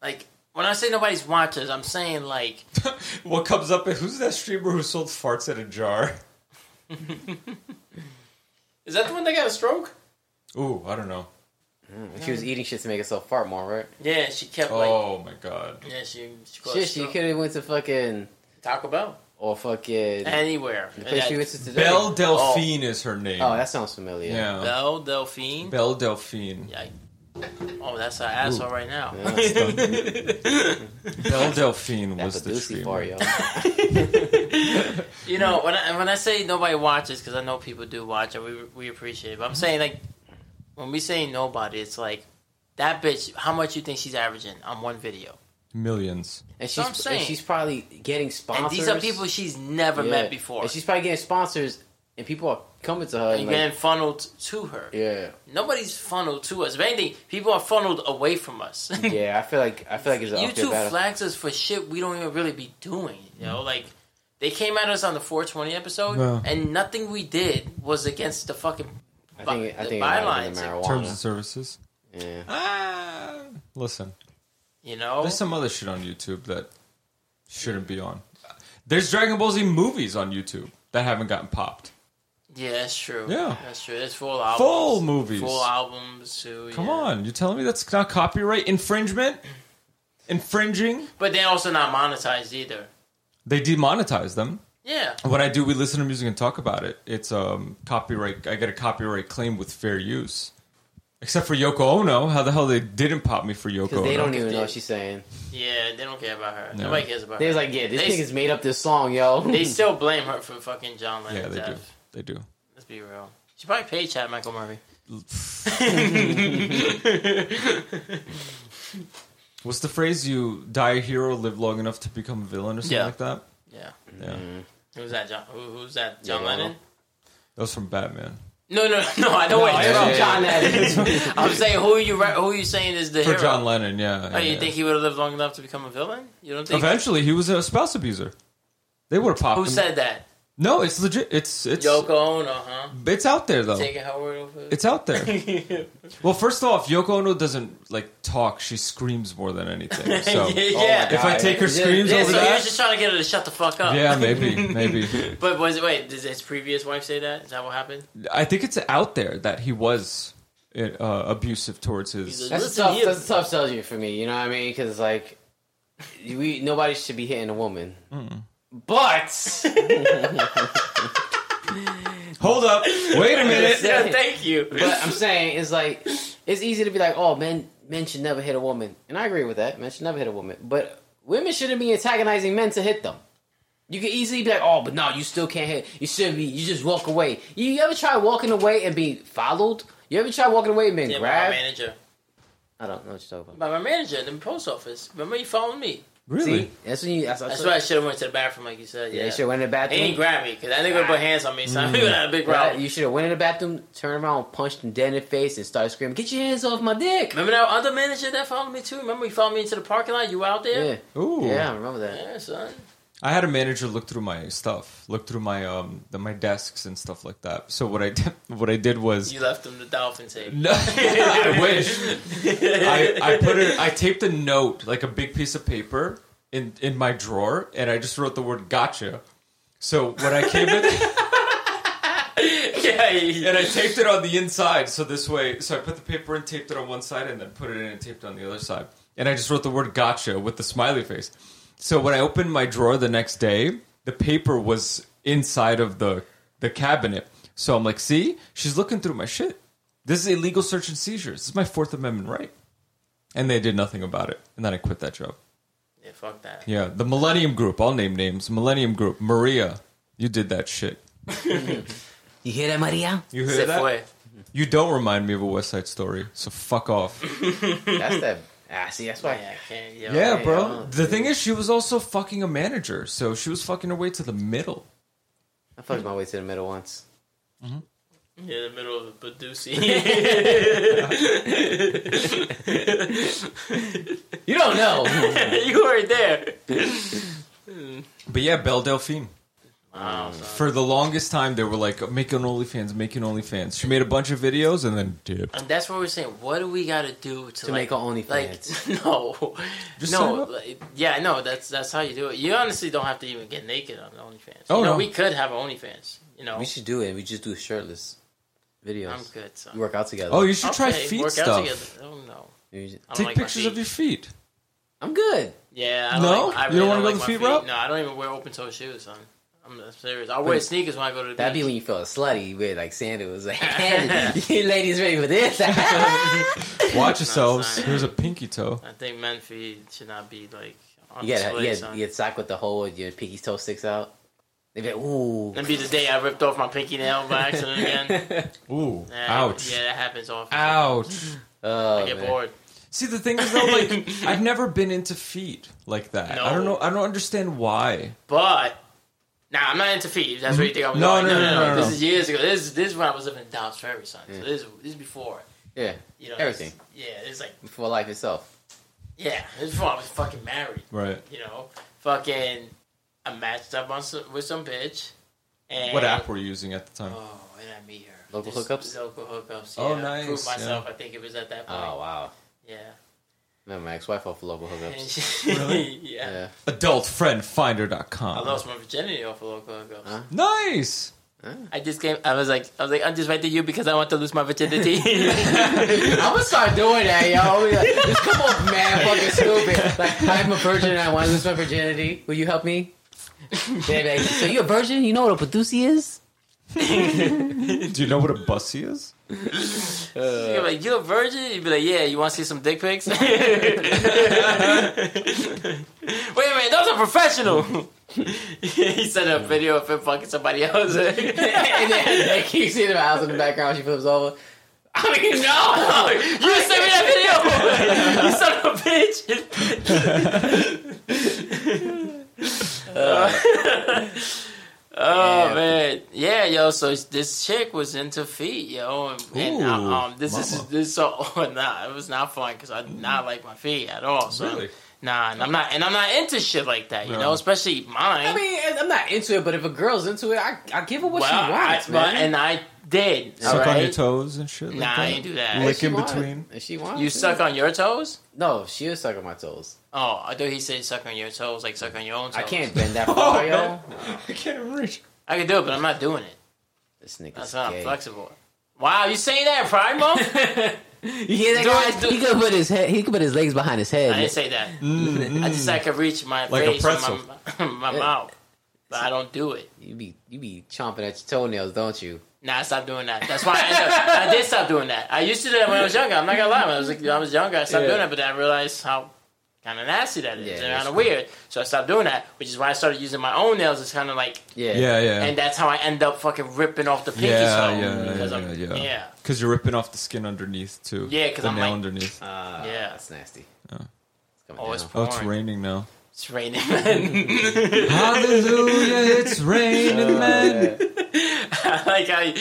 Speaker 1: Like when I say nobody's watches, I'm saying like
Speaker 3: what comes up? is, Who's that streamer who sold farts in a jar?
Speaker 1: is that the one that got a stroke?
Speaker 3: Ooh, I don't know.
Speaker 1: Hmm.
Speaker 2: She was eating shit to make herself fart more, right?
Speaker 1: Yeah, she kept like
Speaker 3: Oh my god.
Speaker 1: yeah, she she, caused a
Speaker 2: Shit, she
Speaker 1: stroke.
Speaker 2: could have went to fucking
Speaker 1: Taco Bell
Speaker 2: or fucking
Speaker 1: anywhere.
Speaker 2: the place she went to today.
Speaker 3: Belle Delphine is her name.
Speaker 2: Oh, that sounds familiar.
Speaker 3: yeah.
Speaker 1: Belle Delphine.
Speaker 3: Belle Delphine.
Speaker 1: Yike. Oh, that's her asshole right now.
Speaker 2: Yeah.
Speaker 3: Belle Delphine
Speaker 2: That's
Speaker 3: was
Speaker 2: a
Speaker 3: the
Speaker 2: Lucy
Speaker 3: streamer.
Speaker 2: for yo.
Speaker 1: You know, when I, when I say nobody watches, because I know people do watch it, we, we appreciate it. But I'm
Speaker 2: Mm-hmm.
Speaker 1: saying, like, when we say nobody, it's like, that bitch, how much you think she's averaging on one video?
Speaker 3: Millions.
Speaker 1: what I'm
Speaker 2: And she's and
Speaker 1: saying.
Speaker 2: she's probably getting sponsors.
Speaker 1: And these are people she's never
Speaker 2: Yeah.
Speaker 1: met before.
Speaker 2: And she's probably getting sponsors, and people are coming to her.
Speaker 1: and
Speaker 2: And like,
Speaker 1: getting funneled to her.
Speaker 2: yeah,
Speaker 1: Nobody's funneled to us. If anything, people are funneled away from us.
Speaker 2: yeah. I feel like I feel like it's an uphill
Speaker 1: YouTube
Speaker 2: battle.
Speaker 1: flags us for shit we don't even really be doing. You know, like they came at us on the 420 episode,
Speaker 3: Yeah.
Speaker 1: and nothing we did was against the fucking
Speaker 2: I think I
Speaker 1: the
Speaker 2: think it might have been the
Speaker 1: bylines.
Speaker 3: Terms and
Speaker 2: marijuana.
Speaker 3: services.
Speaker 2: Yeah.
Speaker 3: Ah, listen.
Speaker 1: you know.
Speaker 3: There's some other shit on YouTube that shouldn't be on. There's Dragon Ball Z movies on YouTube that haven't gotten popped.
Speaker 1: Yeah, that's true.
Speaker 3: Yeah.
Speaker 1: that's true. There's full albums.
Speaker 3: Full movies.
Speaker 1: Full albums too.
Speaker 3: Come
Speaker 1: yeah.
Speaker 3: on, you telling me that's not copyright infringement? Infringing?
Speaker 1: But they're also not monetized either.
Speaker 3: They demonetize them.
Speaker 1: Yeah.
Speaker 3: What I do, we listen to music and talk about it. It's um copyright. I get a copyright claim with fair use, except for Yoko Ono. How the hell they didn't pop me for Yoko?
Speaker 2: Because they
Speaker 3: Ono?
Speaker 2: don't even know what she's saying.
Speaker 1: Yeah, they don't care about her.
Speaker 3: No.
Speaker 1: Nobody cares about
Speaker 2: They
Speaker 1: her.
Speaker 2: was like, yeah, this
Speaker 1: They-
Speaker 2: nigga's made up this song, yo.
Speaker 1: they still blame her for fucking John Lennon.
Speaker 3: Yeah, they
Speaker 1: death.
Speaker 3: do. They do.
Speaker 1: Let's be real. She probably paid Chad Michael Murray.
Speaker 3: What's the phrase? You die a hero, live long enough to become a villain, or something
Speaker 1: Yeah.
Speaker 3: like that.
Speaker 1: Yeah. Mm-hmm.
Speaker 3: Yeah,
Speaker 1: Who's that? John? Who, who's that? John
Speaker 2: Yeah,
Speaker 1: Lennon.
Speaker 3: that was from Batman.
Speaker 1: No, no, no. I know what
Speaker 3: I
Speaker 1: you're
Speaker 3: know.
Speaker 2: John Adams.
Speaker 1: I'm saying who you re- who you saying is the
Speaker 3: for
Speaker 1: hero?
Speaker 3: John Lennon. Yeah,
Speaker 1: Oh,
Speaker 3: yeah,
Speaker 1: you
Speaker 3: yeah.
Speaker 1: think he would have lived long enough to become a villain? You don't think?
Speaker 3: Eventually, he was a spouse abuser. They would have popped.
Speaker 1: Who
Speaker 3: him.
Speaker 1: said that?
Speaker 3: No, it's legit. It's it's
Speaker 1: Yoko Ono, huh?
Speaker 3: it's out there though.
Speaker 1: Taking her word over.
Speaker 3: It's out there. well, first off, Yoko Ono doesn't like talk. She screams more than anything. So
Speaker 1: yeah,
Speaker 2: Oh my
Speaker 1: yeah.
Speaker 3: if I
Speaker 2: God.
Speaker 3: take her
Speaker 2: Yeah,
Speaker 3: screams
Speaker 1: yeah
Speaker 3: over
Speaker 1: so you're
Speaker 3: that,
Speaker 1: just trying to get her to shut the fuck up.
Speaker 3: yeah, maybe, maybe.
Speaker 1: But was it wait? Did his previous wife say that? Is that what happened?
Speaker 3: I think it's out there that he was uh, abusive towards his.
Speaker 1: He's
Speaker 2: That's
Speaker 1: Listen
Speaker 2: a tough.
Speaker 1: here.
Speaker 2: That's a tough subject for me. You know what I mean? Because like, we nobody should be hitting a woman.
Speaker 3: Mm.
Speaker 2: But
Speaker 3: Hold up! Wait a minute.
Speaker 1: yeah, thank you.
Speaker 2: but I'm saying it's like it's easy to be like, oh, men men should never hit a woman, and I agree with that. Men should never hit a woman, but women shouldn't be antagonizing men to hit them. You could easily be like, oh, but no, you still can't hit. You should be. You just walk away. You ever try walking away and be followed? You ever try walking away and being
Speaker 1: yeah, my
Speaker 2: grabbed?
Speaker 1: manager.
Speaker 2: I don't know what you're talking about.
Speaker 1: By my manager in the post office. Remember you followed me?
Speaker 3: Really?
Speaker 2: See, that's when you. That's,
Speaker 1: That's
Speaker 2: that's
Speaker 1: why I should have went to the bathroom like you said.
Speaker 2: Yeah,
Speaker 1: Yeah.
Speaker 2: you should have went in the
Speaker 1: he didn't
Speaker 2: bathroom.
Speaker 1: grab me because that nigga put hands on me, so I would have had a big
Speaker 2: Right,
Speaker 1: row.
Speaker 2: You should have went in the bathroom, turned around, punched him dead in the face, and started screaming, "Get your hands off my dick!"
Speaker 1: Remember that other manager that followed me too? Remember he followed me into the parking lot? You out there?
Speaker 2: Yeah,
Speaker 3: Ooh.
Speaker 2: yeah, I remember that.
Speaker 1: Yeah, son.
Speaker 3: I had a manager look through my stuff, look through my um the, my desks and stuff like that. So what I did, what I did was
Speaker 1: You left him the dolphin tape.
Speaker 3: no, I wish I, I put it I taped a note like a big piece of paper in in my drawer and I just wrote the word gotcha. So when I came in
Speaker 1: yeah, he-
Speaker 3: and I taped it on the inside, so this way, so I put the paper in, taped it on one side, and then put it in and taped it on the other side. And I just wrote the word gotcha with the smiley face. So when I opened my drawer the next day, the paper was inside of the the cabinet. So I'm like, see, she's looking through my shit. This is illegal search and seizures. This is my Fourth Amendment right. And they did nothing about it. And then I quit that job.
Speaker 1: yeah, fuck that.
Speaker 3: Yeah, the Millennium Group. I'll name names. Millennium Group. Maria, you did that shit.
Speaker 2: You hear that, Maria?
Speaker 3: You hear
Speaker 1: Se
Speaker 3: that?
Speaker 1: fue.
Speaker 3: You don't remind me of a West Side Story, so fuck off.
Speaker 2: That's that. Ah, see, that's why.
Speaker 1: Yeah, I can't, yeah.
Speaker 3: yeah,
Speaker 2: bro.
Speaker 3: bro. The thing is, she was also fucking a manager, so she was fucking her way to the middle.
Speaker 2: I fucked my way to the middle once.
Speaker 1: Yeah, in the middle of the Badusi.
Speaker 2: You don't know.
Speaker 1: you weren't there.
Speaker 3: But yeah, Belle Delphine.
Speaker 1: Wow, son.
Speaker 3: For the longest time, they were like making OnlyFans, making OnlyFans. She made a bunch of videos and then dipped.
Speaker 1: And that's what we're saying. What do we got to do to,
Speaker 2: To
Speaker 1: like,
Speaker 2: make our OnlyFans.
Speaker 1: Like, no,
Speaker 3: Just sign
Speaker 1: no,
Speaker 3: up.
Speaker 1: like, yeah, no. That's that's how you do it. You honestly don't have to even get naked on OnlyFans.
Speaker 3: Oh,
Speaker 1: you know,
Speaker 3: no.
Speaker 1: we could have OnlyFans. You know,
Speaker 2: we should do it. We just do shirtless videos.
Speaker 1: I'm good. So.
Speaker 2: We work out together.
Speaker 3: Oh, you should
Speaker 1: Okay,
Speaker 3: try feet
Speaker 1: work out
Speaker 3: stuff.
Speaker 1: together. Oh no,
Speaker 2: You just-
Speaker 1: I don't
Speaker 3: Take
Speaker 1: like my
Speaker 3: pictures of
Speaker 1: feet.
Speaker 3: your feet.
Speaker 2: I'm good.
Speaker 1: Yeah, I don't
Speaker 3: No?
Speaker 1: like, I
Speaker 3: You
Speaker 1: really
Speaker 3: don't wanna
Speaker 1: like
Speaker 3: go
Speaker 1: my
Speaker 3: the feet route?
Speaker 1: No, I don't even wear open toe shoes. Son. I'm serious. I wear
Speaker 2: But-
Speaker 1: sneakers when I go to the
Speaker 2: That'd be
Speaker 1: beach.
Speaker 2: when you feel slutty with like sandals. Like, you ladies ready for this? you
Speaker 3: Watch yourselves.
Speaker 1: sign.
Speaker 3: Here's a pinky toe.
Speaker 1: I think men feet should not be like on
Speaker 2: got
Speaker 1: display.
Speaker 2: you got
Speaker 1: son.
Speaker 2: you get sock with the hole. Your pinky toe sticks out. They be like, ooh.
Speaker 1: That'd be the day I ripped off my pinky nail by accident again.
Speaker 3: Ooh,
Speaker 1: Yeah,
Speaker 3: ouch.
Speaker 1: Yeah, that happens often.
Speaker 3: Ouch.
Speaker 2: Oh,
Speaker 1: I get
Speaker 2: man.
Speaker 1: bored.
Speaker 3: See, the thing is though, like I've never been into feet like that. I don't
Speaker 1: No.
Speaker 3: know. I don't understand why.
Speaker 1: But nah, I'm not into feet. That's where you think I was.
Speaker 3: No,
Speaker 1: going.
Speaker 3: no, no, no, no,
Speaker 1: This
Speaker 3: no.
Speaker 1: is years ago. This this is when I was living in Dallas Ferry, son. So this this is before.
Speaker 2: Yeah,
Speaker 1: You know this-
Speaker 2: everything
Speaker 1: Yeah, it's like
Speaker 2: for life itself.
Speaker 1: yeah, this is before I was fucking married.
Speaker 3: Right.
Speaker 1: You know, fucking I matched up on some, with some bitch. And
Speaker 3: What app were you using at the time?
Speaker 1: Oh, and I meet her.
Speaker 2: Local
Speaker 1: This-
Speaker 2: hookups?
Speaker 1: Local hookups. Yeah.
Speaker 3: Oh,
Speaker 1: Proved
Speaker 3: nice,
Speaker 1: myself. I think it was at that point.
Speaker 2: Oh wow.
Speaker 1: Yeah.
Speaker 2: Man, my ex-wife off of local
Speaker 1: And
Speaker 2: hookups.
Speaker 1: she,
Speaker 3: Really?
Speaker 1: yeah.
Speaker 2: Yeah.
Speaker 1: I
Speaker 3: adultfriendfinder.com.
Speaker 1: lost my virginity off of local hookups.
Speaker 2: Huh?
Speaker 3: nice.
Speaker 1: I just came. I was like, I was like, I'm just right to you because I want to lose my virginity.
Speaker 2: I'm gonna start doing that, yo. Just come on, man, fucking stupid. Like I'm a virgin and I want to lose my virginity. Will you help me? They're like, so you a virgin? You know what a padusi is?
Speaker 3: Do you know what a bussy is?
Speaker 1: You're like, you a virgin? You'd be like, yeah, you want to see some dick pics? Wait a minute, those are professional. he sent a video of him fucking somebody else.
Speaker 2: and then like, you see the house in the background. She flips over.
Speaker 1: I mean, no! You sent me that video! you son of a bitch!
Speaker 2: Uh,
Speaker 1: oh, Uh, man. Yeah, yo, yo, so this chick was into feet, yo, and, and
Speaker 3: Ooh,
Speaker 1: um, this is
Speaker 3: mama. Mm.
Speaker 1: this so oh, nah, it was not fun because I did not like my feet at all. So
Speaker 3: Really?
Speaker 1: nah, and I'm not and I'm not into shit like that, you
Speaker 3: No.
Speaker 1: know, especially mine.
Speaker 2: I mean, I'm not into it, but if a girl's into it, I, I give her what
Speaker 1: Well,
Speaker 2: she wants,
Speaker 1: I,
Speaker 2: man.
Speaker 1: but- and I did.
Speaker 3: Suck
Speaker 1: all
Speaker 3: on your
Speaker 1: right?
Speaker 3: toes and shit. Like
Speaker 1: Nah,
Speaker 3: that.
Speaker 1: I ain't do that.
Speaker 3: Lick
Speaker 2: If she
Speaker 3: in
Speaker 2: wants-
Speaker 3: between.
Speaker 2: If she wants,
Speaker 1: You
Speaker 2: yeah.
Speaker 1: suck on your toes?
Speaker 2: No, she was sucking my toes.
Speaker 1: Oh, I thought he said suck on your toes, like suck on your own toes. Oh,
Speaker 2: I can't bend that far, yo.
Speaker 3: I can't even reach.
Speaker 1: I can do it, but I'm not doing it.
Speaker 2: This
Speaker 1: That's
Speaker 2: nigga's
Speaker 1: not
Speaker 2: gay.
Speaker 1: flexible. Wow, you saying that Pride Month?
Speaker 2: You hear that,
Speaker 1: Do I
Speaker 2: guys?
Speaker 1: do-
Speaker 2: he could put his head. He could put his legs behind his head.
Speaker 1: I didn't say that.
Speaker 3: Mm-hmm.
Speaker 1: I just I could reach my
Speaker 3: Like a
Speaker 1: face and my- my,
Speaker 2: Yeah.
Speaker 1: mouth, but I don't do it.
Speaker 2: you be you be chomping at your toenails, don't you?
Speaker 1: Nah, I stopped doing that. That's why I, end up, I did stop doing that. I used to do that when I was younger. I'm not gonna lie, when I was when I was younger, I stopped
Speaker 3: Yeah.
Speaker 1: doing that, but then I realized how kind of nasty that is
Speaker 2: Yeah,
Speaker 1: and
Speaker 2: that's
Speaker 1: kind of weird. So I stopped doing that, which is why I started using my own nails. It's kind of like,
Speaker 2: Yeah.
Speaker 3: Yeah, yeah.
Speaker 1: and that's how I end up fucking ripping off the pinky
Speaker 3: Yeah,
Speaker 1: toe
Speaker 3: yeah,
Speaker 1: because
Speaker 3: yeah,
Speaker 1: I'm
Speaker 3: yeah,
Speaker 1: yeah.
Speaker 3: yeah. Because you're ripping off the skin underneath too.
Speaker 1: Yeah, 'cause
Speaker 3: the
Speaker 1: I'm
Speaker 3: nail
Speaker 1: like-
Speaker 3: underneath.
Speaker 2: Ah,
Speaker 1: Yeah.
Speaker 2: That's nasty.
Speaker 3: Yeah.
Speaker 2: It's coming
Speaker 1: Oh, it's
Speaker 2: down.
Speaker 3: Oh, it's
Speaker 1: Porn.
Speaker 3: raining now.
Speaker 1: It's raining. man.
Speaker 3: Hallelujah! It's raining, man.
Speaker 2: Uh,
Speaker 1: I like how you,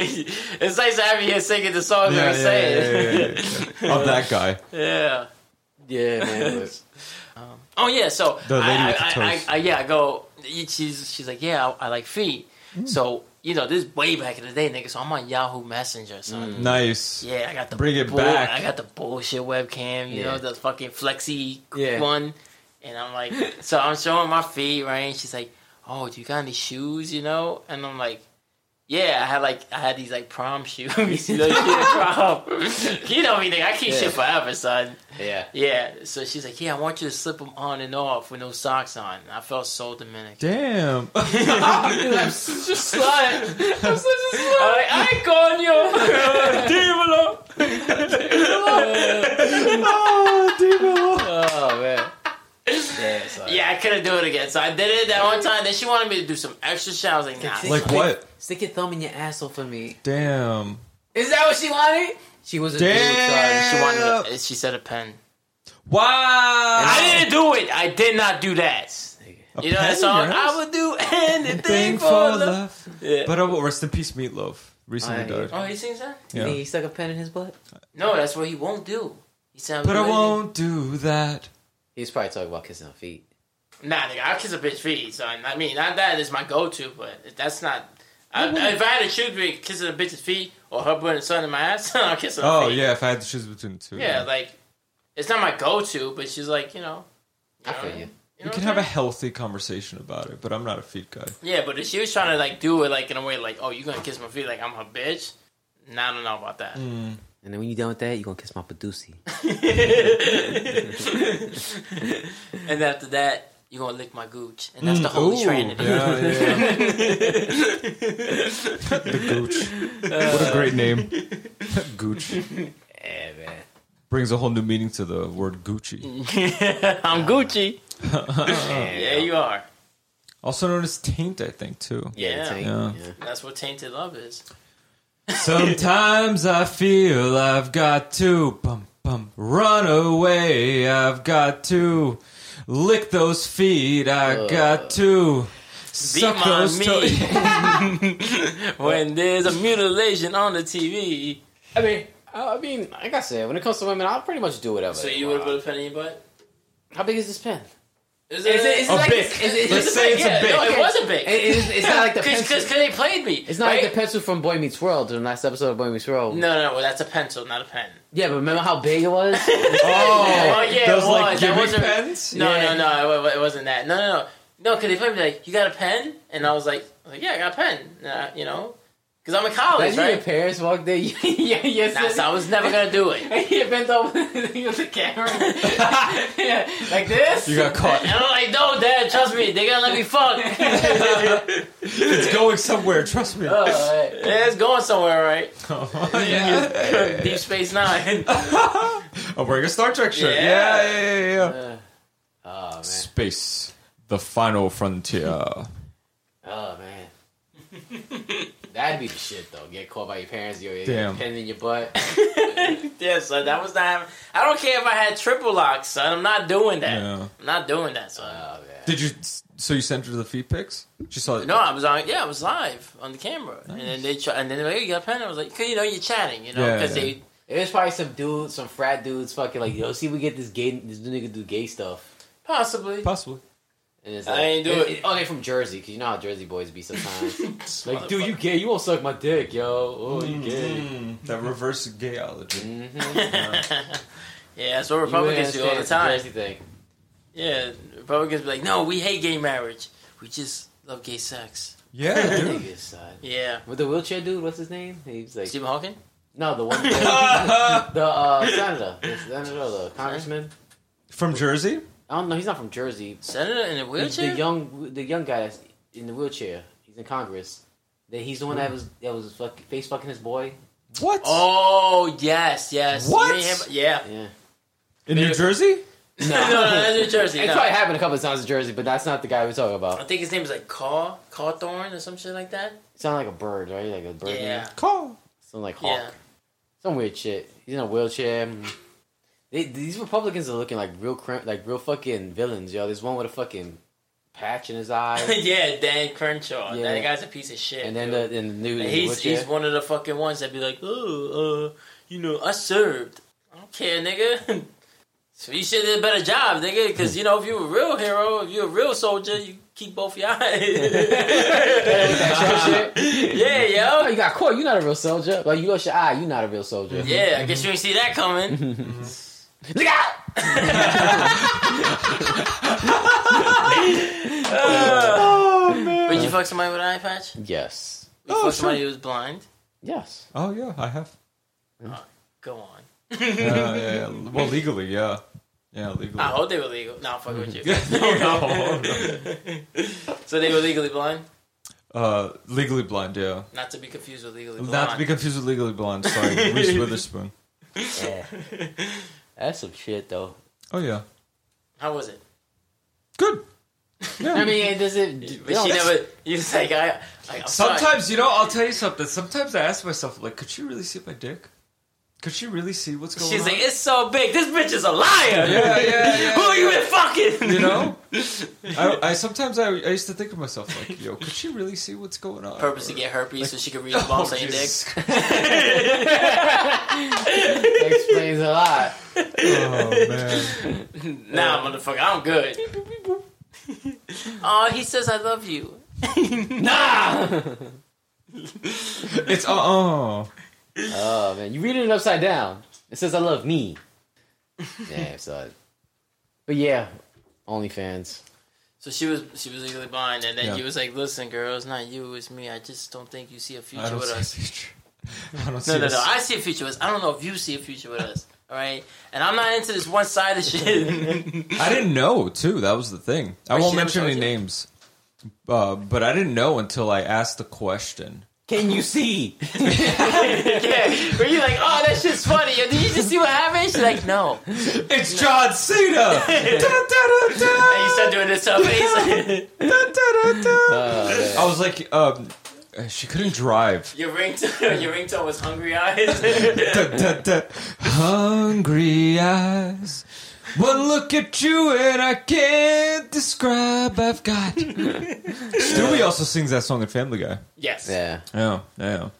Speaker 1: it's nice to have you here singing the songs
Speaker 3: Yeah,
Speaker 1: that
Speaker 3: yeah,
Speaker 1: we saying.
Speaker 3: yeah, yeah, yeah. Of Oh, that guy.
Speaker 1: yeah.
Speaker 2: yeah, man. but-
Speaker 1: Oh yeah, so
Speaker 3: The lady
Speaker 1: I,
Speaker 3: with the
Speaker 1: I,
Speaker 3: toes.
Speaker 1: I, I, yeah, I go. She's she's like, yeah, I, I like feet.
Speaker 3: Hmm.
Speaker 1: So you know, this is way back in the day, nigga. So I'm on Yahoo Messenger,
Speaker 3: Hmm.
Speaker 1: son.
Speaker 3: Nice.
Speaker 1: Yeah, I got the
Speaker 3: Bring it back.
Speaker 1: I got the bullshit webcam, you
Speaker 2: Yeah.
Speaker 1: know, the fucking flexi
Speaker 2: Yeah.
Speaker 1: one. And I'm like, so I'm showing my feet, right? And she's like, oh, do you got any shoes, you know? And I'm like, yeah, I had like I had these like prom shoes, you know, you prom. you know me, nigga. I keep
Speaker 2: Yeah.
Speaker 1: shit forever, son.
Speaker 2: yeah.
Speaker 1: Yeah. So she's like, "Yeah, I want you to slip them on and off with no socks on." And I felt so Dominican.
Speaker 3: Damn.
Speaker 2: I'm
Speaker 1: such a slut. I'm such a slut. I ain't calling you.
Speaker 2: Oh man. Yeah, sorry.
Speaker 1: yeah, I couldn't do it again. So I did it that one time. Then she wanted me to do some extra shit. I was like, "Nah."
Speaker 3: Like what?
Speaker 2: Stick your thumb in your asshole for me.
Speaker 3: Damn.
Speaker 2: Is that what she wanted? She was a dude.
Speaker 3: Damn.
Speaker 2: Sorry.
Speaker 1: she wanted. A, she said a pen.
Speaker 3: Wow.
Speaker 1: I didn't do it. I did not do that.
Speaker 3: A
Speaker 1: You know
Speaker 3: pen
Speaker 1: that
Speaker 3: in
Speaker 1: song?
Speaker 3: your
Speaker 1: I
Speaker 3: ass?
Speaker 1: would do anything
Speaker 3: Thing
Speaker 1: for love. Yeah.
Speaker 3: But uh, rest in peace, Meatloaf. Recently
Speaker 2: I-
Speaker 3: died.
Speaker 1: Oh, he sings that?
Speaker 2: You
Speaker 3: Yeah.
Speaker 2: think he stuck a pen in his butt?
Speaker 1: No, that's what he won't do. He sounds.
Speaker 3: But I
Speaker 1: crazy.
Speaker 3: won't do that.
Speaker 2: He was probably talking about kissing her feet.
Speaker 1: Nah, nigga, I'll kiss a bitch feet. So I mean, not that is my go-to, but that's not. I, if I had to choose between kissing a bitch's feet or her putting sun in my ass, I'll kiss her.
Speaker 3: Oh
Speaker 1: feet.
Speaker 3: yeah, if I had to choose between the two.
Speaker 1: yeah, like it's not my go-to, but she's like, you know,
Speaker 2: I
Speaker 1: know,
Speaker 2: feel you.
Speaker 1: you
Speaker 3: we
Speaker 1: know
Speaker 3: can
Speaker 1: what I'm
Speaker 3: have a healthy conversation about it, but I'm not a feet guy.
Speaker 1: saying? yeah. But if she was trying to like do it like in a way like, oh, you gonna kiss my feet like I'm her bitch? Nah, I don't know about that.
Speaker 2: And then when you're done with that, you're gonna kiss my Padusi.
Speaker 1: and after that, you gonna lick my gooch, and that's the holy
Speaker 3: Mm. Ooh,
Speaker 1: trinity.
Speaker 3: Yeah, yeah. the Gooch. what a great name. Gooch.
Speaker 2: Yeah, man.
Speaker 3: Brings a whole new meaning to the word Gucci.
Speaker 1: I'm Gucci. Yeah,
Speaker 2: Yeah,
Speaker 1: you are.
Speaker 3: Also known as taint, I think, too.
Speaker 2: yeah, the tank,
Speaker 3: Yeah.
Speaker 2: yeah.
Speaker 1: That's what tainted love is.
Speaker 3: Sometimes I feel I've got to bum, bum, run away. I've got to lick those feet. I got to suck
Speaker 1: my
Speaker 3: those
Speaker 1: meat.
Speaker 3: toes. Oh,
Speaker 1: when there's a mutilation on the TV.
Speaker 2: I mean, I I mean, like I said, when it comes to women, I'll pretty much do whatever.
Speaker 1: So
Speaker 2: they
Speaker 1: you would have
Speaker 2: want.
Speaker 1: put a pen in your butt?
Speaker 2: How big is this pen?
Speaker 1: Is
Speaker 2: Is it- is it
Speaker 3: A
Speaker 2: like-
Speaker 3: bic.
Speaker 2: is it- is
Speaker 3: Let's
Speaker 2: it-
Speaker 3: say it's a
Speaker 1: yeah,
Speaker 3: bic.
Speaker 1: No, it
Speaker 2: Okay.
Speaker 1: was a big.
Speaker 2: It- it is- it's not like the pencil.
Speaker 1: Because they played me.
Speaker 2: It's not
Speaker 1: right?
Speaker 2: like the pencil from Boy Meets World, the last episode of Boy Meets World.
Speaker 1: No, no, no. That's a pencil, not a pen.
Speaker 2: Yeah, but remember how big it was?
Speaker 3: Oh,
Speaker 1: Oh, yeah,
Speaker 3: those
Speaker 1: it
Speaker 3: like
Speaker 1: was. That
Speaker 3: gimmick
Speaker 1: wasn't-
Speaker 3: pens.
Speaker 1: No,
Speaker 2: Yeah.
Speaker 1: no, no. It, wa- it wasn't that. No, no, no. No, because they played me like, you got a pen? And I was like, I was like yeah, I got a pen. Uh, you know? Because I'm in college,
Speaker 2: That's your
Speaker 1: right?
Speaker 2: parents walked in. yeah, yes.
Speaker 1: Nah, so I was never going to do it.
Speaker 2: And you bent over the camera. yeah, like this.
Speaker 3: You got
Speaker 1: And
Speaker 3: caught.
Speaker 1: I'm like, no, Dad, trust me. They're going to let me fuck.
Speaker 3: It's going somewhere. Trust me.
Speaker 1: Uh.
Speaker 3: Oh,
Speaker 2: Oh, right.
Speaker 1: Yeah, it's going somewhere, right?
Speaker 3: yeah.
Speaker 1: Deep Space Nine.
Speaker 3: I'm wearing a Star Trek shirt.
Speaker 1: Yeah.
Speaker 3: Yeah, yeah, yeah, yeah.
Speaker 2: oh man.
Speaker 3: Space, the final frontier.
Speaker 2: Oh man. That'd be the shit though. Get caught by your parents, your your
Speaker 3: Damn.
Speaker 2: pen in your butt.
Speaker 1: yeah, son. That was not. I don't care if I had triple locks, son. I'm not doing that.
Speaker 3: Yeah.
Speaker 1: I'm not doing that, son.
Speaker 2: Oh man.
Speaker 3: Did you? So you sent her the feet pics? She saw it.
Speaker 1: No, I was on. Yeah, I was live on the camera, and then they try, and then they were like, "Hey, you got a pen?" I was like, "Cause you know you're chatting, you know,
Speaker 3: Yeah,
Speaker 1: because
Speaker 3: yeah.
Speaker 1: they."
Speaker 2: It was probably some dude, some frat dudes, fucking like, yo, see, we get this gay, this nigga do gay stuff,
Speaker 1: Possibly.
Speaker 3: possibly.
Speaker 2: and it's
Speaker 1: I
Speaker 2: like,
Speaker 1: ain't do it.
Speaker 2: Oh, they from Jersey, cause you know how Jersey boys be sometimes. like, dude,
Speaker 1: Motherfucker.
Speaker 2: you gay? You won't suck my dick, yo. Oh,
Speaker 1: Mm-hmm.
Speaker 2: you gay?
Speaker 3: Mm, that reverse gayology.
Speaker 2: Mm-hmm.
Speaker 1: yeah, that's what Republicans do all the time.
Speaker 2: Jersey thing.
Speaker 1: Yeah, Republicans be like, "No, we hate gay marriage. We just love gay sex."
Speaker 3: Yeah, dude.
Speaker 2: Nigga, son.
Speaker 1: Yeah,
Speaker 2: With the wheelchair dude, what's his name? He's like,
Speaker 1: Stephen Hawking.
Speaker 2: no, the one, the uh, senator, the senator, the congressman.
Speaker 3: From Jersey?
Speaker 2: I don't know. He's not from Jersey.
Speaker 1: Senator in a
Speaker 2: He's
Speaker 1: wheelchair.
Speaker 2: The young, the young guy that's in the wheelchair. He's in Congress. That he's the one
Speaker 1: Hmm.
Speaker 2: that was that was fuck, face fucking his boy.
Speaker 3: What?
Speaker 1: oh yes, yes.
Speaker 3: What?
Speaker 1: You ain't hear- Yeah.
Speaker 2: Yeah.
Speaker 3: In New Jersey?
Speaker 2: No,
Speaker 1: No, no, that's New Jersey.
Speaker 2: It
Speaker 1: no.
Speaker 2: probably happened a couple of times in Jersey, but that's not the guy we're talking
Speaker 1: I
Speaker 2: about.
Speaker 1: think his name is like Caw Cawthorn or some shit like that.
Speaker 2: Sound like a bird, right? Like a bird.
Speaker 1: Yeah,
Speaker 2: name.
Speaker 3: Call.
Speaker 2: Sound like hawk.
Speaker 1: yeah.
Speaker 2: Some weird shit. He's in a wheelchair. Mm. They, these Republicans are looking like real, crim- like real fucking villains, yo. There's one with a fucking patch in his eye,
Speaker 1: yeah, Dan Crenshaw. That
Speaker 2: Oh. Yeah.
Speaker 1: guy's a piece of shit.
Speaker 2: and then
Speaker 1: dude.
Speaker 2: the and the new
Speaker 1: And
Speaker 2: in the
Speaker 1: he's
Speaker 2: wheelchair.
Speaker 1: he's one of the fucking ones that be like, oh, uh, you know, I served. I don't care, nigga. so you should have did a better job, nigga. Because you know, if you a real hero, if you a real soldier, you keep both your eyes.
Speaker 2: That shit.
Speaker 1: yeah,
Speaker 2: Oh,
Speaker 1: yo.
Speaker 2: you got caught. You're not a real soldier. Like you lost your eye. You're not a real soldier.
Speaker 1: Yeah, I guess you ain't see that coming.
Speaker 2: Look out!
Speaker 3: Oh, man.
Speaker 1: But you fuck somebody with an eye patch? You
Speaker 2: Yes.
Speaker 3: Oh,
Speaker 1: fuck
Speaker 3: sure.
Speaker 1: somebody who's blind?
Speaker 2: Yes.
Speaker 3: Oh, yeah, I have.
Speaker 1: Go on.
Speaker 3: Yeah, yeah, yeah. Well, legally, yeah. Yeah, legally.
Speaker 1: I hope they were legal. No, I'm fucking with you.
Speaker 3: no, no,
Speaker 1: So they were legally blind?
Speaker 3: no. Uh, legally blind, yeah.
Speaker 1: Not to be confused with legally blind.
Speaker 3: Not to be confused with legally blonde. Sorry, Reese Witherspoon.
Speaker 2: Yeah. That's some shit, though.
Speaker 3: Oh yeah,
Speaker 1: How was it?
Speaker 3: good. Yeah.
Speaker 2: I mean, it doesn't.
Speaker 1: But she never. You was like, I. Like, I'm sorry.
Speaker 3: sometimes you know, I'll tell you something. Sometimes I ask myself, like, could she really see my dick? Could she really see what's going
Speaker 1: She's
Speaker 3: on?
Speaker 1: like, it's so big. This bitch is a liar.
Speaker 3: yeah, yeah, yeah.
Speaker 1: Who are you been fucking?
Speaker 3: You know, I, I sometimes I, I used to think to myself like, yo, could she really see what's going on?
Speaker 1: Purpose to
Speaker 3: Or-
Speaker 1: get herpes so she could read the bumps on your dick.
Speaker 3: oh, Jesus.
Speaker 2: explains a lot.
Speaker 3: Oh man,
Speaker 1: Nah, motherfucker, I'm good. Aw, he says I love you. nah!
Speaker 3: it's uh oh.
Speaker 2: Oh man, you reading it upside down. It says "I love me." Damn, son. But yeah, OnlyFans.
Speaker 1: So she was she was legally blind, and then
Speaker 3: Yeah.
Speaker 1: you was like, listen, girl, it's not you, it's me. I just don't think you see a
Speaker 3: I
Speaker 1: future
Speaker 3: don't
Speaker 1: with us.
Speaker 3: see. a future. I don't see.
Speaker 1: No, no,
Speaker 3: us.
Speaker 1: no. I see a future with us. I don't know if you see a future with us. All right? And I'm not into this one sided shit.
Speaker 3: I didn't know too. That was the thing. I
Speaker 1: Wait,
Speaker 3: won't
Speaker 1: she never
Speaker 3: mention
Speaker 1: told you?
Speaker 3: any names, uh, but I didn't know until I asked the question.
Speaker 2: Can you see?
Speaker 1: yeah. Where you like, oh, that shit's funny. Did you just see what happened? She's like, no.
Speaker 3: It's John Cena.
Speaker 1: And you start doing this to her face. Uh,
Speaker 2: Oh, man.
Speaker 3: I was like, um, uh, she couldn't drive.
Speaker 1: Your ringtone, your ringtone was Hungry Eyes.
Speaker 3: Da, da, da. Hungry eyes. One look at you and I can't describe. I've got. Stewie also sings that song in Family Guy.
Speaker 1: yes.
Speaker 2: Yeah.
Speaker 3: Yeah, yeah.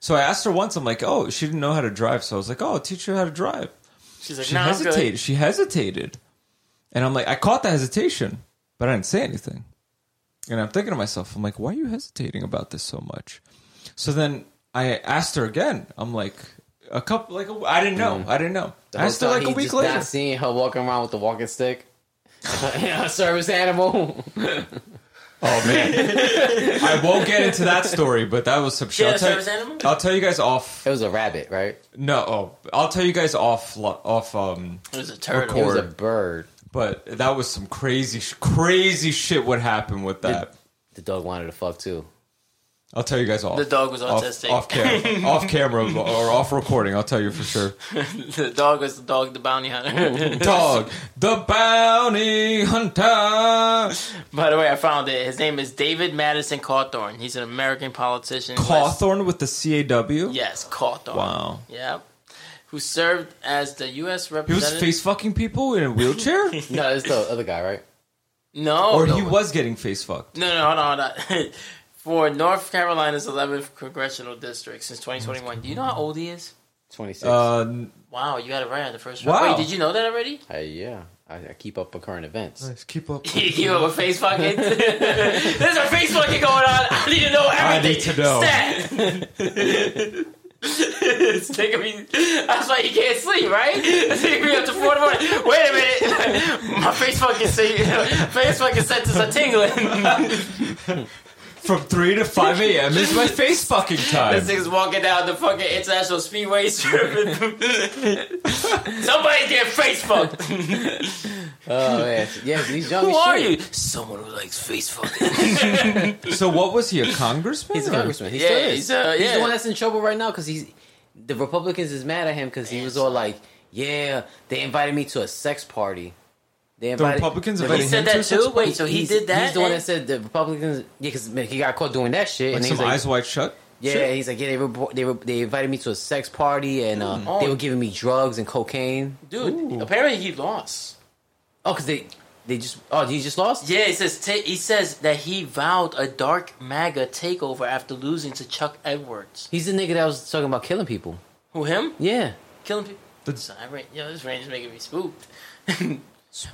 Speaker 3: So I asked her once. I'm like, oh, she didn't know how to drive. So I was like, oh, teach her how to drive.
Speaker 1: She's like,
Speaker 3: She
Speaker 1: nah, I'm good.
Speaker 3: hesitated. She hesitated, and I'm like, I caught the hesitation, but I didn't say anything. And I'm thinking to myself, I'm like, why are you hesitating about this so much? So then I asked her again. I'm like, a couple, like I I didn't know, I didn't know. I asked her like a
Speaker 2: He
Speaker 3: week
Speaker 2: just
Speaker 3: later.
Speaker 2: Not seeing her walking around with the walking stick. a service animal.
Speaker 3: Oh man, I won't get into that story, but that was some shit.
Speaker 1: had
Speaker 3: I'll
Speaker 1: a
Speaker 3: tell-
Speaker 1: service animal?
Speaker 3: I'll tell you guys off.
Speaker 2: It was a rabbit, right?
Speaker 3: No, oh, I'll tell you guys off. lo- Off. Um,
Speaker 1: It was a turtle.
Speaker 2: It was a
Speaker 3: Bird.
Speaker 2: bird.
Speaker 3: but that was some crazy, sh- crazy shit. What happened with that?
Speaker 2: The dog wanted to fuck too.
Speaker 3: I'll tell you guys all.
Speaker 1: The dog was
Speaker 3: off,
Speaker 1: autistic.
Speaker 3: Off camera, off camera, or off recording. I'll tell you for sure.
Speaker 1: the dog was the dog, the bounty hunter.
Speaker 3: Dog, the bounty hunter.
Speaker 1: By the way, I found it. His name is David Madison Cawthorn. He's an American politician. West-
Speaker 3: Cawthorn with the C A W.
Speaker 1: Yes, Cawthorn.
Speaker 3: Wow.
Speaker 1: Yep. Who served as the U.S.
Speaker 3: He was
Speaker 1: representative?
Speaker 3: face fucking people in a wheelchair,
Speaker 2: No, it's the other guy, right?
Speaker 1: No,
Speaker 3: or
Speaker 1: Oh, no.
Speaker 3: he was getting face fucked.
Speaker 1: No, no, hold on, hold on. For North Carolina's 11th congressional district since 2021. Do you know how old he is?
Speaker 2: 26.
Speaker 3: Uh,
Speaker 1: Wow, you got it right on the first
Speaker 3: Wow.
Speaker 1: round. Wait, did you know that already?
Speaker 2: I, yeah, I, I keep up with current events.
Speaker 3: nice. Keep up.
Speaker 1: you have a face fucking. There's a face fucking going on. I need to know
Speaker 3: I
Speaker 1: everything.
Speaker 3: need to know.
Speaker 1: Stat. This nigga be- that's why you can't sleep, right? This nigga be up to four in the morning. Wait a minute, my face fucking se- face fucking senses are tingling.
Speaker 3: From three to five a.m. is my face fucking time.
Speaker 1: this nigga's walking down the fucking international speedway strip. Somebody's getting face fucked.
Speaker 2: Oh, man. Yes, he's young
Speaker 1: Who
Speaker 2: as
Speaker 1: are
Speaker 2: shit.
Speaker 1: you? Someone who likes face fucking.
Speaker 3: So what was he? A congressman?
Speaker 2: He's a
Speaker 3: or-
Speaker 2: congressman. He
Speaker 1: Yeah,
Speaker 2: still is.
Speaker 1: he's, uh, yeah.
Speaker 2: the one that's in trouble right now because he's the Republicans is mad at him because he was all like, "Yeah, they invited me to a sex party." They
Speaker 3: The
Speaker 2: invited
Speaker 3: Republicans
Speaker 2: He
Speaker 3: invited
Speaker 1: he said
Speaker 3: him
Speaker 1: that
Speaker 3: to such-
Speaker 1: too. Wait, so he
Speaker 2: He's-
Speaker 1: did that?
Speaker 2: He's the one
Speaker 1: and-
Speaker 2: that said the Republicans, yeah, because he got caught doing that shit.
Speaker 3: Like
Speaker 2: and
Speaker 3: some
Speaker 2: he's like,
Speaker 3: eyes wide shut.
Speaker 2: yeah,
Speaker 3: shit?
Speaker 2: he's like, yeah, they, were, they were they invited me to a sex party and uh,
Speaker 1: Oh.
Speaker 2: they were giving me drugs and cocaine.
Speaker 1: Dude,
Speaker 3: Ooh.
Speaker 1: apparently he lost.
Speaker 2: Oh, because they they just oh he just lost.
Speaker 1: Yeah, he says ta he says that he vowed a dark MAGA takeover after losing to Chuck Edwards.
Speaker 2: He's the nigga that was talking about killing people.
Speaker 1: Who him?
Speaker 2: Yeah,
Speaker 1: Killing people.
Speaker 3: The-
Speaker 1: Son, I ran- yo, this range is making me spooked.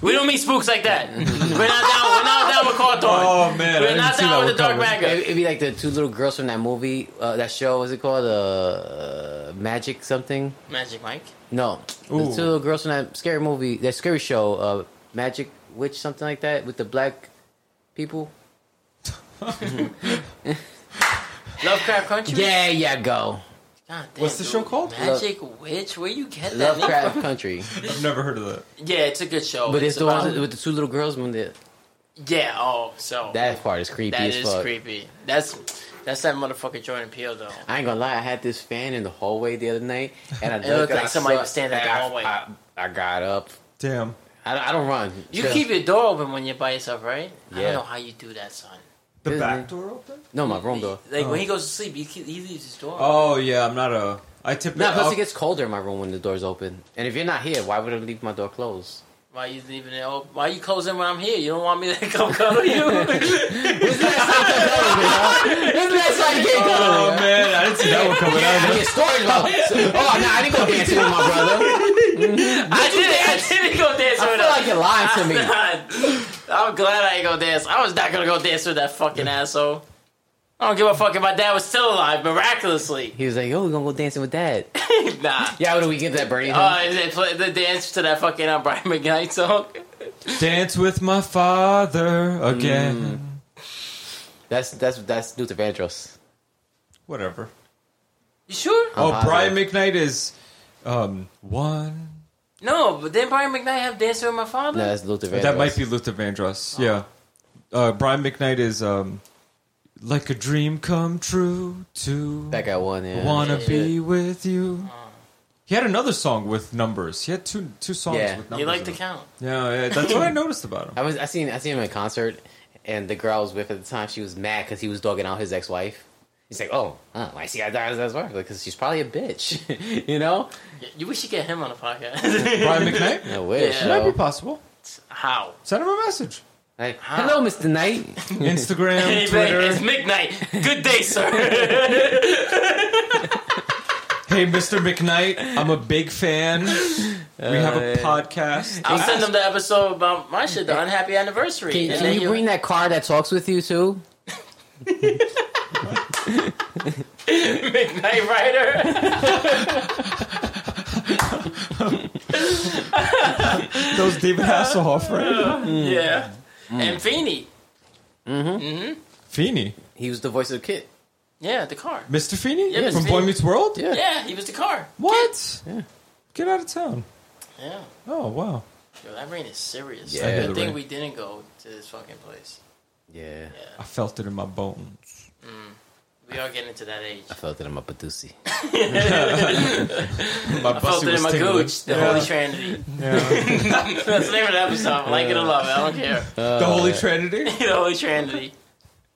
Speaker 1: we don't meet spooks like that. we're not down. We're not down with Cawthorn.
Speaker 3: Oh man, I
Speaker 1: we're
Speaker 3: didn't
Speaker 1: not
Speaker 3: see
Speaker 1: down
Speaker 3: that
Speaker 1: with
Speaker 3: one
Speaker 1: the dark
Speaker 3: coming.
Speaker 1: MAGA.
Speaker 2: It- it'd be like the two little girls from that movie, uh, that show. What's it called? Uh, Magic something.
Speaker 1: Magic Mike.
Speaker 2: No,
Speaker 3: Ooh.
Speaker 2: the two little girls from that scary movie, that scary show, uh, Magic Witch, something like that, with the black people.
Speaker 1: Lovecraft Country.
Speaker 2: Yeah, yeah, go
Speaker 1: God damn,
Speaker 3: What's the
Speaker 1: dude.
Speaker 3: show called?
Speaker 1: Magic Witch. Where you get that? name
Speaker 2: Lovecraft Country.
Speaker 3: I've never heard of that.
Speaker 1: from? Yeah, it's a good show.
Speaker 2: But it's the
Speaker 1: about-
Speaker 2: one with the two little girls. When the,
Speaker 1: Yeah. Oh, so
Speaker 2: that part is creepy
Speaker 1: That
Speaker 2: as
Speaker 1: is
Speaker 2: fuck.
Speaker 1: creepy. That's that's that motherfucker Jordan Peele though.
Speaker 2: I ain't gonna lie, I had this fan in the hallway the other night, and I
Speaker 1: It
Speaker 2: looked
Speaker 1: looked
Speaker 2: and
Speaker 1: like
Speaker 2: I
Speaker 1: somebody
Speaker 2: saw-
Speaker 1: was standing in the
Speaker 2: and I-
Speaker 1: hallway.
Speaker 2: I, I got up.
Speaker 3: Damn.
Speaker 2: I, I don't run.
Speaker 1: You
Speaker 2: So-
Speaker 1: keep your door open when you're by yourself, right? I
Speaker 2: Yeah.
Speaker 1: don't know how you do that, son.
Speaker 3: The
Speaker 2: Isn't
Speaker 3: back
Speaker 2: it?
Speaker 3: door open?
Speaker 2: no my room door.
Speaker 1: Like
Speaker 3: Oh.
Speaker 1: when he goes to sleep, he, keep, he leaves his door. open.
Speaker 3: Oh yeah, I'm not a. I typically.
Speaker 2: No, plus
Speaker 3: I'll-
Speaker 2: it gets colder in my room when the door's open. And if you're not here, why would I leave my door closed?
Speaker 1: Why you leaving it open? Why you closing when I'm here? You don't want me to come cuddle you?
Speaker 2: This man's like, you can't
Speaker 3: oh
Speaker 2: go.
Speaker 3: man, I didn't see that one coming
Speaker 2: I
Speaker 3: out.
Speaker 2: mean, stories about. Oh, no, I didn't go dancing with my brother.
Speaker 1: I didn't. I didn't go dance
Speaker 2: I
Speaker 1: with
Speaker 2: feel like
Speaker 1: him.
Speaker 2: you're lying to me.
Speaker 1: I'm glad I ain't go dance. I was not gonna go dance with that fucking asshole. I don't give a fuck if my dad was still alive miraculously.
Speaker 2: He was like, "Yo, we're gonna go dancing with Dad."
Speaker 1: nah.
Speaker 2: Yeah, what do we get that Bernie? Hill?
Speaker 1: Uh, they play the dance to that fucking uh, Brian McKnight song.
Speaker 3: Dance with my father
Speaker 2: Mm.
Speaker 3: again.
Speaker 2: That's that's that's Luther Vandross.
Speaker 3: Whatever.
Speaker 1: You sure?
Speaker 2: I'm
Speaker 3: oh,
Speaker 2: positive.
Speaker 3: Brian McKnight is um one.
Speaker 1: No, but didn't Brian McKnight have Dancing with My Father?
Speaker 2: No, that's Luther Vandross.
Speaker 3: That might be Luther
Speaker 2: Oh.
Speaker 3: Vandross. Yeah. Uh, Brian MckKnight is um like a dream come true to
Speaker 2: that guy one. Yeah.
Speaker 3: wanna
Speaker 1: yeah.
Speaker 3: be with you. He had another song with numbers. He had two two songs
Speaker 2: Yeah.
Speaker 3: with numbers.
Speaker 1: you like
Speaker 3: in
Speaker 1: to
Speaker 3: it.
Speaker 1: count.
Speaker 3: Yeah, yeah, that's what I noticed about him.
Speaker 2: I was I seen I seen him at a concert, and the girl I was with at the time she was mad because he was dogging out his ex wife. He's like, "Oh, huh, why she got dogged out his ex wife? Because she's probably a bitch, you know."
Speaker 1: Y- You wish you get him on a podcast.
Speaker 3: Brian McKnight?
Speaker 2: I wish.
Speaker 1: Yeah.
Speaker 3: It might
Speaker 2: yo.
Speaker 3: be possible.
Speaker 1: How?
Speaker 3: Send him a message.
Speaker 2: Like,
Speaker 1: How?
Speaker 2: hello, Mister Knight.
Speaker 3: Instagram,
Speaker 1: Hey, it's
Speaker 3: Twitter.
Speaker 1: McKnight. Good day, sir.
Speaker 3: Hey, Mr. McKnight, I'm a big fan. We have a podcast.
Speaker 1: I'll send him the episode about my shit, the unhappy anniversary.
Speaker 2: Can,
Speaker 1: And
Speaker 2: can
Speaker 1: then
Speaker 2: you
Speaker 1: you-
Speaker 2: bring that car that talks with you too?
Speaker 1: McKnight Rider?
Speaker 3: Those David Hasselhoff, right?
Speaker 1: yeah. And Feeney.
Speaker 3: Feeney.
Speaker 2: He was the voice of Kit.
Speaker 1: Yeah, the car.
Speaker 3: Mr. Feeney?
Speaker 1: Yeah, Mr.
Speaker 3: From Boy
Speaker 1: Feeney.
Speaker 3: Meets World?
Speaker 2: Yeah.
Speaker 1: Yeah, he was the car.
Speaker 3: What?
Speaker 2: Yeah.
Speaker 3: Get out of town.
Speaker 1: Yeah.
Speaker 3: Oh, wow.
Speaker 1: Yo, that rain is serious.
Speaker 2: Yeah.
Speaker 1: Like,
Speaker 2: I hear
Speaker 1: Good
Speaker 3: the
Speaker 1: thing
Speaker 3: rain.
Speaker 1: we didn't go to this fucking place.
Speaker 2: Yeah.
Speaker 1: Yeah.
Speaker 3: I felt it in my bones.
Speaker 1: We are getting to that age.
Speaker 2: I felt it in my padusi.
Speaker 3: My
Speaker 1: I felt
Speaker 3: bussy
Speaker 1: it in
Speaker 3: was
Speaker 1: my
Speaker 3: tingling.
Speaker 1: gooch, the Holy Trinity.
Speaker 3: Yeah.
Speaker 1: That's the name of the episode. I like it or love it. I don't care.
Speaker 3: the Holy Trinity.
Speaker 1: the Holy Trinity.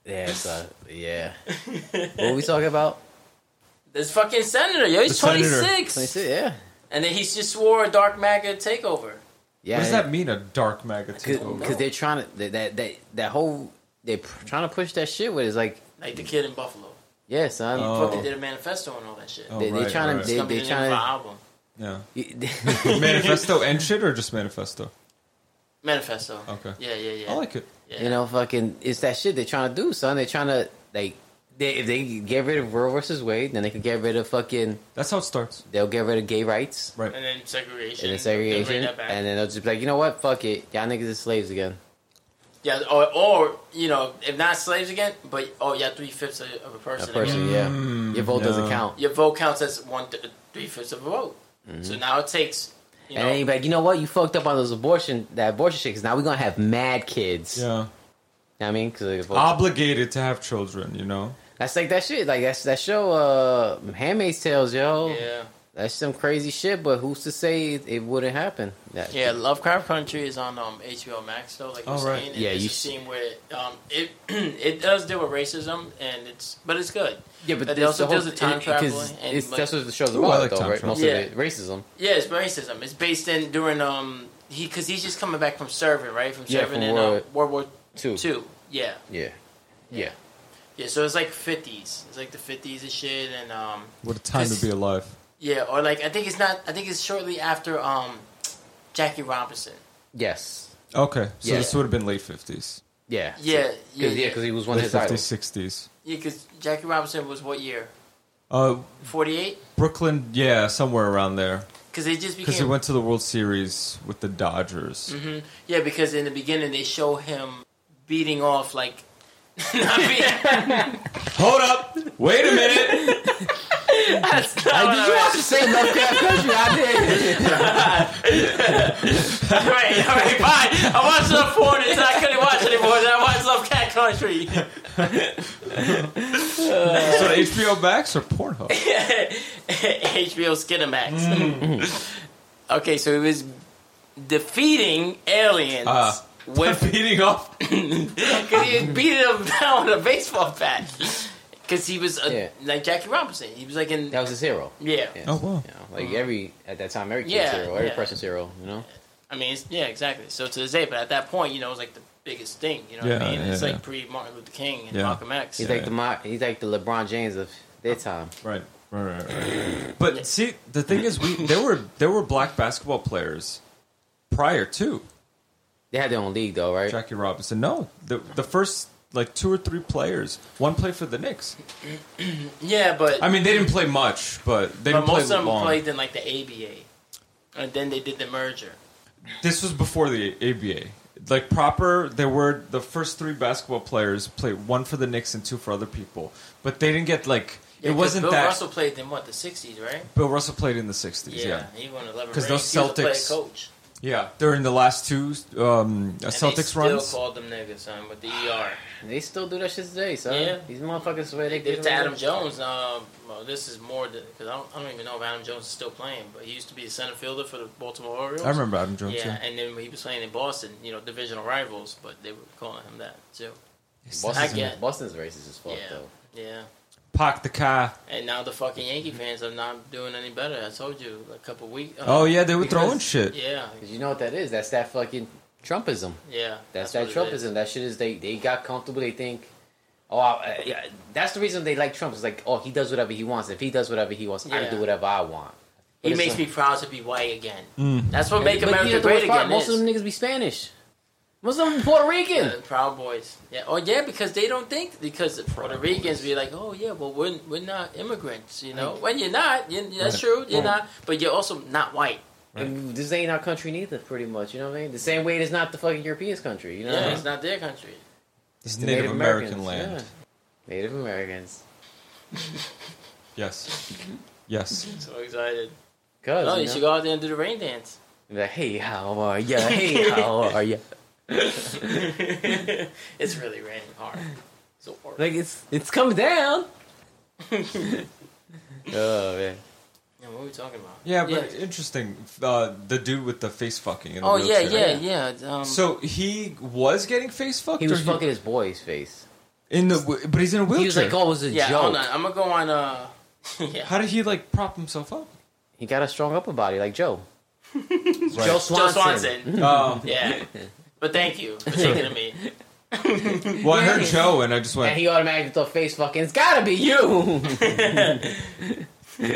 Speaker 2: Yeah, so, yeah. What were we talking about?
Speaker 1: This fucking senator, yo, he's
Speaker 3: The senator.
Speaker 1: 26.
Speaker 2: 26, yeah.
Speaker 1: And then he just swore a dark MAGA takeover.
Speaker 2: Yeah.
Speaker 3: What does that mean? A dark maggot?
Speaker 2: Because they're trying to, that, that, that, that whole, they're pr- trying to push that shit with it's like,
Speaker 1: Like the kid in Buffalo.
Speaker 2: yeah, son.
Speaker 3: Oh.
Speaker 1: Fucking did a manifesto and all that shit.
Speaker 3: Oh,
Speaker 2: They, they're
Speaker 3: right,
Speaker 2: trying
Speaker 3: right.
Speaker 2: to,
Speaker 1: It's
Speaker 2: they,
Speaker 1: gonna be
Speaker 2: they're
Speaker 1: the name of our
Speaker 2: trying
Speaker 1: album.
Speaker 3: Yeah.
Speaker 2: to.
Speaker 3: Manifesto and shit, or just manifesto?
Speaker 1: Manifesto.
Speaker 3: Okay.
Speaker 1: Yeah, yeah, yeah.
Speaker 3: I like it.
Speaker 1: yeah.
Speaker 2: You know, fucking, it's that shit they're trying to do, son. They're trying to like, they, if they can get rid of Roe versus Wade, then they can get rid of fucking,
Speaker 3: That's how it starts,
Speaker 2: they'll get rid of gay rights
Speaker 3: right?
Speaker 1: And then segregation.
Speaker 2: and then
Speaker 1: They bring
Speaker 2: segregation,
Speaker 1: that back.
Speaker 2: and then they'll just be like, you know what, fuck it, y'all niggas are slaves again.
Speaker 1: yeah, or, or, you know, if not slaves again, but, oh, yeah, three fifths of of a
Speaker 2: A
Speaker 1: person.
Speaker 2: person,
Speaker 1: again.
Speaker 3: Mm,
Speaker 2: yeah, Mm-hmm. your vote doesn't
Speaker 3: no.
Speaker 2: count.
Speaker 1: Your vote counts as one th- three fifths of a vote. So now it takes, you know,
Speaker 2: And then you're like, you know what, you fucked up on those abortion, that abortion shit. Cause now we're gonna have mad kids. You know
Speaker 3: Yeah.
Speaker 2: what I mean, because
Speaker 3: Obligated to have children, you know.
Speaker 2: that's like that shit. Like that's that show, uh, Handmaid's Tales, yo.
Speaker 1: yeah.
Speaker 2: That's some crazy shit. But who's to say it, it wouldn't happen? That,
Speaker 1: Yeah, Lovecraft Country is on um, HBO Max though. Like you're
Speaker 3: Oh, right.
Speaker 1: saying,
Speaker 2: Yeah,
Speaker 1: yeah, you
Speaker 2: you
Speaker 1: a scene where um, it it does deal with racism and it's but it's good.
Speaker 2: Yeah, but
Speaker 1: But
Speaker 2: there's
Speaker 1: they also
Speaker 2: the whole,
Speaker 1: deals with time
Speaker 2: it- 'cause
Speaker 1: traveling and,
Speaker 2: it's,
Speaker 1: like-
Speaker 2: that's what the show's
Speaker 3: Ooh, I
Speaker 2: about,
Speaker 3: like
Speaker 2: though,
Speaker 3: time
Speaker 2: right?
Speaker 3: travel.
Speaker 2: Most
Speaker 1: Yeah.
Speaker 2: of it, racism.
Speaker 1: Yeah, it's racism. It's based in during um he because he's just coming back from serving right from
Speaker 2: Yeah,
Speaker 1: serving
Speaker 2: from
Speaker 1: in
Speaker 2: World-
Speaker 1: um, World War
Speaker 2: Too.
Speaker 1: Two. Yeah,
Speaker 2: Yeah. Yeah.
Speaker 1: yeah. So it's like fifties. It's like the fifties and shit and um
Speaker 3: What a time to be alive.
Speaker 1: yeah or like I think it's not I think it's shortly after um Jackie Robinson.
Speaker 2: Yes.
Speaker 3: Okay, so
Speaker 2: Yeah.
Speaker 3: this would have been late fifties,
Speaker 2: Yeah.
Speaker 1: Yeah, yeah,
Speaker 2: Because yeah,
Speaker 1: yeah.
Speaker 2: 'cause he was one of
Speaker 3: late
Speaker 2: his idols.
Speaker 3: fifties, sixties.
Speaker 1: Yeah, because Jackie Robinson was what year?
Speaker 3: Uh,
Speaker 1: Forty eight.
Speaker 3: Brooklyn, yeah, somewhere around there,
Speaker 1: Because they just became
Speaker 3: because he went to the World Series with the Dodgers.
Speaker 2: Mm-hmm.
Speaker 1: Yeah, because in the beginning they show him beating off like not beating.
Speaker 3: Hold up, wait a minute.
Speaker 1: That's not what
Speaker 2: Like, did
Speaker 1: I
Speaker 2: you
Speaker 1: meant.
Speaker 2: have to say Lovecraft Country? I did.
Speaker 1: Right, all right, fine. I watched enough porn until I couldn't watch anymore. Then I watched Love Cat Country.
Speaker 3: so HBO Max or Pornhub?
Speaker 1: HBO Skinamax.
Speaker 2: Mm.
Speaker 1: okay, so he was defeating aliens
Speaker 3: Uh,
Speaker 1: with
Speaker 3: beating off.
Speaker 1: Because he was beating him down with a baseball bat. Because he was a,
Speaker 2: Yeah.
Speaker 1: like Jackie Robinson. He was like in
Speaker 2: That was his hero.
Speaker 1: yeah.
Speaker 2: Yes.
Speaker 3: Oh, wow.
Speaker 2: You know, like every at that time, every kid's
Speaker 1: Uh-huh. Yeah,
Speaker 2: hero, every
Speaker 1: yeah.
Speaker 2: person's hero. You know.
Speaker 1: I mean, it's, yeah, exactly. So to this day, but at that point, you know, it was like the biggest thing. You know what
Speaker 3: Yeah,
Speaker 1: I mean? It's
Speaker 3: yeah,
Speaker 1: like
Speaker 3: yeah.
Speaker 1: pre Martin Luther King and
Speaker 3: Yeah.
Speaker 1: Malcolm X.
Speaker 2: He's
Speaker 1: Yeah.
Speaker 2: like the Mo- he's like the LeBron James of their time.
Speaker 3: Right, right, right, right. But see, the thing is, we there were there were black basketball players prior to
Speaker 2: They had their own league though, right?
Speaker 3: Jackie Robinson. No, the the first like two or three players. One played for the Knicks.
Speaker 1: but,
Speaker 3: I mean, they didn't play much, but they
Speaker 1: but
Speaker 3: didn't play
Speaker 1: most of them
Speaker 3: long.
Speaker 1: played in like the ABA, and then they did the merger.
Speaker 3: This was before the ABA. Like proper, there were the first three basketball players played one for the Knicks and two for other people, but they didn't get like
Speaker 1: Yeah,
Speaker 3: it
Speaker 1: 'cause
Speaker 3: wasn't
Speaker 1: Bill
Speaker 3: that.
Speaker 1: Russell played in what the '60s, right?
Speaker 3: Bill Russell played in the sixties.
Speaker 1: Yeah,
Speaker 3: Yeah.
Speaker 1: he won 11 because
Speaker 3: 'Cause those
Speaker 1: he was a
Speaker 3: Celtics-
Speaker 1: player coach.
Speaker 3: yeah, during the last two um, uh,
Speaker 1: And they
Speaker 3: Celtics
Speaker 1: still
Speaker 3: runs.
Speaker 1: called them niggas, son, with the ER.
Speaker 2: They still do that shit today, son.
Speaker 1: Yeah.
Speaker 2: These motherfuckers where they
Speaker 1: They did it
Speaker 2: get
Speaker 1: to
Speaker 2: away
Speaker 1: Adam
Speaker 2: with-
Speaker 1: Jones. Um, well, this is more because I don't, I don't even know if Adam Jones is still playing, but he used to be the center fielder for the Baltimore Orioles.
Speaker 3: I remember Adam Jones.
Speaker 1: Yeah,
Speaker 3: Yeah,
Speaker 1: and then when he was playing in Boston, you know, divisional rivals, but they were calling him that too. I
Speaker 2: Boston's,
Speaker 1: get-
Speaker 2: Boston's racist as fuck
Speaker 1: yeah,
Speaker 2: though.
Speaker 1: yeah.
Speaker 3: Park the car.
Speaker 1: And now the fucking Yankee fans are not doing any better. I told you a couple weeks.
Speaker 3: Oh yeah, they were
Speaker 2: Because-
Speaker 3: throwing shit.
Speaker 1: yeah,
Speaker 2: Cause you know what that is? That's that fucking Trumpism.
Speaker 1: yeah.
Speaker 2: That's,
Speaker 1: what it
Speaker 2: that
Speaker 1: is.
Speaker 2: Trumpism. That shit is they they got comfortable. They think, oh, I, I- yeah. That's the reason they like Trump. It's like, oh, he does whatever he wants. If he does whatever he wants, I
Speaker 1: Yeah.
Speaker 2: can do whatever I want.
Speaker 1: He
Speaker 2: But it's
Speaker 1: makes me
Speaker 2: like-
Speaker 1: proud to be white again.
Speaker 3: Mm.
Speaker 1: That's what make
Speaker 2: But you know
Speaker 1: America
Speaker 2: the worst
Speaker 1: great
Speaker 2: part?
Speaker 1: again.
Speaker 2: Most
Speaker 1: is.
Speaker 2: of them niggas be Spanish. Most of them be Puerto Rican.
Speaker 1: Yeah, the Proud Boys. Yeah. Oh yeah, because they don't think because the Puerto Ricans be like, oh yeah, well we're we're not immigrants, you know. when you're not, you that's
Speaker 3: Right.
Speaker 1: true. You're
Speaker 3: Right.
Speaker 1: not, but you're also not white.
Speaker 2: And this ain't our country neither, pretty much. You know what I mean? The same way it's not the fucking Europeans' country. You know,
Speaker 1: Yeah,
Speaker 2: what I
Speaker 1: it's
Speaker 2: mean?
Speaker 1: not their country.
Speaker 3: It's
Speaker 2: The
Speaker 3: Native, American
Speaker 2: Americans,
Speaker 3: land.
Speaker 2: yeah. Native Americans.
Speaker 3: Yes, yes.
Speaker 1: So excited.
Speaker 2: Cause
Speaker 1: No,
Speaker 2: you
Speaker 1: Oh, you
Speaker 2: know?
Speaker 1: should go out there and do the rain dance.
Speaker 2: Like, hey, how are ya? Hey, how are ya?
Speaker 1: it's really raining hard. So hard.
Speaker 2: Like it's it's come down. Oh man.
Speaker 1: Yeah, what were we talking about?
Speaker 3: Yeah, but interesting. Uh, the dude with the face fucking. In the
Speaker 1: Oh yeah,
Speaker 3: wheelchair.
Speaker 1: yeah, yeah. Um,
Speaker 3: So he was getting face fucked.
Speaker 2: He was
Speaker 3: or
Speaker 2: fucking his boy's face.
Speaker 3: in the, w- but he's in a wheelchair.
Speaker 2: He was like, "Oh, it was a
Speaker 1: yeah,
Speaker 2: joke."
Speaker 1: hold on. I'm gonna go on. Uh, yeah.
Speaker 3: How did he like prop himself up?
Speaker 2: He got a strong upper body like Joe. Joe Swanson.
Speaker 1: Joe Swanson.
Speaker 3: Oh.
Speaker 1: Yeah. But thank you for thinking of me.
Speaker 3: well, I heard Joe, and I just
Speaker 2: And
Speaker 3: went.
Speaker 2: he automatically thought face fucking. It's gotta be you. what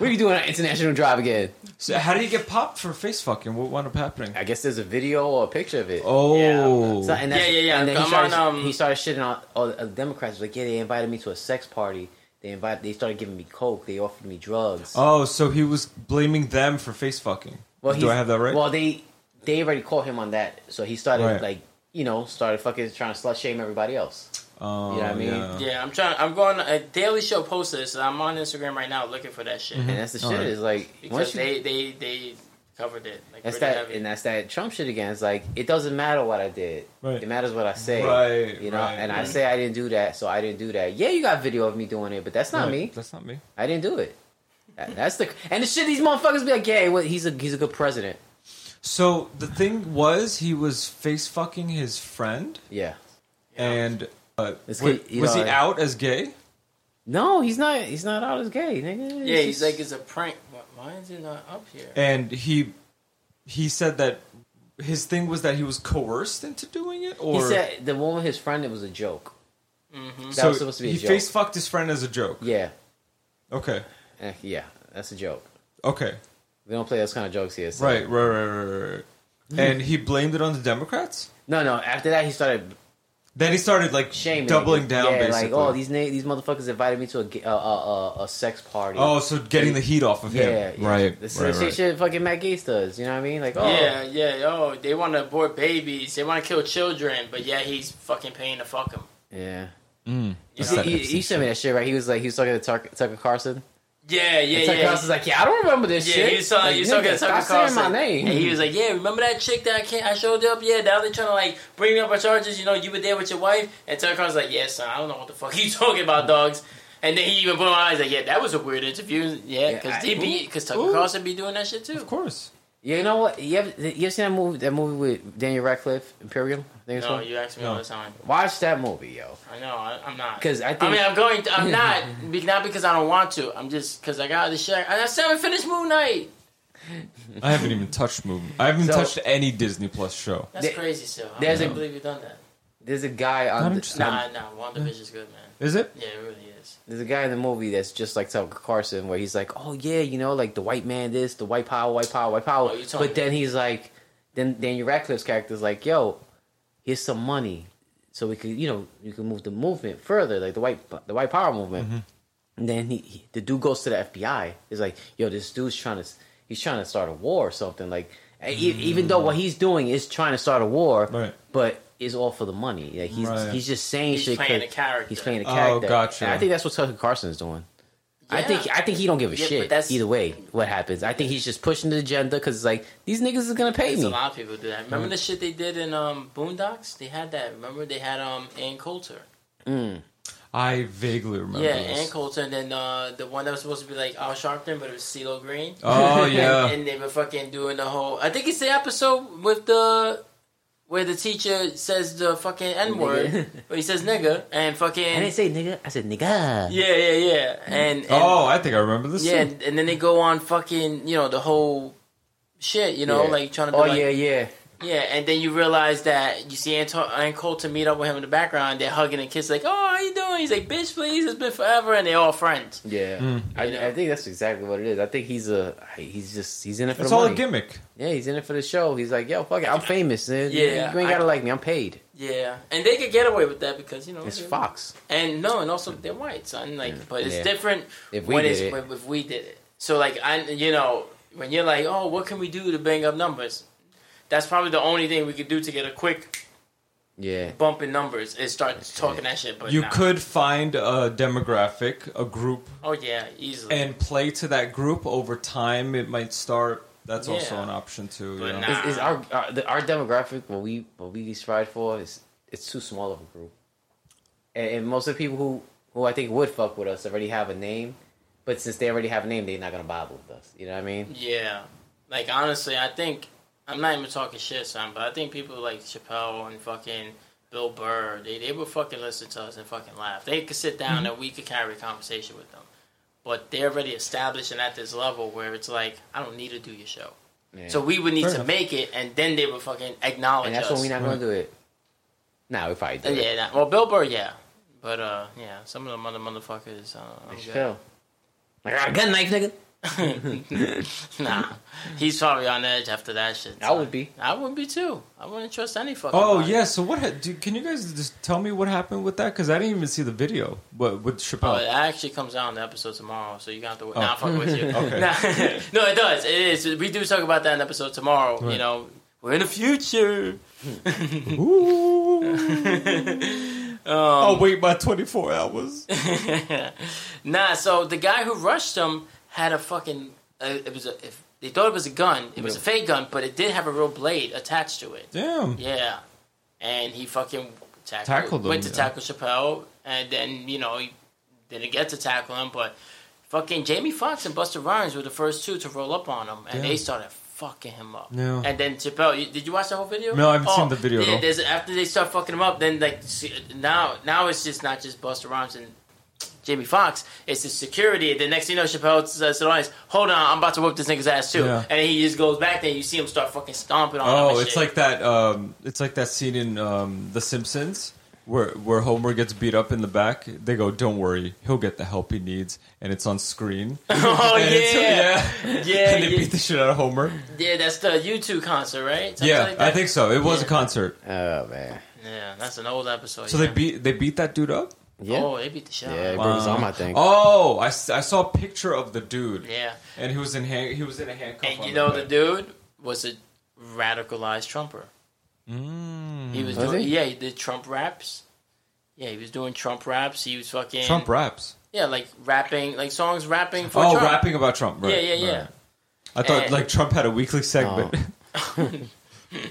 Speaker 2: are you doing on international drive again?
Speaker 3: So how did he get popped for face fucking? What wound up happening?
Speaker 2: I guess there's a video or a picture of it.
Speaker 3: Oh,
Speaker 2: So- and that's-
Speaker 1: Yeah, yeah, yeah.
Speaker 2: And then he
Speaker 1: Come
Speaker 2: started,
Speaker 1: on, um,
Speaker 2: he started shitting on all the uh, Democrats. Like, yeah, they invited me to a sex party. They invited. They started giving me coke. They offered me drugs.
Speaker 3: oh, so he was blaming them for face fucking. do
Speaker 2: he's-
Speaker 3: I have that right?
Speaker 2: Well, they they already caught him on that, so he started
Speaker 3: Right.
Speaker 2: like you know started fucking trying to slut shame everybody else.
Speaker 3: oh,
Speaker 2: you know what I mean?
Speaker 3: yeah.
Speaker 1: Yeah, I'm trying. I'm going. A Daily Show posted this. and I'm on Instagram right now looking for that shit
Speaker 2: And that's the shit.
Speaker 3: Alright.
Speaker 2: Is like
Speaker 1: because
Speaker 2: once Mm-hmm. you,
Speaker 1: they they they covered it. Like,
Speaker 2: that's
Speaker 1: pretty
Speaker 2: that
Speaker 1: heavy.
Speaker 2: and that's that Trump shit again. It's like it doesn't matter what I did.
Speaker 3: Right.
Speaker 2: It matters what I say.
Speaker 3: Right,
Speaker 2: You know,
Speaker 3: right,
Speaker 2: and I
Speaker 3: right.
Speaker 2: say I didn't do that, so I didn't do that. Yeah, you got video of me doing it, but that's not
Speaker 3: Right.
Speaker 2: me.
Speaker 3: That's not me.
Speaker 2: I didn't do it. That- That's the and the shit these motherfuckers be like, yeah, well, he's a he's a good president.
Speaker 3: So the thing was, he was face fucking his friend,
Speaker 2: Yeah.
Speaker 3: and uh,
Speaker 2: This
Speaker 3: wa-
Speaker 2: kid, you
Speaker 3: was
Speaker 2: know,
Speaker 3: he
Speaker 2: I-
Speaker 3: out as gay?
Speaker 2: No, he's not. He's not out as gay, nigga.
Speaker 1: yeah, he's
Speaker 2: just-
Speaker 1: like it's a prank. Why- Why is it not up here?
Speaker 3: And he he said that his thing was that he was coerced into doing it, or
Speaker 2: he said the one with his friend. It was a joke.
Speaker 1: Mm-hmm.
Speaker 2: That
Speaker 3: so
Speaker 2: was supposed to be a
Speaker 3: he
Speaker 2: joke.
Speaker 3: face fucked his friend as a joke.
Speaker 2: Yeah,
Speaker 3: Okay,
Speaker 2: Eh, yeah, that's a joke.
Speaker 3: okay,
Speaker 2: We don't play those kind of jokes here. so- Hmm.
Speaker 3: right, right, right, right, right, right. And he blamed it on the Democrats.
Speaker 2: No, no. After that, he started
Speaker 3: Then he started like
Speaker 2: shaming,
Speaker 3: doubling
Speaker 2: niggas.
Speaker 3: down,
Speaker 2: Yeah,
Speaker 3: basically.
Speaker 2: like oh, these na- these motherfuckers invited me to a ga- a, a, a, a sex party.
Speaker 3: Oh, so getting the heat off of
Speaker 2: yeah,
Speaker 3: him,
Speaker 2: yeah.
Speaker 3: right?
Speaker 2: This is
Speaker 3: right,
Speaker 2: the
Speaker 3: right.
Speaker 2: shit, shit fucking Matt Gates does. You know what I mean? Like, oh,
Speaker 1: Yeah, yeah. Oh, they want to abort babies. They want to kill children. But yeah, he's fucking paying to fuck him.
Speaker 2: yeah.
Speaker 3: Mm.
Speaker 1: You
Speaker 3: That's
Speaker 1: know?
Speaker 3: that
Speaker 2: He,
Speaker 3: Epstein
Speaker 2: he showed me that shit, right? He was like, he was talking to Tucker, Tucker Carson.
Speaker 1: Yeah, yeah,
Speaker 2: And Tucker
Speaker 1: yeah.
Speaker 2: Carson's like, yeah, I don't remember this
Speaker 1: Yeah,
Speaker 2: shit.
Speaker 1: he was talking, he was talking
Speaker 2: nigga,
Speaker 1: to Tucker
Speaker 2: stop saying
Speaker 1: Carlson.
Speaker 2: my name.
Speaker 1: And he was like, "Yeah, remember that chick that I can't, I showed up? Yeah, now they're trying to like bring me up on charges. You know, you were there with your wife." And Tucker Carlson's like, "Yeah, son, I don't know what the fuck you talking about, dogs." And then he even put on eyes like, "Yeah, that was a weird interview. Yeah,
Speaker 2: Yeah, I-
Speaker 1: because be because Tucker
Speaker 3: ooh.
Speaker 1: Carlson be doing that shit too."
Speaker 3: Of course.
Speaker 2: you know what? You ever, you ever seen that movie? That movie with Daniel Radcliffe, Imperium. I think it's
Speaker 1: No,
Speaker 2: called?
Speaker 1: you ask me
Speaker 3: No.
Speaker 1: all the time.
Speaker 2: Watch that movie, yo.
Speaker 1: I know. I, I'm not.
Speaker 2: Because I think
Speaker 1: I mean, I'm going. To, I'm not. be- Not because I don't want to. I'm just because I got the share. And I still haven't finished Moon Knight.
Speaker 3: I haven't even touched movie. I haven't
Speaker 2: So-
Speaker 3: touched any Disney Plus show.
Speaker 1: That's
Speaker 2: There-
Speaker 1: crazy. Still, I
Speaker 2: there's
Speaker 1: can't
Speaker 2: a-
Speaker 1: believe you've done that.
Speaker 2: there's a guy
Speaker 3: I'm
Speaker 2: on the,
Speaker 3: just-
Speaker 1: Nah, nah. WandaVision's good, man.
Speaker 3: Is it?
Speaker 1: Yeah, it really is.
Speaker 2: there's a guy in the movie that's just like Tucker Carson, where he's like, oh yeah, you know, like the white man, this, the white power, white power, white power.
Speaker 1: Oh, you told
Speaker 2: but
Speaker 1: me.
Speaker 2: then he's like, then Daniel Radcliffe's character's like, yo, here's some money, so we could, you know, you can move the movement further, like the white, the white power movement.
Speaker 3: Mm-hmm.
Speaker 2: And then he, he- the dude goes to the FBI. He's like, "Yo, this dude's trying to, he's trying to start a war or something." Like, e- even though what he's doing is trying to start a war,
Speaker 3: Mm. Right.
Speaker 2: but it's all for the money. Like he's
Speaker 3: Right.
Speaker 2: he's just saying
Speaker 1: He's
Speaker 2: shit.
Speaker 1: playing
Speaker 2: 'cause
Speaker 1: a character.
Speaker 2: He's playing a
Speaker 3: Oh,
Speaker 2: character.
Speaker 3: gotcha.
Speaker 2: And I think that's what Tucker Carson is doing. I
Speaker 1: Yeah.
Speaker 2: think I think he don't give a
Speaker 1: Yeah, but
Speaker 2: shit
Speaker 1: that's-
Speaker 2: either way. What happens? I think he's just pushing the agenda because it's like these niggas is gonna pay
Speaker 1: There's a
Speaker 2: me.
Speaker 1: lot of people do that. Remember
Speaker 2: Mm-hmm.
Speaker 1: the shit they did in um, Boondocks? They had that. Remember they had um Ann Coulter.
Speaker 2: Mm.
Speaker 3: I vaguely remember.
Speaker 1: yeah,
Speaker 3: this.
Speaker 1: Ann Coulter, and then uh, the one that was supposed to be like Al Sharpton, but it was CeeLo Green.
Speaker 3: Oh
Speaker 1: And-
Speaker 3: yeah.
Speaker 1: and, they were fucking doing the whole. I think it's the episode with the where the teacher says the fucking n word,
Speaker 2: Nigga.
Speaker 1: but he says nigga and fucking
Speaker 2: I didn't say nigga. I said nigga.
Speaker 1: yeah, yeah, yeah,
Speaker 2: Mm-hmm.
Speaker 1: and, and
Speaker 3: oh, I think I remember this.
Speaker 1: yeah,
Speaker 3: Yeah.
Speaker 1: and, and then they go on fucking you know the whole shit, you know,
Speaker 2: Yeah.
Speaker 1: like trying to be
Speaker 2: Oh
Speaker 1: like,
Speaker 2: yeah, yeah.
Speaker 1: Yeah, and then you realize that you see Anto- Ann Coulter meet up with him in the background. They're hugging and kissing, like, "Oh, how you doing?" He's like, "Bitch, please, it's been forever," and they're all friends.
Speaker 2: Yeah,
Speaker 3: Mm.
Speaker 2: I,
Speaker 1: You know?
Speaker 2: I think that's exactly what it is. I think he's a he's just he's in it for
Speaker 3: It's
Speaker 2: the
Speaker 3: all
Speaker 2: money.
Speaker 3: a gimmick.
Speaker 2: Yeah, he's in it for the show. He's like, yo, fuck it, I'm famous. Man. Yeah, you
Speaker 1: Yeah,
Speaker 2: ain't gotta like me. I'm paid.
Speaker 1: Yeah, and they could get away with that because you know
Speaker 2: It's
Speaker 1: they're-
Speaker 2: Fox.
Speaker 1: and no, and also they're white, son. Like, but it's
Speaker 2: Yeah.
Speaker 1: different
Speaker 2: If we
Speaker 1: when
Speaker 2: did
Speaker 1: it's
Speaker 2: it.
Speaker 1: when, if we did it. So like, I you know when you're like, "Oh, what can we do to bang up numbers?" That's probably the only thing we could do to get a quick
Speaker 2: Yeah,
Speaker 1: bump in numbers is start talking that shit. But
Speaker 3: You
Speaker 1: nah.
Speaker 3: could find a demographic, a group,
Speaker 1: oh yeah, easily.
Speaker 3: and play to that group over time. It might start. That's also
Speaker 1: Yeah.
Speaker 3: an option too. You
Speaker 1: But
Speaker 3: know?
Speaker 1: nah.
Speaker 2: is, is our our, the, our demographic what we what we strive for is it's too small of a group, and, and most of the people who who I think would fuck with us already have a name, but since they already have a name, they're not gonna bother with us. You know what I mean?
Speaker 1: Yeah. Like honestly, I think I'm not even talking shit, son, but I think people like Chappelle and fucking Bill Burr, they they would fucking listen to us and fucking laugh. They could sit
Speaker 2: Mm-hmm.
Speaker 1: down and we could carry a conversation with them. But they're already established and at this level where it's like, I don't need to do your show.
Speaker 2: Yeah.
Speaker 1: So we would need
Speaker 3: Fair
Speaker 1: to
Speaker 3: enough.
Speaker 1: make it and then they would fucking acknowledge
Speaker 2: and that's
Speaker 1: us.
Speaker 2: when we're not gonna
Speaker 3: Right.
Speaker 2: do it. Nah, we probably do.
Speaker 1: Uh,
Speaker 2: it.
Speaker 1: Yeah, nah, well, Bill Burr, yeah. But, uh, yeah, some of them other motherfuckers, uh, I'm
Speaker 2: Like,
Speaker 1: good.
Speaker 2: Chappelle. Like, I got a gun knife, nigga.
Speaker 1: nah, he's probably on edge after that shit.
Speaker 2: I
Speaker 1: son.
Speaker 2: would be.
Speaker 1: I would be too. I wouldn't trust any fucking.
Speaker 3: Oh
Speaker 1: body.
Speaker 3: yeah. So what? Ha- do, can you guys just tell me what happened with that? Because I didn't even see the video. What with
Speaker 1: Oh,
Speaker 3: Chappelle?
Speaker 1: it actually comes out in the episode tomorrow, so you got to wait.
Speaker 3: Oh.
Speaker 1: Nah, fuck with you.
Speaker 3: Okay.
Speaker 1: Nah, no, it does. It is. We do talk about that in episode tomorrow. You
Speaker 3: Right.
Speaker 1: know, we're in the future.
Speaker 3: Ooh.
Speaker 1: Um,
Speaker 3: I'll wait my twenty four hours.
Speaker 1: nah, so the guy who rushed him had a fucking. Uh, it was a. If, they thought it was a gun. It was a fake gun, but it did have a real blade attached to it.
Speaker 3: Damn.
Speaker 1: Yeah, and he fucking tackled,
Speaker 3: Tackled him,
Speaker 1: went to
Speaker 3: yeah.
Speaker 1: tackle Chappelle, and then you know he didn't get to tackle him, but fucking Jamie Foxx and Buster Rhymes were the first two to roll up on him, and
Speaker 3: Yeah.
Speaker 1: they started fucking him up.
Speaker 3: Yeah.
Speaker 1: And then Chappelle, you, did you watch the whole video? Oh,
Speaker 3: No, I haven't seen the video at
Speaker 1: Yeah,
Speaker 3: all.
Speaker 1: there's, after they start fucking him up, then like see, now now it's just not just Buster Rhymes and. Jamie Foxx, it's the security. The next thing you know, Chappelle says to the audience, "Hold on, I'm about to whoop this nigga's ass too."
Speaker 3: Yeah.
Speaker 1: And he just goes back there, and you see him start fucking stomping on him.
Speaker 3: Oh,
Speaker 1: and
Speaker 3: it's
Speaker 1: shit.
Speaker 3: like that. Um, it's like that scene in um, The Simpsons where where Homer gets beat up in the back. They go, "Don't worry, he'll get the help he needs," and it's on screen.
Speaker 1: oh
Speaker 3: And it's-
Speaker 1: yeah,
Speaker 3: yeah.
Speaker 1: Yeah,
Speaker 3: and they
Speaker 1: yeah.
Speaker 3: beat the shit out of Homer.
Speaker 1: Yeah, that's the U2 concert, right? Something
Speaker 3: yeah,
Speaker 1: like
Speaker 3: I
Speaker 1: that?
Speaker 3: think so. It was
Speaker 1: Yeah.
Speaker 3: a concert.
Speaker 2: Oh man.
Speaker 1: Yeah, that's an old episode.
Speaker 3: So
Speaker 1: yeah.
Speaker 3: they beat they beat that dude up.
Speaker 2: Yeah.
Speaker 1: Oh, they beat the shit. out of
Speaker 2: Yeah,
Speaker 1: him.
Speaker 2: it was on my thing.
Speaker 3: Oh, I, s- I saw a picture of the dude.
Speaker 1: Yeah,
Speaker 3: And he was in hand, he was in a handcuff.
Speaker 1: and
Speaker 3: on
Speaker 1: you know the
Speaker 3: back.
Speaker 1: dude was a radicalized Trumper.
Speaker 3: Mm.
Speaker 1: He was,
Speaker 2: Was
Speaker 1: doing
Speaker 2: he?
Speaker 1: yeah, he did Trump raps. Yeah, he was doing Trump raps. He was fucking
Speaker 3: Trump raps.
Speaker 1: Yeah, like rapping, like songs rapping for
Speaker 3: Oh,
Speaker 1: Trump.
Speaker 3: rapping about Trump. Right,
Speaker 1: Yeah, yeah, yeah.
Speaker 3: right. I thought
Speaker 1: And-
Speaker 3: like Trump had a weekly segment.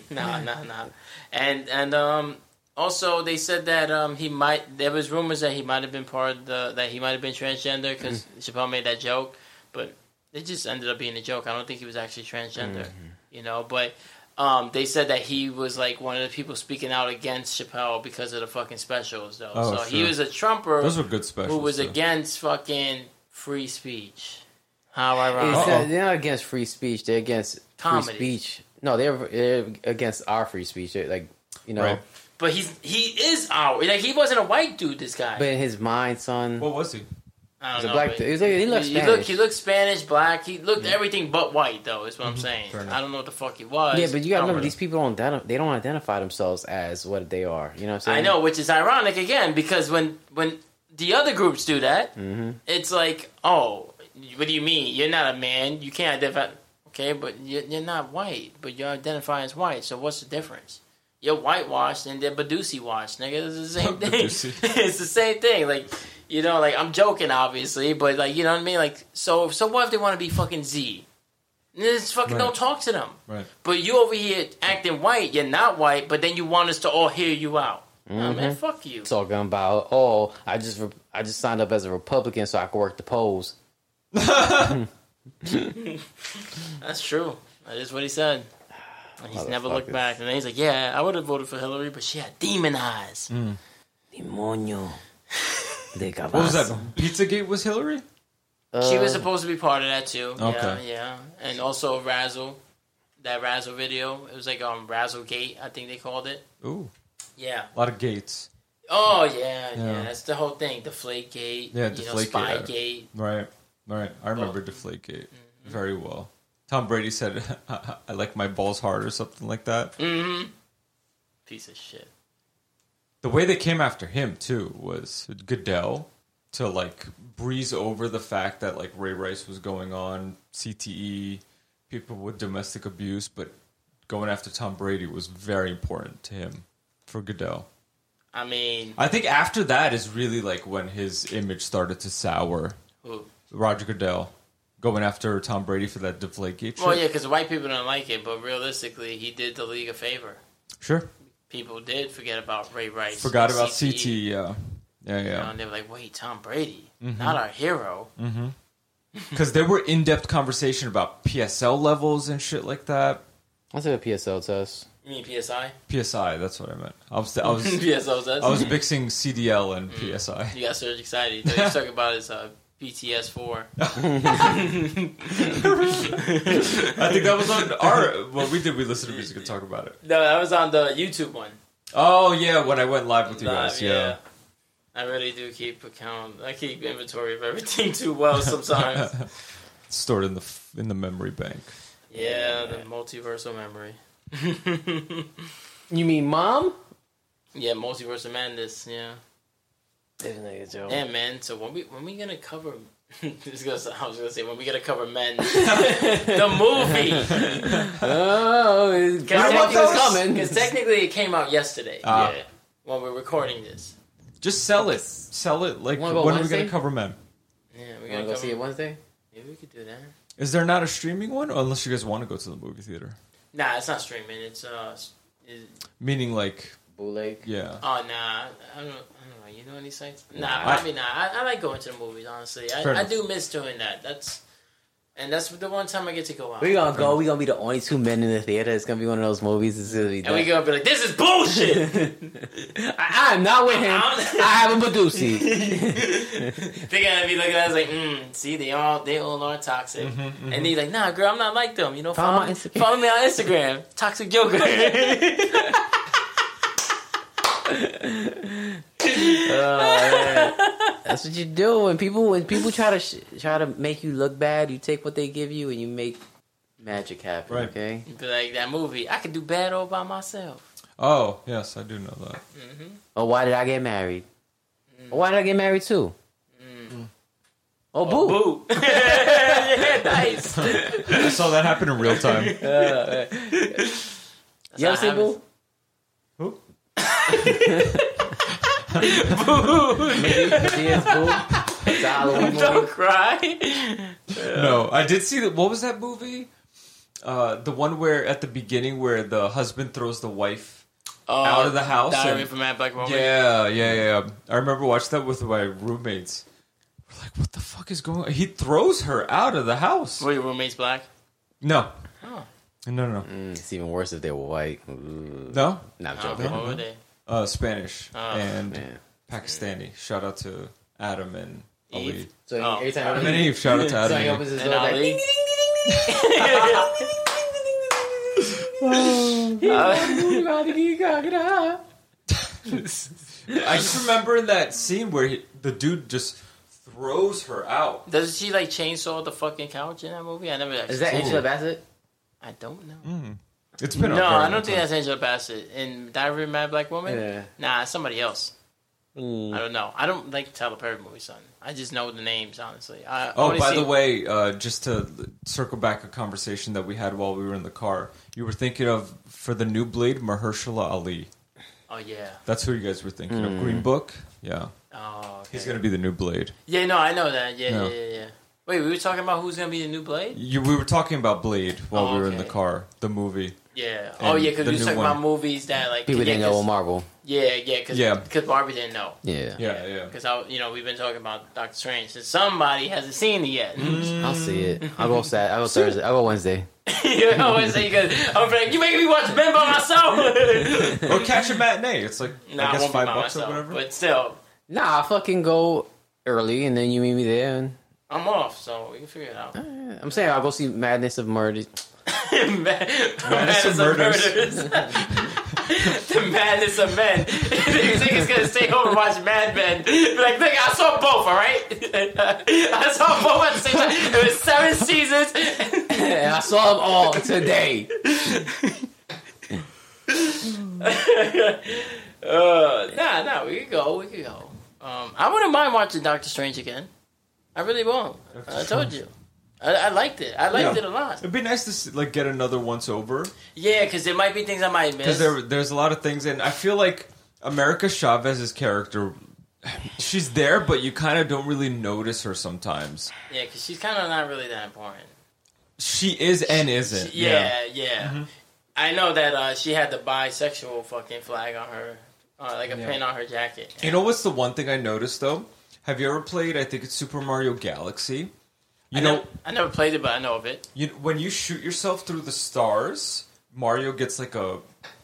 Speaker 1: Nah, nah, nah. And and um, also they said that um, he might. There was rumors that he might have been part of the that he might have been transgender because
Speaker 3: Mm-hmm.
Speaker 1: Chappelle made that joke, but it just ended up being a joke. I don't think he was actually transgender,
Speaker 3: Mm-hmm.
Speaker 1: you know. But um, they said that he was like one of the people speaking out against Chappelle because of the fucking specials, though.
Speaker 3: Oh,
Speaker 1: so he
Speaker 3: sure.
Speaker 1: was a Trumper
Speaker 3: Those were good specials.
Speaker 1: who was
Speaker 3: though.
Speaker 1: against fucking free speech. How ironic!
Speaker 2: It's, uh,
Speaker 3: Uh-oh.
Speaker 2: they're not against free speech. They're against
Speaker 1: Comedy.
Speaker 2: free speech. No, they're, they're against our free speech. They're like you know,
Speaker 3: Right.
Speaker 1: But he's he is our like he wasn't a white dude. This guy,
Speaker 2: but in his mind, son.
Speaker 3: What was he?
Speaker 1: I don't
Speaker 2: He's a
Speaker 1: know,
Speaker 2: black
Speaker 1: but
Speaker 2: dude. He's like- he looked
Speaker 1: He looked,
Speaker 2: Spanish.
Speaker 1: he looked Spanish, black. He looked everything but white, though. Is what I'm saying.
Speaker 3: Fair enough.
Speaker 1: I don't know what the fuck he was.
Speaker 2: Mm-hmm. yeah, but you
Speaker 1: I don't
Speaker 2: gotta remember
Speaker 1: really-
Speaker 2: these people don't identi- they don't identify themselves as what they are. You know what I'm saying?
Speaker 1: I know, which is ironic again because when when the other groups do that,
Speaker 2: hmm
Speaker 1: it's like, oh, what do you mean? You're not a man. You can't identify. Okay, but you're, you're not white, but you're identifying as white. So what's the difference? You're whitewashed and they're Badusi washed, nigga. It's the same
Speaker 3: Badusi.
Speaker 1: thing. it's the same thing. Like, you know, like I'm joking, obviously, but like, you know what I mean? Like, so so what if they want to be fucking Z? It's fucking
Speaker 3: Right.
Speaker 1: don't talk to them.
Speaker 3: Right.
Speaker 1: But you over here acting white, you're not white, but then you want us to all hear you out. Nah, man, fuck you.
Speaker 2: Talking about oh, I just re- I just signed up as a Republican so I could work the polls.
Speaker 1: That's true. That is what he said. And he's never looked
Speaker 2: Motherfuckers.
Speaker 1: back. And then he's like, yeah, I would have voted for Hillary, but she had demon eyes.
Speaker 2: Demonio. De
Speaker 3: What was that? Pizzagate was Hillary.
Speaker 1: She
Speaker 2: Uh,
Speaker 1: was supposed to be part of that, too. Yeah,
Speaker 3: Uh. Okay.
Speaker 1: yeah. And also Razzle, that Razzle video. It was like um, Razzle Gate, I think they called it.
Speaker 3: Ooh,
Speaker 1: Yeah.
Speaker 3: a lot of gates.
Speaker 1: Oh, yeah, yeah.
Speaker 3: Yeah.
Speaker 1: That's the whole thing. Deflate Gate.
Speaker 3: Yeah,
Speaker 1: you know,
Speaker 3: Deflategate.
Speaker 1: Spy Gate.
Speaker 3: Right. Right. I
Speaker 1: Oh.
Speaker 3: remember Deflategate
Speaker 1: Mm-hmm.
Speaker 3: very well. Tom Brady said, "I like my balls hard" or something like that.
Speaker 1: Mm-hmm. Piece of shit.
Speaker 3: the way they came after him too was Goodell to like breeze over the fact that like Ray Rice was going on CTE, people with domestic abuse, but going after Tom Brady was very important to him for Goodell.
Speaker 1: I mean,
Speaker 3: I think after that is really like when his image started to sour.
Speaker 1: who?
Speaker 3: Roger Goodell going after Tom Brady for that Deflategate.
Speaker 1: Well,
Speaker 3: shit.
Speaker 1: yeah, because white people don't like it, but realistically, he did the league a favor.
Speaker 3: sure.
Speaker 1: people did forget about Ray Rice.
Speaker 3: Forgot
Speaker 1: and E.
Speaker 3: about
Speaker 1: CTE.
Speaker 3: CTE. Yeah. Yeah,
Speaker 1: You know,
Speaker 3: E. yeah. Mm-hmm.
Speaker 1: and they were like, wait, Tom Brady, not our hero.
Speaker 3: Because there were in-depth conversation about PSL levels and shit like that.
Speaker 2: Let's have a PSL test.
Speaker 1: You mean PSI?
Speaker 3: PSI, that's what I meant. I was, I was,
Speaker 1: PSO says.
Speaker 3: I Mm. was mixing CDL and PSI.
Speaker 1: you got Surge excited. So he's talking about his uh, BTS 4.
Speaker 3: I think that was on our. What we did, we listened to music and talk about it.
Speaker 1: No, that was on the YouTube one.
Speaker 3: Oh yeah, when I went live with you guys,
Speaker 1: Nah,
Speaker 3: yeah.
Speaker 1: I really do keep account. I keep inventory of everything too
Speaker 3: Oh,
Speaker 1: well sometimes.
Speaker 3: Stored in the f- in the memory bank.
Speaker 1: yeah, the multiversal memory.
Speaker 2: You mean mom?
Speaker 1: yeah, multiversal madness. Yeah.
Speaker 3: Oh.
Speaker 1: Yeah, man. So when we when we gonna cover? this is gonna, sound- I was gonna say when we gonna cover men. the movie.
Speaker 2: Oh, it's
Speaker 1: Because
Speaker 2: Grandma
Speaker 1: technically,
Speaker 2: Thor's coming.
Speaker 1: Because technically it came out yesterday.
Speaker 3: Ah.
Speaker 1: yeah. When we're recording this.
Speaker 3: Just sell it, sell it. Like
Speaker 2: Wanna
Speaker 3: when
Speaker 2: go
Speaker 3: are we
Speaker 2: Wednesday?
Speaker 3: gonna cover men?
Speaker 1: Yeah, we're
Speaker 2: You wanna
Speaker 1: gonna
Speaker 2: go see it Wednesday?
Speaker 1: Maybe we could do that.
Speaker 3: Is there not a streaming one? Or unless you guys want to go to the movie theater.
Speaker 1: Nah, it's not streaming. It's uh. s- Is,
Speaker 3: Meaning like,
Speaker 2: Bootleg.
Speaker 3: yeah.
Speaker 1: Oh nah, I don't. I don't know. You know any sites? Nah,
Speaker 2: Nah.
Speaker 1: probably not. I, I like going to the movies. Honestly,
Speaker 3: Fair
Speaker 1: I, I
Speaker 3: enough.
Speaker 1: do miss doing that. That's and that's the one time I get to go out.
Speaker 2: We're gonna go. We're gonna be the only two men in the theater. It's gonna be one of those movies. It's gonna be.
Speaker 1: and we gonna be like, "This is bullshit."
Speaker 2: I, I'm not with him.
Speaker 1: I'm-
Speaker 2: I have a Medusi.
Speaker 1: they gotta be looking at us like, mm, "See, they all they all are
Speaker 3: Mm-hmm.
Speaker 1: toxic." And they like, "Nah, girl, I'm not like them." You know,
Speaker 2: Mm-hmm. Follow
Speaker 1: follow,
Speaker 2: my Instagram.
Speaker 1: follow me on Instagram, toxic yoga.
Speaker 2: Oh, That's what you do. When people when people try to sh- try to make you look bad, you take what they give you and you make magic happen.
Speaker 3: Right.
Speaker 2: Okay.
Speaker 1: be like that movie. I could do bad all by myself.
Speaker 3: Oh yes, I do know that.
Speaker 2: Or why did I get married? Or why did I get married too? Oh, boo.
Speaker 1: Mm. Boo. yeah, nice.
Speaker 3: I saw that happen in real time.
Speaker 2: You ever
Speaker 1: That's not
Speaker 2: see
Speaker 1: how
Speaker 2: boo?
Speaker 3: Who?
Speaker 2: Maybe she is boo. It's a Halloween movie.
Speaker 1: Don't cry.
Speaker 3: No, I did see that. What was that movie? Uh, the one where at the beginning where the husband throws the wife
Speaker 1: Oh,
Speaker 3: out of the house.
Speaker 1: Diary
Speaker 3: and-
Speaker 1: from Mad Black Woman.
Speaker 3: Oh, yeah, yeah, yeah. I remember watching that with my roommates. We're like, what the fuck is going? on? He throws her out of the house.
Speaker 1: Were your roommates black?
Speaker 3: No,
Speaker 1: Oh.
Speaker 3: no, no,
Speaker 2: Mm, it's even worse if they were white. Ooh.
Speaker 3: no.
Speaker 2: Nah, I'm
Speaker 1: Oh,
Speaker 2: joking.
Speaker 1: what were they?
Speaker 3: Uh, Spanish and
Speaker 2: Ah, man.
Speaker 3: Pakistani. Shout out to Adam and Ali.
Speaker 1: Eve.
Speaker 2: So
Speaker 1: Oh.
Speaker 2: every time
Speaker 3: Adam and Eve. Shout out to
Speaker 2: so he
Speaker 3: Adam. and Eve.
Speaker 2: opens his
Speaker 1: And
Speaker 2: door like,
Speaker 1: Ali?
Speaker 3: Uh, I just remember that scene where he, the dude just throws her out.
Speaker 1: Doesn't she like chainsaw the fucking couch in that movie? I never actually.
Speaker 2: Is that
Speaker 1: seen
Speaker 2: Angela
Speaker 1: it.
Speaker 2: Bassett?
Speaker 1: I don't know.
Speaker 3: It's been
Speaker 1: No, I don't think that's Angela Bassett in Diary of a Mad Black Woman.
Speaker 2: Yeah.
Speaker 1: Nah, it's somebody else.
Speaker 2: Mm.
Speaker 1: I don't know. I don't like Tyler Perry movies, son. I just know the names, honestly. I
Speaker 3: Oh,
Speaker 1: only
Speaker 3: by
Speaker 1: see-
Speaker 3: the way, uh, just to circle back a conversation that we had while we were in the car, you were thinking of for the new Blade Mahershala Ali.
Speaker 1: Oh yeah.
Speaker 3: That's who you guys were thinking of.
Speaker 1: Mm.
Speaker 3: Green Book. Yeah,
Speaker 1: Oh. Okay.
Speaker 3: he's gonna be the new Blade.
Speaker 1: Yeah, no, I know that. Yeah,
Speaker 3: No.
Speaker 1: yeah, yeah, yeah. Wait, we were talking about who's gonna be the new Blade?
Speaker 3: You, we were talking about Blade while
Speaker 1: Oh,
Speaker 3: we were in the
Speaker 1: okay.
Speaker 3: car, the movie.
Speaker 1: Yeah. oh
Speaker 3: And
Speaker 1: yeah, because
Speaker 3: the
Speaker 1: we were
Speaker 3: new
Speaker 1: talking
Speaker 3: one.
Speaker 1: about movies that like
Speaker 2: People
Speaker 1: yeah,
Speaker 2: didn't know
Speaker 1: 'cause-
Speaker 2: Marvel.
Speaker 1: Yeah, yeah, because
Speaker 3: Yeah.
Speaker 1: Barbie didn't know.
Speaker 2: Yeah.
Speaker 3: Yeah, yeah.
Speaker 1: Because I, you know, we've been talking about Doctor Strange, and somebody hasn't seen it yet.
Speaker 3: Mm-hmm.
Speaker 2: I'll see it. I'll go Sat. I'll go Thursday. I'll go Wednesday.
Speaker 1: you know what I'm saying? 'Cause I'm like, you making me watch Men by myself.
Speaker 3: or catch a matinee. It's like
Speaker 1: nah,
Speaker 3: I
Speaker 1: I,
Speaker 3: guess
Speaker 1: won't
Speaker 3: five
Speaker 1: be by
Speaker 3: bucks
Speaker 1: myself,
Speaker 3: or whatever.
Speaker 1: but still,
Speaker 2: Nah, I fucking go early and then you meet me there. And
Speaker 1: I'm off, so we can figure it out.
Speaker 2: Yeah, I'm saying I'll go see Madness of Murder.
Speaker 1: madness,
Speaker 3: Madness of
Speaker 1: of murders. the madness of men. These niggas gonna stay home and watch Mad Men. Be like, nigga, I saw both, alright? I saw both at the same time. It was seven seasons.
Speaker 2: and I saw them all today.
Speaker 1: Uh, nah, nah, we could go, we could go. Um, I wouldn't mind watching Doctor Strange again. I really won't. I told you. I, I liked it. I liked
Speaker 3: Yeah.
Speaker 1: it a lot.
Speaker 3: It'd be nice to see, like get another once over
Speaker 1: Yeah, because there might be things I might miss.
Speaker 3: because there there's a lot of things, and I feel like America Chavez's character, she's there, but you kind of don't really notice her sometimes.
Speaker 1: Yeah, because she's kind of not really that important.
Speaker 3: She is and isn't.
Speaker 1: Yeah, yeah. I know that uh, she had the bisexual fucking flag on her uh, like a
Speaker 3: Yeah.
Speaker 1: pin on her jacket.
Speaker 3: You know what's the one thing I noticed though? Have you ever played? I think it's Super Mario Galaxy. You
Speaker 1: I
Speaker 3: know,
Speaker 1: never, I never played it, but I know of it.
Speaker 3: you when you shoot yourself through the stars, Mario gets like a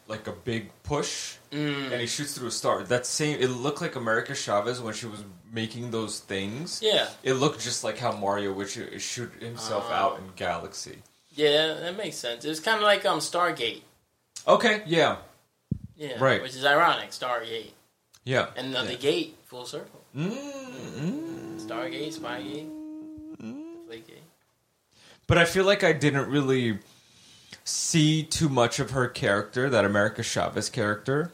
Speaker 3: like a big push,
Speaker 1: Mm.
Speaker 3: and he shoots through a star. That same, it looked like America Chavez when she was making those things.
Speaker 1: Yeah,
Speaker 3: It looked just like how Mario would sh- shoot himself
Speaker 1: Oh.
Speaker 3: out in Galaxy.
Speaker 1: yeah, that makes sense. It's kind of like um Stargate.
Speaker 3: Okay, yeah,
Speaker 1: Yeah,
Speaker 3: Right.
Speaker 1: Which is ironic, Stargate,
Speaker 3: yeah.
Speaker 1: and another
Speaker 3: Yeah.
Speaker 1: gate, full circle.
Speaker 3: Mm, mm.
Speaker 1: Stargate, Spygate, Deflategate.
Speaker 3: But I feel like I didn't really see too much of her character, that America Chavez character.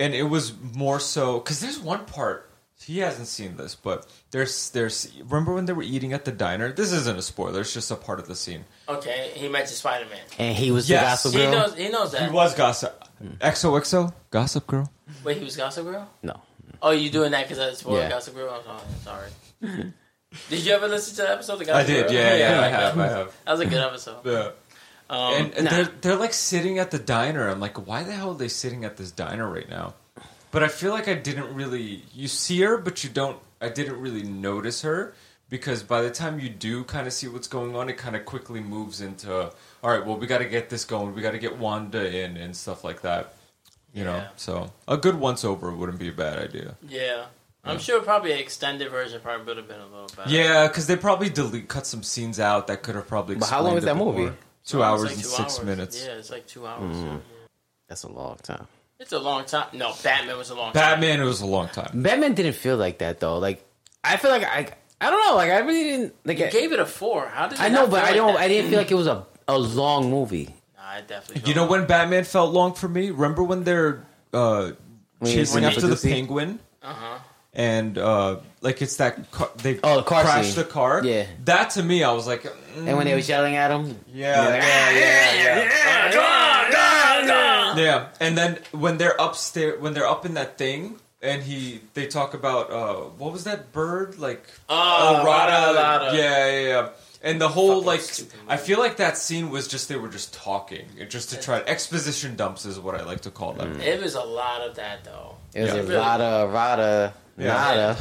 Speaker 3: And it was more so because there's one part he hasn't seen this, but there's there's remember when they were eating at the diner. This isn't a spoiler; it's just a part of the scene.
Speaker 1: Okay, he matches Spider Man.
Speaker 2: And he was
Speaker 3: Yes.
Speaker 2: the
Speaker 1: He
Speaker 2: gospel girl.
Speaker 1: knows. He knows
Speaker 3: He
Speaker 1: that.
Speaker 3: was gossip. XOXO, gossip girl.
Speaker 1: Wait, he was Gossip Girl.
Speaker 2: No,
Speaker 1: Oh, you doing that because I spoiled
Speaker 2: Yeah.
Speaker 1: Gossip Girl? I'm sorry. I'm sorry. did you ever listen to that episode? Of
Speaker 3: I
Speaker 1: Gossip
Speaker 3: did,
Speaker 1: Girl?
Speaker 3: yeah, yeah, I
Speaker 1: like
Speaker 3: have,
Speaker 1: That.
Speaker 3: I have.
Speaker 1: That was a good episode.
Speaker 3: Yeah.
Speaker 1: Um,
Speaker 3: Hmm. And, and
Speaker 1: nah.
Speaker 3: they're they're like sitting at the diner. I'm like, why the hell are they sitting at this diner right now? But I feel like I didn't really you see her, but you don't. I didn't really notice her because by the time you do kind of see what's going on, it kind of quickly moves into all right. Well, we got to get this going. We got to get Wanda in and stuff like that. You know,
Speaker 1: Yeah.
Speaker 3: so a good once over wouldn't be a bad idea.
Speaker 1: yeah. I'm sure probably an extended version probably would have been a little better.
Speaker 3: Yeah, because they probably delete cut some scenes out that could have probably.
Speaker 2: But how long
Speaker 3: explained
Speaker 2: is
Speaker 3: a
Speaker 2: that
Speaker 3: bit
Speaker 2: movie?
Speaker 3: more. Two
Speaker 1: It's
Speaker 3: hours
Speaker 1: like
Speaker 3: and
Speaker 1: two
Speaker 3: six
Speaker 1: hours.
Speaker 3: minutes.
Speaker 1: Yeah, it's like two hours.
Speaker 2: Mm-hmm.
Speaker 1: Yeah.
Speaker 2: that's a long time.
Speaker 1: It's a long time. No, Batman was a long time.
Speaker 3: Batman, it was a long time.
Speaker 2: Batman didn't feel like that though. Like I feel like I, I don't know. Like I really didn't like.
Speaker 1: You
Speaker 2: I-
Speaker 1: gave it a four. How did it
Speaker 2: I know,
Speaker 1: not
Speaker 2: but
Speaker 1: feel
Speaker 2: I
Speaker 1: like
Speaker 2: don't.
Speaker 1: that?
Speaker 2: I didn't feel like it was a a long movie.
Speaker 1: Nah, I definitely.
Speaker 3: You know
Speaker 1: don't.
Speaker 3: when Batman felt long for me? Remember when they're uh,
Speaker 2: he was
Speaker 3: chasing
Speaker 2: running
Speaker 3: after
Speaker 2: for
Speaker 3: the
Speaker 2: Lucy?
Speaker 3: penguin?
Speaker 1: Uh-huh.
Speaker 3: And uh, like it's that car, they
Speaker 2: Oh, the car
Speaker 3: crash
Speaker 2: scene.
Speaker 3: the car.
Speaker 2: Yeah.
Speaker 3: that to me, I was like, mm,
Speaker 2: And when they was yelling at him,
Speaker 3: yeah, yeah, yeah, yeah, Yeah, And then when they're upstairs, when they're up in that thing, and he they talk about uh, what was that bird like?
Speaker 1: Oh, Rada, Rada.
Speaker 3: Uh, Yeah, yeah, yeah. And the whole
Speaker 1: Fucking
Speaker 3: like,
Speaker 1: stupid
Speaker 3: I feel like that scene was just they were just talking, just to try exposition dumps is what I like to call them.
Speaker 2: Mm.
Speaker 1: It was a lot of that though.
Speaker 2: it was
Speaker 3: Yeah.
Speaker 2: a lot of rada,
Speaker 3: Yeah.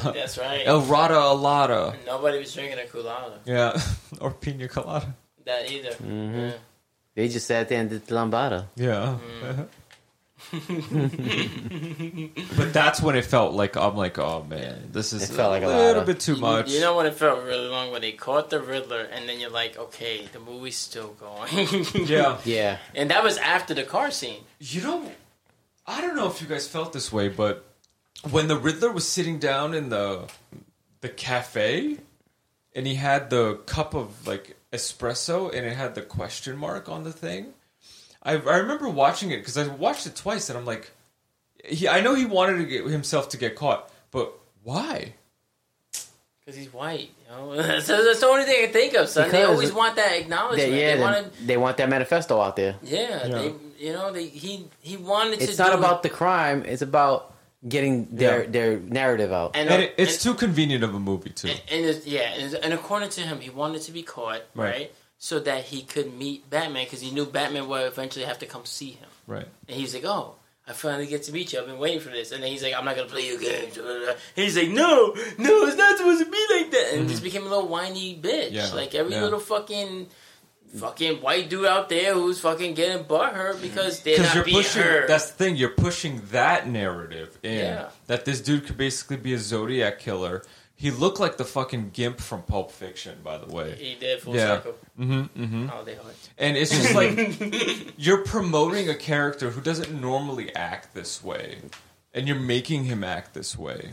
Speaker 2: nada.
Speaker 1: That's right.
Speaker 3: Errata alata.
Speaker 1: Nobody was drinking a culada.
Speaker 3: Yeah, or pina colada.
Speaker 1: That either. Yeah.
Speaker 2: They just sat there and did the lambada.
Speaker 3: Yeah.
Speaker 1: Mm.
Speaker 3: but that's when it felt like I'm like, oh man, this is
Speaker 2: It felt
Speaker 3: a
Speaker 2: like a
Speaker 3: little
Speaker 2: lotta.
Speaker 3: bit too
Speaker 1: You-
Speaker 3: much.
Speaker 1: You know what it felt really long when they caught the Riddler, and then you're like, okay, the movie's still going.
Speaker 3: yeah.
Speaker 2: Yeah,
Speaker 1: And that was after the car scene.
Speaker 3: You know, I don't know if you guys felt this way, but when the Riddler was sitting down in the the cafe, and he had the cup of like espresso, and it had the question mark on the thing. I, I remember watching it because I watched it twice, and I'm like, he, I know he wanted to get himself to get caught, but why?
Speaker 1: Because he's white. You know? that's, that's the only thing I can think of, son. they
Speaker 2: Because-
Speaker 1: always want that
Speaker 2: they,
Speaker 1: acknowledgement.
Speaker 2: yeah.
Speaker 1: they
Speaker 2: They,
Speaker 1: wanted,
Speaker 2: they want that manifesto out there.
Speaker 1: yeah,
Speaker 3: Yeah.
Speaker 1: They, you know, they, he he wanted to
Speaker 2: It's not
Speaker 1: do
Speaker 2: about
Speaker 1: it.
Speaker 2: the crime. It's about getting their
Speaker 3: Yeah.
Speaker 2: their narrative out.
Speaker 1: And,
Speaker 3: And
Speaker 1: uh,
Speaker 3: it, it's
Speaker 1: and-
Speaker 3: too convenient of a movie too.
Speaker 1: And, and it's, yeah, and, and according to him, he wanted to be caught, right?
Speaker 3: Right.
Speaker 1: So that he could meet Batman, because he knew Batman would eventually have to come see him.
Speaker 3: right.
Speaker 1: And he's like, oh, I finally get to meet you. I've been waiting for this. And then he's like, I'm not going to play your games. And he's like, no, no, it's not supposed to be like that. And just became a little whiny bitch.
Speaker 3: Mm-hmm. Yeah,
Speaker 1: Like every
Speaker 3: yeah.
Speaker 1: little fucking. Fucking white dude out there who's fucking getting butt hurt because they're
Speaker 3: Because
Speaker 1: not
Speaker 3: you're
Speaker 1: being
Speaker 3: pushing.
Speaker 1: heard.
Speaker 3: That's the thing. You're pushing that narrative in
Speaker 1: Yeah.
Speaker 3: that this dude could basically be a Zodiac killer. He looked like the fucking gimp from Pulp Fiction, by the way.
Speaker 1: he did full
Speaker 3: Yeah.
Speaker 1: circle.
Speaker 3: Mm-hmm, mm-hmm.
Speaker 1: Oh, they hurt.
Speaker 3: And it's just like you're promoting a character who doesn't normally act this way, and you're making him act this way.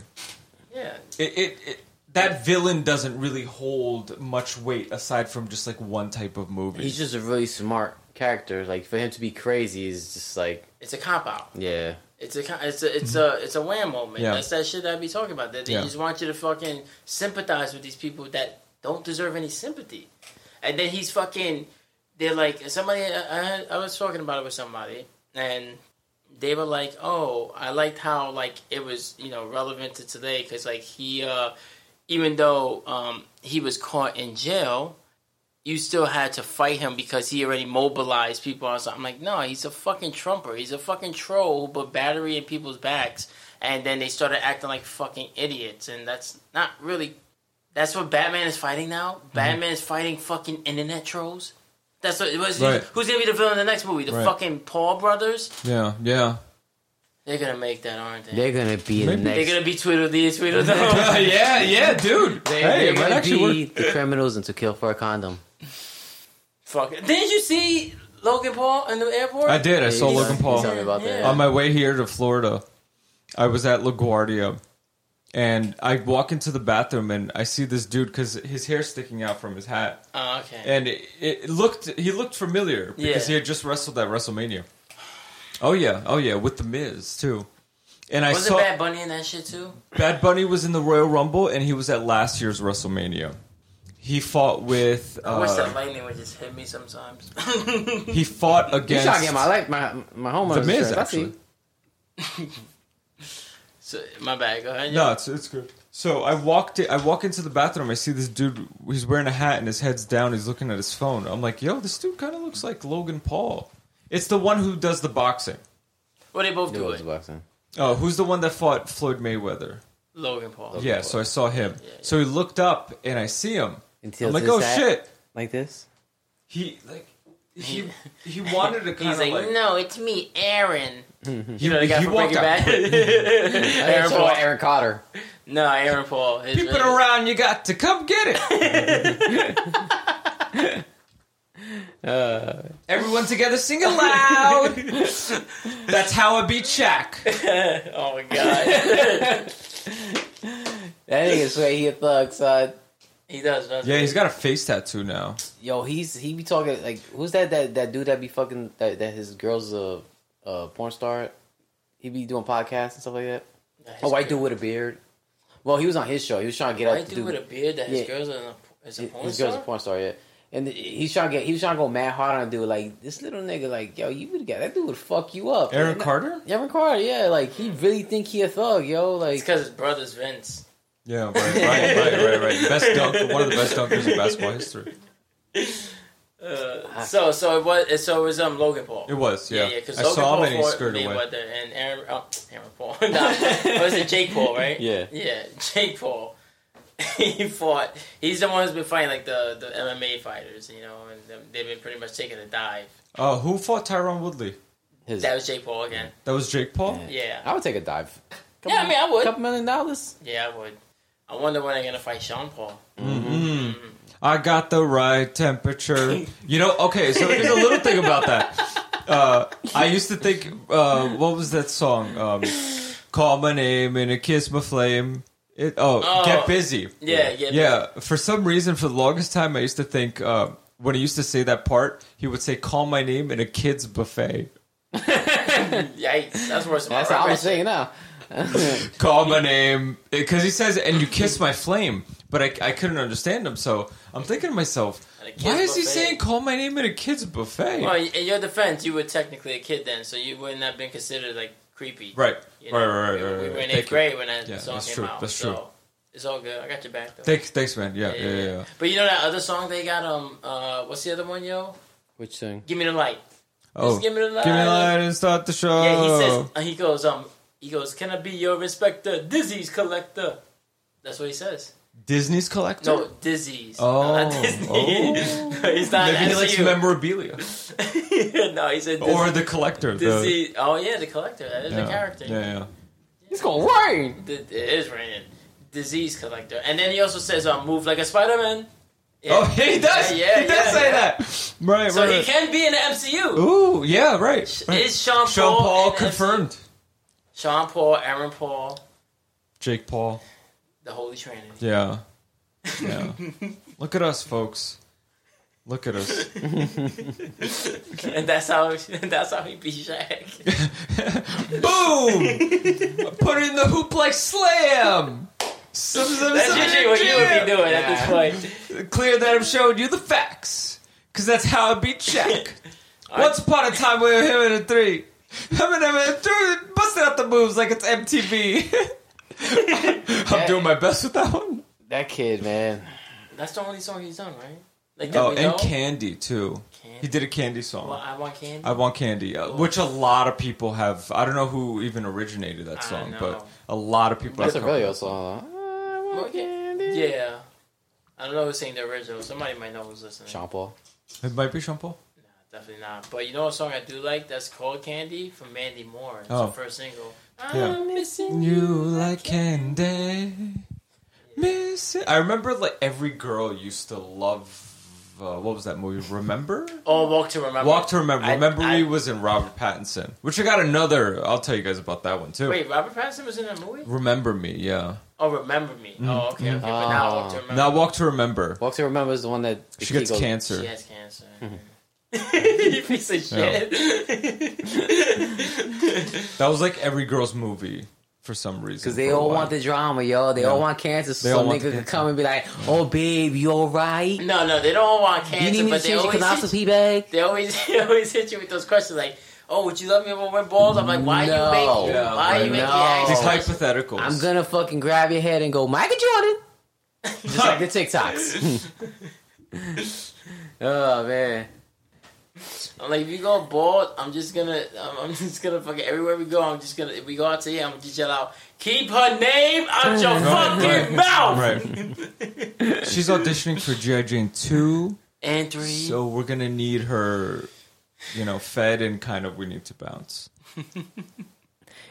Speaker 1: Yeah,
Speaker 3: It, it, it that villain doesn't really hold much weight aside from just like one type of movie.
Speaker 2: He's just a really smart character. Like for him to be crazy is just like
Speaker 1: it's a cop out.
Speaker 2: yeah.
Speaker 1: It's a con- it's a it's a it's a wham moment.
Speaker 3: Mm-hmm. Yeah.
Speaker 1: That's that shit that I be talking about. That they
Speaker 3: Yeah.
Speaker 1: just want you to fucking sympathize with these people that don't deserve any sympathy. And then he's fucking. They're like somebody. I, I, I was talking about it with somebody, and they were like, "Oh, I liked how like it was you know relevant to today because like he, uh even though um he was caught in jail, you still had to fight him because he already mobilized people. on something. I'm like, no, he's a fucking trumper. He's a fucking troll who put battery in people's backs, and then they started acting like fucking idiots, and that's not really. That's what Batman is fighting now.
Speaker 3: Mm-hmm.
Speaker 1: Batman is fighting fucking internet trolls. That's what it was.
Speaker 3: Right.
Speaker 1: Who's gonna be the villain in the next movie? The
Speaker 3: Right.
Speaker 1: fucking Paul brothers.
Speaker 3: Yeah, yeah.
Speaker 1: They're gonna make that, aren't they?
Speaker 2: They're gonna be
Speaker 3: Maybe.
Speaker 2: the
Speaker 1: They're
Speaker 2: next.
Speaker 1: gonna be Tweedledee, Tweedledee.
Speaker 3: yeah, yeah, dude.
Speaker 2: they,
Speaker 3: hey,
Speaker 2: they
Speaker 3: it might
Speaker 2: might
Speaker 3: actually work.
Speaker 2: be the criminals and to kill for a condom.
Speaker 1: Fuck it. Didn't you see Logan Paul in the airport?
Speaker 3: I did. I
Speaker 2: Yeah,
Speaker 3: saw
Speaker 2: you
Speaker 3: Logan
Speaker 2: told- you
Speaker 3: Paul.
Speaker 2: told me about that.
Speaker 1: Yeah.
Speaker 3: On my way here to Florida, I was at LaGuardia, and I walk into the bathroom and I see this dude because his hair's sticking out from his hat,
Speaker 1: Oh, okay.
Speaker 3: and it, it looked he looked familiar because
Speaker 1: Yeah.
Speaker 3: he had just wrestled at WrestleMania. Oh yeah, oh yeah, with the Miz too. And I
Speaker 1: Wasn't
Speaker 3: saw
Speaker 1: Bad Bunny in that shit too?
Speaker 3: Bad Bunny was in the Royal Rumble, and he was at last year's WrestleMania. He fought with.
Speaker 1: I wish that
Speaker 3: Uh,
Speaker 1: lightning would just hit me sometimes.
Speaker 3: he fought
Speaker 2: You
Speaker 3: against.
Speaker 2: trying to get my life, my my homeowner's
Speaker 3: The Miz,
Speaker 2: insurance, I see.
Speaker 3: actually.
Speaker 1: so, my bad. Go ahead.
Speaker 3: No, it's it's good. So I walked. In, I walk into the bathroom. I see this dude. He's wearing a hat and his head's down. He's looking at his phone. I'm like, yo, this dude kind of looks like Logan Paul. It's the one who does the boxing.
Speaker 1: Well, they both
Speaker 2: It
Speaker 1: do
Speaker 2: was
Speaker 1: it.
Speaker 2: boxing.
Speaker 3: Oh, who's the one that fought Floyd Mayweather?
Speaker 1: Logan Paul.
Speaker 3: Yeah, so I saw him. So he looked up and I see him.
Speaker 2: And tilts
Speaker 3: I'm like,
Speaker 2: his
Speaker 3: oh
Speaker 2: hat
Speaker 3: shit.
Speaker 2: Like this.
Speaker 3: He like he he wanted to kind
Speaker 1: He's
Speaker 3: of
Speaker 1: like,
Speaker 3: like,
Speaker 1: no, it's me, Aaron.
Speaker 3: he,
Speaker 1: You know, the guy
Speaker 3: he
Speaker 1: from
Speaker 3: walked
Speaker 1: Breaking
Speaker 3: up.
Speaker 1: Bad. Aaron
Speaker 2: Aaron,
Speaker 1: Paul.
Speaker 2: Aaron Carter.
Speaker 1: No, Aaron Paul. His
Speaker 3: Keep it
Speaker 1: name.
Speaker 3: around. You got to come get it. Uh. Everyone together, sing aloud. That's how I beat Shaq.
Speaker 1: Oh my god.
Speaker 2: That nigga swear he a thug, son.
Speaker 1: he does. does
Speaker 3: Yeah, he's got a face tattoo now.
Speaker 2: Yo, he's he be talking like who's that that, that dude that be fucking that, that his girl's a, a porn star? He be doing podcasts and stuff like that.
Speaker 1: His
Speaker 2: A white
Speaker 1: girl-
Speaker 2: dude with a beard. Well, he was on his show. He was trying to get
Speaker 1: White
Speaker 2: out.
Speaker 1: dude, with a beard that his
Speaker 2: Yeah.
Speaker 1: girls are in a, is a porn
Speaker 2: his girl's
Speaker 1: star?
Speaker 2: a porn star, yeah. And he's trying to get. He was trying to go mad hard on a dude like this little nigga. Like, yo, you would get that dude would fuck you up.
Speaker 3: Aaron
Speaker 2: Like,
Speaker 3: Carter.
Speaker 2: Aaron Carter, yeah. Like he really think he a thug, yo.
Speaker 1: It's
Speaker 2: Like
Speaker 1: because his brother's Vince.
Speaker 3: Yeah, right, right, right, right, right. Best dunk, one of the best dunkers in basketball history.
Speaker 2: Ah.
Speaker 1: Uh, so so it was so it was um Logan Paul.
Speaker 3: It was, yeah.
Speaker 1: yeah. Because
Speaker 3: I
Speaker 1: Logan
Speaker 3: saw
Speaker 1: Paul
Speaker 3: him and he
Speaker 1: fought
Speaker 3: skirted away.
Speaker 1: Mayweather and Aaron, oh, Aaron Paul. nah, was it Jake Paul, right?
Speaker 2: Yeah.
Speaker 1: yeah. Jake Paul. he fought. He's the one who's been fighting like the the MMA fighters, you know, and them- they've been pretty much taking a dive.
Speaker 3: Oh, who fought Tyron Woodley?
Speaker 2: his,
Speaker 1: That was Jake Paul again.
Speaker 3: That was Jake Paul.
Speaker 1: Yeah.
Speaker 2: I would take a dive.
Speaker 1: Yeah, I mean, I would.
Speaker 2: couple million dollars.
Speaker 1: Yeah, I would. I wonder when they're gonna fight Sean Paul.
Speaker 3: Mm. I got the right temperature. You know, okay, so here's a little thing about that. Uh, I used to think, uh, what was that song? Um, Call my name and a kiss my flame. It, oh,
Speaker 1: Oh.
Speaker 3: get busy.
Speaker 1: Yeah, Get
Speaker 3: yeah. For some reason, for the longest time, I used to think uh, when he used to say that part, he would say, "Call my name in a kids buffet."
Speaker 1: Yikes, that's worse. than my
Speaker 2: That's how I'm
Speaker 1: record.
Speaker 2: saying now.
Speaker 3: Call my name because he says, "And you kiss my flame," but I, I couldn't understand him, so I'm thinking to myself,
Speaker 1: At a kids'
Speaker 3: why is he
Speaker 1: buffet.
Speaker 3: saying "Call my name at a kids buffet"?
Speaker 1: Well, in your defense, you were technically a kid then, so you wouldn't have been considered like creepy.
Speaker 3: Right,
Speaker 1: You
Speaker 3: right,
Speaker 1: know,
Speaker 3: right, right,
Speaker 1: We, we
Speaker 3: right, right.
Speaker 1: were in
Speaker 3: Thank
Speaker 1: eighth
Speaker 3: you.
Speaker 1: grade when that
Speaker 3: Yeah,
Speaker 1: song
Speaker 3: that's
Speaker 1: came
Speaker 3: true,
Speaker 1: out.
Speaker 3: that's
Speaker 1: so
Speaker 3: true.
Speaker 1: It's all good. I got your back though.
Speaker 3: Thanks, thanks, man. Yeah, yeah, yeah. yeah.
Speaker 1: But you know that other song they got? Um, uh, what's the other one, yo?
Speaker 2: Which thing?
Speaker 1: Give me the light.
Speaker 3: Oh,
Speaker 1: Just give me the light.
Speaker 3: give me the light Oh. and start the show.
Speaker 1: Yeah, he says. Uh, he goes. Um, he goes. Can I be your respecter, disease collector? That's what he says.
Speaker 3: Disney's collector.
Speaker 1: No, disease.
Speaker 3: Oh,
Speaker 1: not Disney.
Speaker 3: oh.
Speaker 1: He's not
Speaker 3: Maybe he likes
Speaker 1: SU.
Speaker 3: memorabilia
Speaker 1: no, he said disease.
Speaker 3: or the collector. the-
Speaker 1: disease. Oh yeah, the collector. That is
Speaker 3: yeah,
Speaker 1: a character.
Speaker 3: Yeah, yeah.
Speaker 2: It's gonna rain.
Speaker 1: Th- It is raining. Disease collector. And then he also says, um, move like a Spider Man.
Speaker 3: Oh, he does.
Speaker 1: Yeah, yeah,
Speaker 3: he does
Speaker 1: yeah,
Speaker 3: say
Speaker 1: yeah.
Speaker 3: that. Right,
Speaker 1: So
Speaker 3: right.
Speaker 1: he
Speaker 3: right.
Speaker 1: can be in the MCU.
Speaker 3: Ooh, yeah, right. right.
Speaker 1: Is Sean Paul.
Speaker 3: Sean Paul
Speaker 1: in the MCU?
Speaker 3: confirmed.
Speaker 1: Sean Paul, Aaron Paul,
Speaker 3: Jake Paul.
Speaker 1: the Holy Trinity.
Speaker 3: Yeah. Yeah. Look at us, folks. Look at us.
Speaker 1: and that's how that's how he beat Shaq.
Speaker 3: Boom! Put it in the hoop like slam! Some- some-
Speaker 1: That's
Speaker 3: some
Speaker 1: usually what you would be
Speaker 3: jam.
Speaker 1: doing at this point.
Speaker 3: Clear that I'm showing you the facts. Because that's how I beat Shaq.
Speaker 1: I-
Speaker 3: Once upon a time, we were him and a three. Him and him and a three, busting out the moves like it's MTV. I'm doing my best with that one.
Speaker 2: That kid, man.
Speaker 1: That's the only song he's done, right? Like, did
Speaker 3: Oh,
Speaker 1: we
Speaker 3: and
Speaker 1: know?
Speaker 3: Candy too.
Speaker 1: Candy.
Speaker 3: He did a Candy song.
Speaker 1: Well, I want candy.
Speaker 3: I want candy, uh, which a lot of people have. I don't know who even originated that
Speaker 1: I
Speaker 3: song,
Speaker 1: know.
Speaker 3: but a lot of people.
Speaker 2: That's a
Speaker 3: have
Speaker 2: really
Speaker 3: come-
Speaker 2: old song. I want candy.
Speaker 1: yeah. I don't know who's singing the original. Somebody might know who's listening.
Speaker 2: Sean Paul.
Speaker 3: It might be Sean Paul.
Speaker 1: Nah, definitely not. But you know a song I do like that's called Candy from Mandy Moore. It's
Speaker 3: Oh.
Speaker 1: her first single.
Speaker 3: Yeah.
Speaker 1: I'm missing
Speaker 3: You like candy, miss it. I remember like every girl used to love. Uh, what was that movie? Remember?
Speaker 1: Oh, Walk to Remember.
Speaker 3: Walk to Remember.
Speaker 1: I-
Speaker 3: remember
Speaker 1: I-
Speaker 3: we was in Robert Pattinson, which I got another. I'll tell you guys about that one too.
Speaker 1: Wait, Robert Pattinson was in that movie?
Speaker 3: Remember me, yeah.
Speaker 1: Oh, Remember Me.
Speaker 2: Mm.
Speaker 1: Oh, okay, okay. But now Walk to
Speaker 2: Oh.
Speaker 1: Remember.
Speaker 3: Now Walk to Remember.
Speaker 2: Walk to Remember is the one that the
Speaker 3: She gets
Speaker 2: kid goes-
Speaker 3: cancer.
Speaker 1: She has cancer. you piece of shit.
Speaker 3: That was like every girl's movie for some reason.
Speaker 2: Cause they
Speaker 3: for a
Speaker 2: all
Speaker 3: while.
Speaker 2: want the drama, yo. They all
Speaker 3: Yeah.
Speaker 2: want cancer,
Speaker 3: They
Speaker 2: so
Speaker 3: all
Speaker 2: some
Speaker 3: want
Speaker 2: nigga
Speaker 3: the
Speaker 2: could
Speaker 3: cancer.
Speaker 2: come and be like, "Oh, babe, you all right?
Speaker 1: No, no, they don't want
Speaker 2: You
Speaker 1: cancer,
Speaker 2: need me to
Speaker 1: but they
Speaker 2: change your
Speaker 1: always hit,
Speaker 2: colostomy bag?"
Speaker 1: they always they always hit you with those questions like, "Oh, would you love me if I went bald?" I'm like, "Why
Speaker 2: No.
Speaker 1: you making?
Speaker 3: Yeah,
Speaker 1: why you
Speaker 3: right.
Speaker 1: making?"
Speaker 2: No.
Speaker 1: ass-
Speaker 3: These
Speaker 2: Oh.
Speaker 3: hypotheticals.
Speaker 2: I'm gonna fucking grab your head and go, Michael Jordan, just like the TikToks. oh man,
Speaker 1: I'm like, if you go bald, I'm just gonna, I'm, I'm just gonna fucking everywhere we go. I'm just gonna, if we go out to eat, I'm gonna just yell out, "Keep her name out your
Speaker 3: Right,
Speaker 1: fucking
Speaker 3: right.
Speaker 1: mouth!"
Speaker 3: Right. She's auditioning for G.I. Jane 2,
Speaker 1: And three.
Speaker 3: so we're going to need her, you know, fed and kind of we need to bounce.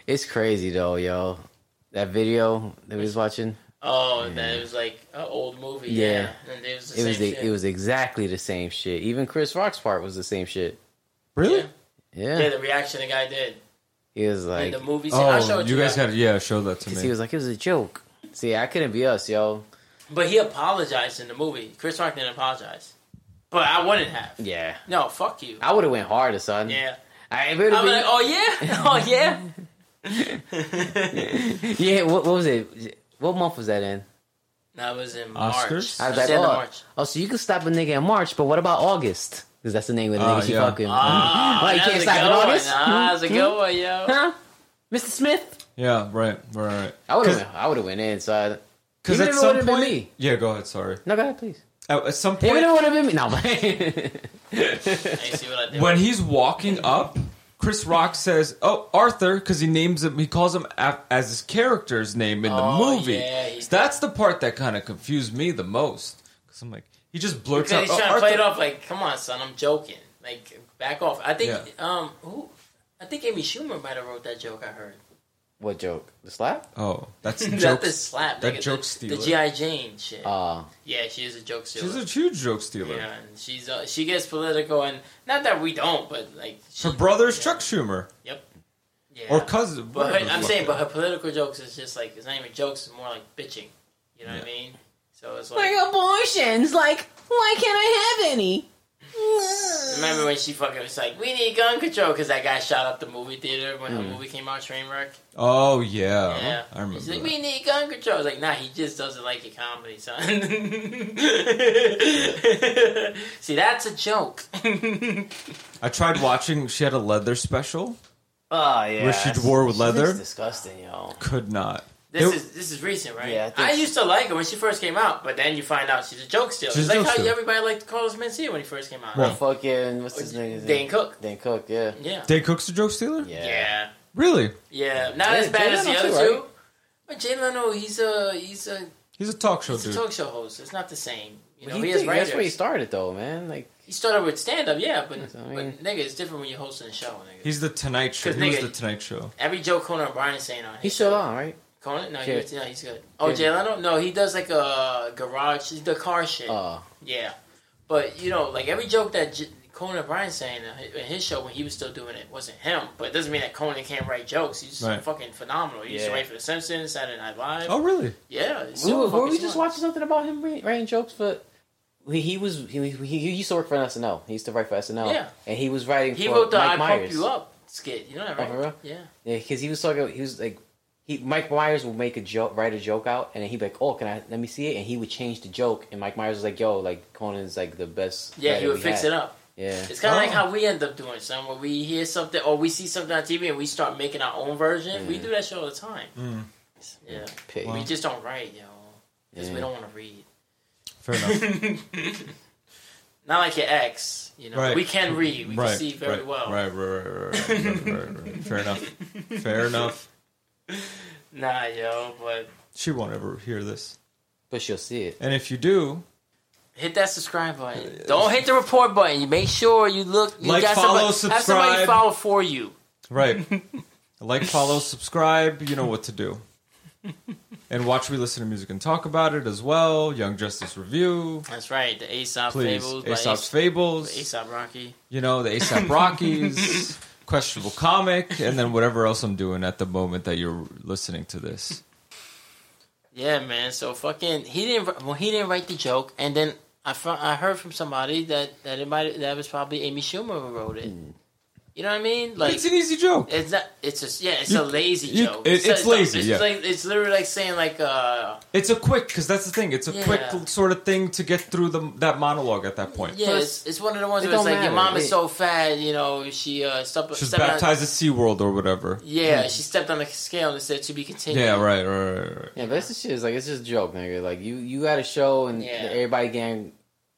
Speaker 2: it's crazy though, yo. That video that we was watching,
Speaker 1: oh, and then it was like an old movie.
Speaker 2: Yeah.
Speaker 1: Yeah, and it was the
Speaker 2: it
Speaker 1: same
Speaker 2: was the,
Speaker 1: shit.
Speaker 2: it was exactly the same shit. Even Chris Rock's part was the same shit.
Speaker 3: Really?
Speaker 1: Yeah. yeah,
Speaker 2: Yeah,
Speaker 1: the reaction the guy did
Speaker 2: he was
Speaker 1: in
Speaker 2: like,
Speaker 1: the movie. Scene. I'll show
Speaker 3: Oh,
Speaker 1: it
Speaker 3: you guys
Speaker 1: that.
Speaker 3: got to, yeah, show that to
Speaker 2: cause he
Speaker 3: me.
Speaker 2: was like, it was a joke. See, I couldn't be us, yo.
Speaker 1: But he apologized in the movie. Chris Rock didn't apologize, but I wouldn't have.
Speaker 2: Yeah,
Speaker 1: No, fuck you.
Speaker 2: I would have went harder, son.
Speaker 1: Yeah,
Speaker 2: I would have
Speaker 1: I'm
Speaker 2: been.
Speaker 1: like, oh yeah, oh yeah.
Speaker 2: yeah, what, what was it? What month was that in?
Speaker 1: That was in March.
Speaker 3: Oscars?
Speaker 2: I was
Speaker 1: It
Speaker 2: like,
Speaker 1: in
Speaker 2: oh,
Speaker 1: March.
Speaker 2: oh, so you can stop a nigga in March, but what about August? Because that's the name of the
Speaker 3: Ah,
Speaker 2: nigga she
Speaker 3: yeah.
Speaker 2: fucking.
Speaker 1: Ah,
Speaker 2: Why, you
Speaker 1: that's
Speaker 2: can't
Speaker 1: a
Speaker 2: stop Hmm? in
Speaker 1: good one.
Speaker 2: August?
Speaker 1: Nah, that's a good one, yo.
Speaker 2: Huh? Mr. Smith?
Speaker 3: Yeah, right, right, right.
Speaker 2: I would have. I would have went in. So I,
Speaker 3: Because
Speaker 2: Even
Speaker 3: at
Speaker 2: if it
Speaker 3: some
Speaker 2: would've been
Speaker 3: point.
Speaker 2: me.
Speaker 3: Yeah, go ahead, sorry.
Speaker 2: no, go ahead, please.
Speaker 3: At, at some
Speaker 2: Even
Speaker 3: point,
Speaker 2: though it would have been me. No, but
Speaker 1: Hey, see what I did?
Speaker 3: when he's walking up, Chris Rock says, "Oh, Arthur," because he names him. He calls him a- as his character's name in the
Speaker 1: Oh,
Speaker 3: movie.
Speaker 1: yeah, he-
Speaker 3: So that's the part that kind of confused me the most because I'm like, he just blurts
Speaker 1: Because he's
Speaker 3: out. "Oh,
Speaker 1: trying to play it
Speaker 3: Arthur."
Speaker 1: off like, come on, son, I'm joking. Like, back off. I think,
Speaker 3: Yeah.
Speaker 1: um, who? I think Amy Schumer might have wrote that joke. I heard
Speaker 2: what joke? The slap?
Speaker 3: Oh, that's the
Speaker 1: not
Speaker 3: joke.
Speaker 1: the slap.
Speaker 3: that
Speaker 1: nigga,
Speaker 3: joke
Speaker 1: the,
Speaker 3: stealer.
Speaker 1: The GI Jane shit.
Speaker 2: Uh,
Speaker 1: yeah, she is a joke stealer.
Speaker 3: She's a huge joke stealer.
Speaker 1: Yeah, and she's uh, she gets political, and not that we don't, but like she,
Speaker 3: Her brother is
Speaker 1: yeah,
Speaker 3: Chuck Schumer
Speaker 1: Yeah.
Speaker 3: or cousin.
Speaker 1: But
Speaker 3: whatever
Speaker 1: her,
Speaker 3: the
Speaker 1: I'm
Speaker 3: fuck
Speaker 1: saying,
Speaker 3: they are.
Speaker 1: but her political jokes is just like it's not even jokes; it's more like bitching. You know what I mean? So it's like,
Speaker 4: Like abortions. Like, why can't I have any?
Speaker 1: remember when she fucking was like, "We need gun control" because that guy shot up the movie theater when
Speaker 3: Mm.
Speaker 1: her movie came out, Trainwreck.
Speaker 3: oh yeah,
Speaker 1: yeah,
Speaker 3: I remember.
Speaker 1: She's like,
Speaker 3: that.
Speaker 1: "We need gun control." I was like, "Nah, he just doesn't like your comedy, son." See, that's a joke.
Speaker 3: I tried watching. She had a leather special.
Speaker 1: Ah,
Speaker 2: oh yeah.
Speaker 3: Where she
Speaker 2: that's-
Speaker 3: wore with
Speaker 2: she
Speaker 3: leather?
Speaker 2: looks disgusting, yo.
Speaker 3: Could not.
Speaker 1: This
Speaker 3: It-
Speaker 1: is this is recent, right?
Speaker 2: Yeah, I think
Speaker 1: I,
Speaker 2: so.
Speaker 1: used to like her when she first came out, but then you find out she's a joke stealer.
Speaker 3: She's
Speaker 1: It's
Speaker 3: a
Speaker 1: like
Speaker 3: joke
Speaker 1: how
Speaker 3: stealer.
Speaker 1: everybody liked Carlos Mencia when he first came out.
Speaker 2: Or
Speaker 3: Right.
Speaker 2: fucking what's his name?
Speaker 1: Dane Cook.
Speaker 2: Dane Cook. Yeah.
Speaker 1: Yeah.
Speaker 3: Dane Cook's a joke stealer.
Speaker 2: Yeah.
Speaker 1: Yeah.
Speaker 3: Really?
Speaker 1: Yeah. Not
Speaker 2: Yeah,
Speaker 1: as bad
Speaker 2: Jay
Speaker 1: as the
Speaker 2: Leno
Speaker 1: other
Speaker 2: too,
Speaker 1: two. But Jay Leno, he's a he's a
Speaker 3: He's a talk show
Speaker 1: he's a
Speaker 3: dude.
Speaker 1: talk show host. It's not the same. You
Speaker 2: But
Speaker 1: know,
Speaker 2: he
Speaker 1: he, has
Speaker 2: did- that's
Speaker 1: writers.
Speaker 2: where he started, though, man. Like,
Speaker 1: he started with stand up, yeah, but,
Speaker 2: That's what I mean.
Speaker 1: but nigga, it's different when you're hosting a show, nigga.
Speaker 3: He's the Tonight Show.
Speaker 1: 'Cause
Speaker 3: He was
Speaker 1: nigga-
Speaker 3: the Tonight Show.
Speaker 1: Every Joe Conan O'Brien saying on
Speaker 2: he's
Speaker 1: it.
Speaker 2: still on, right?
Speaker 1: Conan? No, he,
Speaker 2: Yeah.
Speaker 1: was- no, he's good. Oh,
Speaker 2: Yeah.
Speaker 1: Jay Leno? No, he does like a garage, the car shit.
Speaker 2: Uh,
Speaker 1: Yeah, but you know, like every joke that J- Conan O'Brien's saying in hi- in his show when he was still doing it wasn't him, but it doesn't mean that Conan can't write jokes. He's
Speaker 3: Right.
Speaker 1: fucking phenomenal. He used to
Speaker 2: Yeah.
Speaker 1: write for The Simpsons, Saturday Night Live.
Speaker 3: Oh, really?
Speaker 1: Yeah, he's
Speaker 2: we
Speaker 1: super
Speaker 2: were, were we
Speaker 1: fucking
Speaker 2: just
Speaker 1: smart.
Speaker 2: watching something about him wri- writing jokes for? He, he was he, he, he used to work for SNL. He used to write for SNL.
Speaker 1: Yeah.
Speaker 2: and he was writing.
Speaker 1: He
Speaker 2: for
Speaker 1: wrote the
Speaker 2: Mike
Speaker 1: "I
Speaker 2: Myers.
Speaker 1: Pump You Up" skit. You know that,
Speaker 2: Oh,
Speaker 1: right?
Speaker 2: for real?
Speaker 1: Yeah.
Speaker 2: Yeah, because he was talking. He was like, he Mike Myers would make a joke, write a joke out, and then he'd be like, "Oh, can I let me see it?" And he would change the joke, and Mike Myers was like, "Yo, like Conan's like the best."
Speaker 1: Yeah, he
Speaker 2: writer
Speaker 1: would
Speaker 2: we
Speaker 1: fix
Speaker 2: had."
Speaker 1: it up.
Speaker 2: Yeah,
Speaker 1: It's kind of like
Speaker 3: Oh.
Speaker 1: how we end up doing some where we hear something or we see something on TV and we start making our own version. We
Speaker 2: Mhm.
Speaker 1: do that shit all the time.
Speaker 3: Mm.
Speaker 1: Yeah,
Speaker 2: Pig.
Speaker 1: we just don't write, yo, because
Speaker 2: Yeah.
Speaker 1: we don't want to read.
Speaker 3: Fair enough.
Speaker 1: Not like your ex. You know,
Speaker 3: Right.
Speaker 1: we can read. We can see very
Speaker 3: right,
Speaker 1: well.
Speaker 3: Right, right, right, right, right, right, right, right. Fair enough. Fair enough.
Speaker 1: Nah, yo, but
Speaker 3: She won't ever hear this.
Speaker 2: But she'll see it.
Speaker 3: And if you do,
Speaker 1: hit that subscribe button. Don't hit the report button. You make sure you look. You
Speaker 3: Like,
Speaker 1: got
Speaker 3: follow,
Speaker 1: somebody, Have somebody
Speaker 3: subscribe.
Speaker 1: follow for you.
Speaker 3: right, like, follow, subscribe, you know what to do. And watch We Listen to Music and Talk About It as well. Young Justice Review.
Speaker 1: That's right. The Aesop
Speaker 3: Please.
Speaker 1: Fables. by
Speaker 3: Aesop's
Speaker 1: Aesop,
Speaker 3: Fables.
Speaker 1: Aesop Rocky.
Speaker 3: you know, the ASAP Rockies, questionable comic, and then whatever else I'm doing at the moment that you're listening to this.
Speaker 1: Yeah, man. So fucking he didn't. Well, he didn't write the joke, and then I fo- I heard from somebody that that it might that was probably Amy Schumer who wrote it.
Speaker 3: Hmm.
Speaker 1: You know what I mean? Like
Speaker 3: it's an easy joke.
Speaker 1: It's not. It's just yeah. It's a
Speaker 3: You-
Speaker 1: lazy
Speaker 3: you-
Speaker 1: joke.
Speaker 3: it-
Speaker 1: a-
Speaker 3: it's lazy,
Speaker 1: It's
Speaker 3: yeah.
Speaker 1: like it's literally like saying like uh
Speaker 3: It's a quick because that's the thing. It's a
Speaker 1: Yeah.
Speaker 3: quick sort of thing to get through the that monologue at that point.
Speaker 1: yeah. It's, it's one of the ones
Speaker 2: It
Speaker 1: where it's
Speaker 2: don't
Speaker 1: like your
Speaker 2: matter.
Speaker 1: mom is
Speaker 2: It-
Speaker 1: so fat. You know she uh stepped,
Speaker 3: She's
Speaker 1: stepped on-
Speaker 3: baptized at SeaWorld or whatever.
Speaker 1: yeah, she stepped on the scale and said to be continued.
Speaker 3: Yeah, right, right, right, right.
Speaker 2: Yeah, but it's the shit. It's like it's just a joke, nigga. Like you, you got a show and
Speaker 1: Yeah.
Speaker 2: everybody getting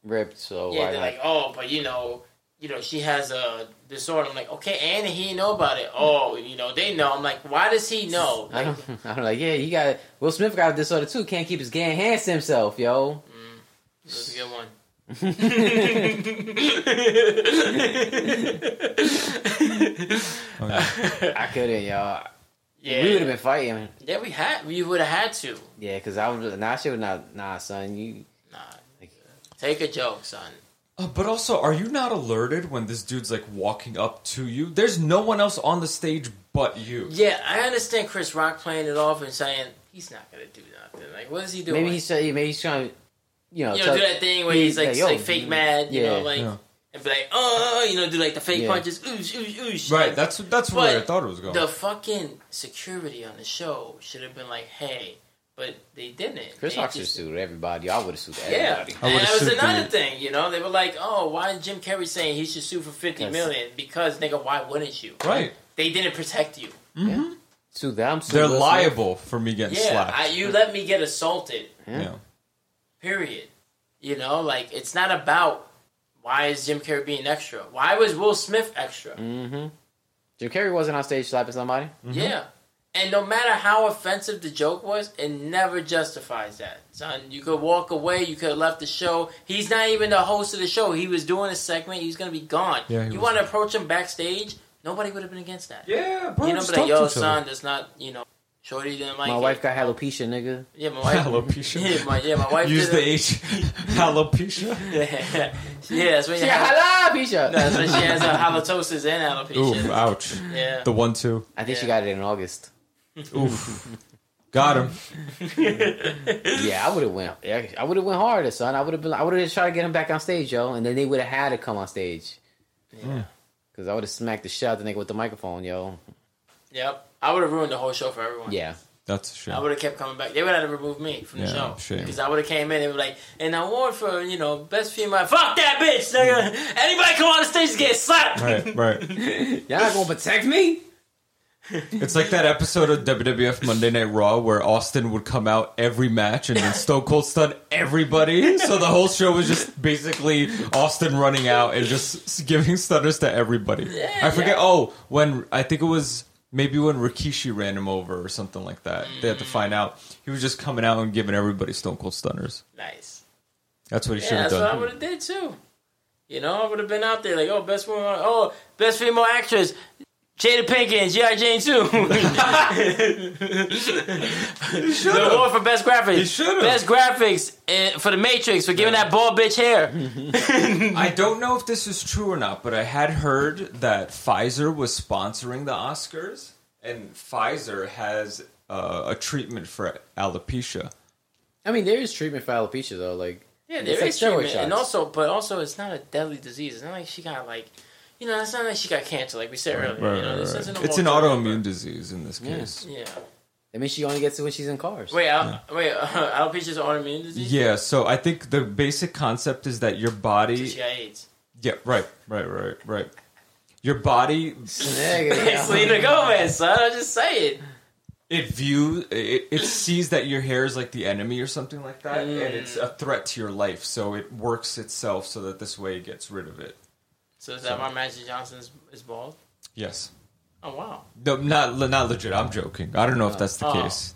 Speaker 2: ripped. So
Speaker 1: Yeah,
Speaker 2: why
Speaker 1: they're
Speaker 2: not?
Speaker 1: like oh, but you know. You know, she has a disorder. I'm like, okay, and he didn't know about it. Oh, you know, they know. I'm like, why does he know?
Speaker 2: I don't. I don't like. Yeah, he got Will Smith got a disorder too. Can't keep his gang hands to himself, yo.
Speaker 1: That's a good one.
Speaker 3: Oh, yeah.
Speaker 2: I couldn't, y'all.
Speaker 1: yeah,
Speaker 2: We would have been fighting.
Speaker 1: yeah, we had, we would have had to.
Speaker 2: Yeah, because I was nah, shit was not nah, son. You
Speaker 1: Nah, take a joke, son.
Speaker 3: Uh, but also, are you not alerted when this dude's like walking up to you? There's no one else on the stage but you.
Speaker 1: Yeah, I understand Chris Rock playing it off and saying he's not gonna do nothing. Like, what is he doing?
Speaker 2: maybe he's trying. Maybe he's trying. You know,
Speaker 1: you know
Speaker 2: tell-
Speaker 1: do that thing where
Speaker 2: he-
Speaker 1: he's like,
Speaker 2: yeah, yo,
Speaker 1: like fake mad, you know,
Speaker 2: yeah,
Speaker 1: like
Speaker 3: yeah.
Speaker 1: and be like, oh, you know, do like the fake
Speaker 2: Yeah.
Speaker 1: punches, oosh, oosh, oosh.
Speaker 3: Right. That's that's where I
Speaker 1: But
Speaker 3: thought it was going.
Speaker 1: the fucking security on the show should have been like, hey, but they didn't.
Speaker 2: Chris
Speaker 1: They
Speaker 2: Rock should
Speaker 1: just-
Speaker 2: sued everybody. I would have sued
Speaker 1: Yeah,
Speaker 2: everybody.
Speaker 3: I
Speaker 1: and
Speaker 3: would've
Speaker 1: that was
Speaker 3: sued
Speaker 1: another
Speaker 3: the-
Speaker 1: thing. You know, they were like, "Oh, why is Jim Carrey saying he should sue for fifty
Speaker 2: Yes.
Speaker 1: million? Because nigga, why wouldn't you?
Speaker 3: right. Mm-hmm.
Speaker 1: They didn't protect you.
Speaker 2: Sue them. Sue
Speaker 3: They're
Speaker 2: Will Smith.
Speaker 3: liable for me getting
Speaker 1: Yeah,
Speaker 3: slapped.
Speaker 1: I, you let me get assaulted.
Speaker 2: Yeah.
Speaker 3: yeah.
Speaker 1: Period. You know, like it's not about why is Jim Carrey being extra? Why was Will Smith extra?
Speaker 2: Mm-hmm. Jim Carrey wasn't on stage slapping somebody.
Speaker 3: Mm-hmm.
Speaker 1: Yeah. And no matter how offensive the joke was, it never justifies that. Son, you could walk away, you could have left the show. He's not even the host of the show. He was doing a segment, he was gonna be gone.
Speaker 3: Yeah, he
Speaker 1: you
Speaker 3: was.
Speaker 1: wanna approach him backstage? Nobody would have been against that.
Speaker 3: Yeah, bro.
Speaker 1: you know,
Speaker 3: just
Speaker 1: but like,
Speaker 3: talk to
Speaker 1: yo,
Speaker 3: each other.
Speaker 1: son, that's not you know, Shorty didn't like
Speaker 2: My
Speaker 1: it.
Speaker 2: wife got alopecia, nigga.
Speaker 1: Yeah, my wife
Speaker 3: Alopecia.
Speaker 1: Yeah, my yeah, my wife
Speaker 3: Use the
Speaker 1: didn't-
Speaker 3: H. Alopecia.
Speaker 1: yeah, that's when you have-
Speaker 2: Yeah, alopecia.
Speaker 1: That's when she has a halitosis and alopecia.
Speaker 3: Ooh, ouch.
Speaker 1: Yeah.
Speaker 3: The one two.
Speaker 2: I think she
Speaker 1: Yeah.
Speaker 2: got it in August.
Speaker 3: Oof. Got him.
Speaker 2: Yeah, I would have went. yeah, I would have went harder, son. I would have been. I would have tried to get him back on stage, yo, and then they would have had to come on stage. Hmm.
Speaker 1: Yeah.
Speaker 2: Cause I would have smacked the shit out of the nigga with the microphone, yo.
Speaker 1: yep. I would have ruined the whole show for everyone.
Speaker 2: Yeah,
Speaker 3: That's a shame.
Speaker 1: I would have kept coming back. They would have removed me from the
Speaker 3: Yeah,
Speaker 1: show
Speaker 3: shame.
Speaker 1: because I would have came in and were like, "An award for you know best female." Fuck that bitch, nigga. Anybody come on the stage and get slapped.
Speaker 3: Mm. Right, right.
Speaker 2: y'all not gonna protect me.
Speaker 3: It's like that episode of WWF Monday Night Raw where Austin would come out every match and then Stone Cold stun everybody. So the whole show was just basically Austin running out and just s- giving stutters to everybody. I forget. Oh, when I think it was maybe when Rikishi ran him over or something like that. They had to find out. He was just coming out and giving everybody Stone Cold stunners.
Speaker 1: Nice.
Speaker 3: That's what he should
Speaker 1: Yeah,
Speaker 3: have
Speaker 1: that's what I
Speaker 3: done.
Speaker 1: would have did too. You know, I would have been out there like, "Oh, best woman, oh, best female actress." Jada Pinkett and G.I. Jane too. the award for best graphics.
Speaker 3: He should've.
Speaker 1: Best graphics eh, for The Matrix for giving that bald bitch hair.
Speaker 3: I don't know if this is true or not, but I had heard that Pfizer was sponsoring the Oscars, and Pfizer has uh, a treatment for alopecia.
Speaker 2: I mean, there is treatment for alopecia though. Like,
Speaker 1: Yeah,
Speaker 2: It's
Speaker 1: there
Speaker 2: like
Speaker 1: is
Speaker 2: steroid
Speaker 1: treatment, and
Speaker 2: shots.
Speaker 1: also, but also, it's not a deadly disease. It's not like she got like, you know, it's not like she got cancer, like we said earlier. you know, this isn't a
Speaker 3: It's an
Speaker 1: walk-in
Speaker 3: autoimmune disease in this case.
Speaker 1: Yeah.
Speaker 2: I mean, she only gets it when she's in cars.
Speaker 1: Wait, al- wait, uh, alopecia's an autoimmune disease.
Speaker 3: Yeah, so I think the basic concept is that your
Speaker 1: So
Speaker 3: body.
Speaker 1: she got AIDS.
Speaker 3: Yeah, right, right, right, right. Your body
Speaker 2: Nigga, yo.
Speaker 1: Selena Gomez, son. I'm just saying.
Speaker 3: it views it, it sees that your hair is like the enemy or something like that and it's
Speaker 1: Mm.
Speaker 3: a threat to your life so it works itself so that this way it gets rid of it
Speaker 1: So is that why Magic Johnson is, is bald?
Speaker 3: yes
Speaker 1: Oh wow.
Speaker 3: no not le- not legit i'm joking i don't know if that's the
Speaker 1: Oh.
Speaker 3: case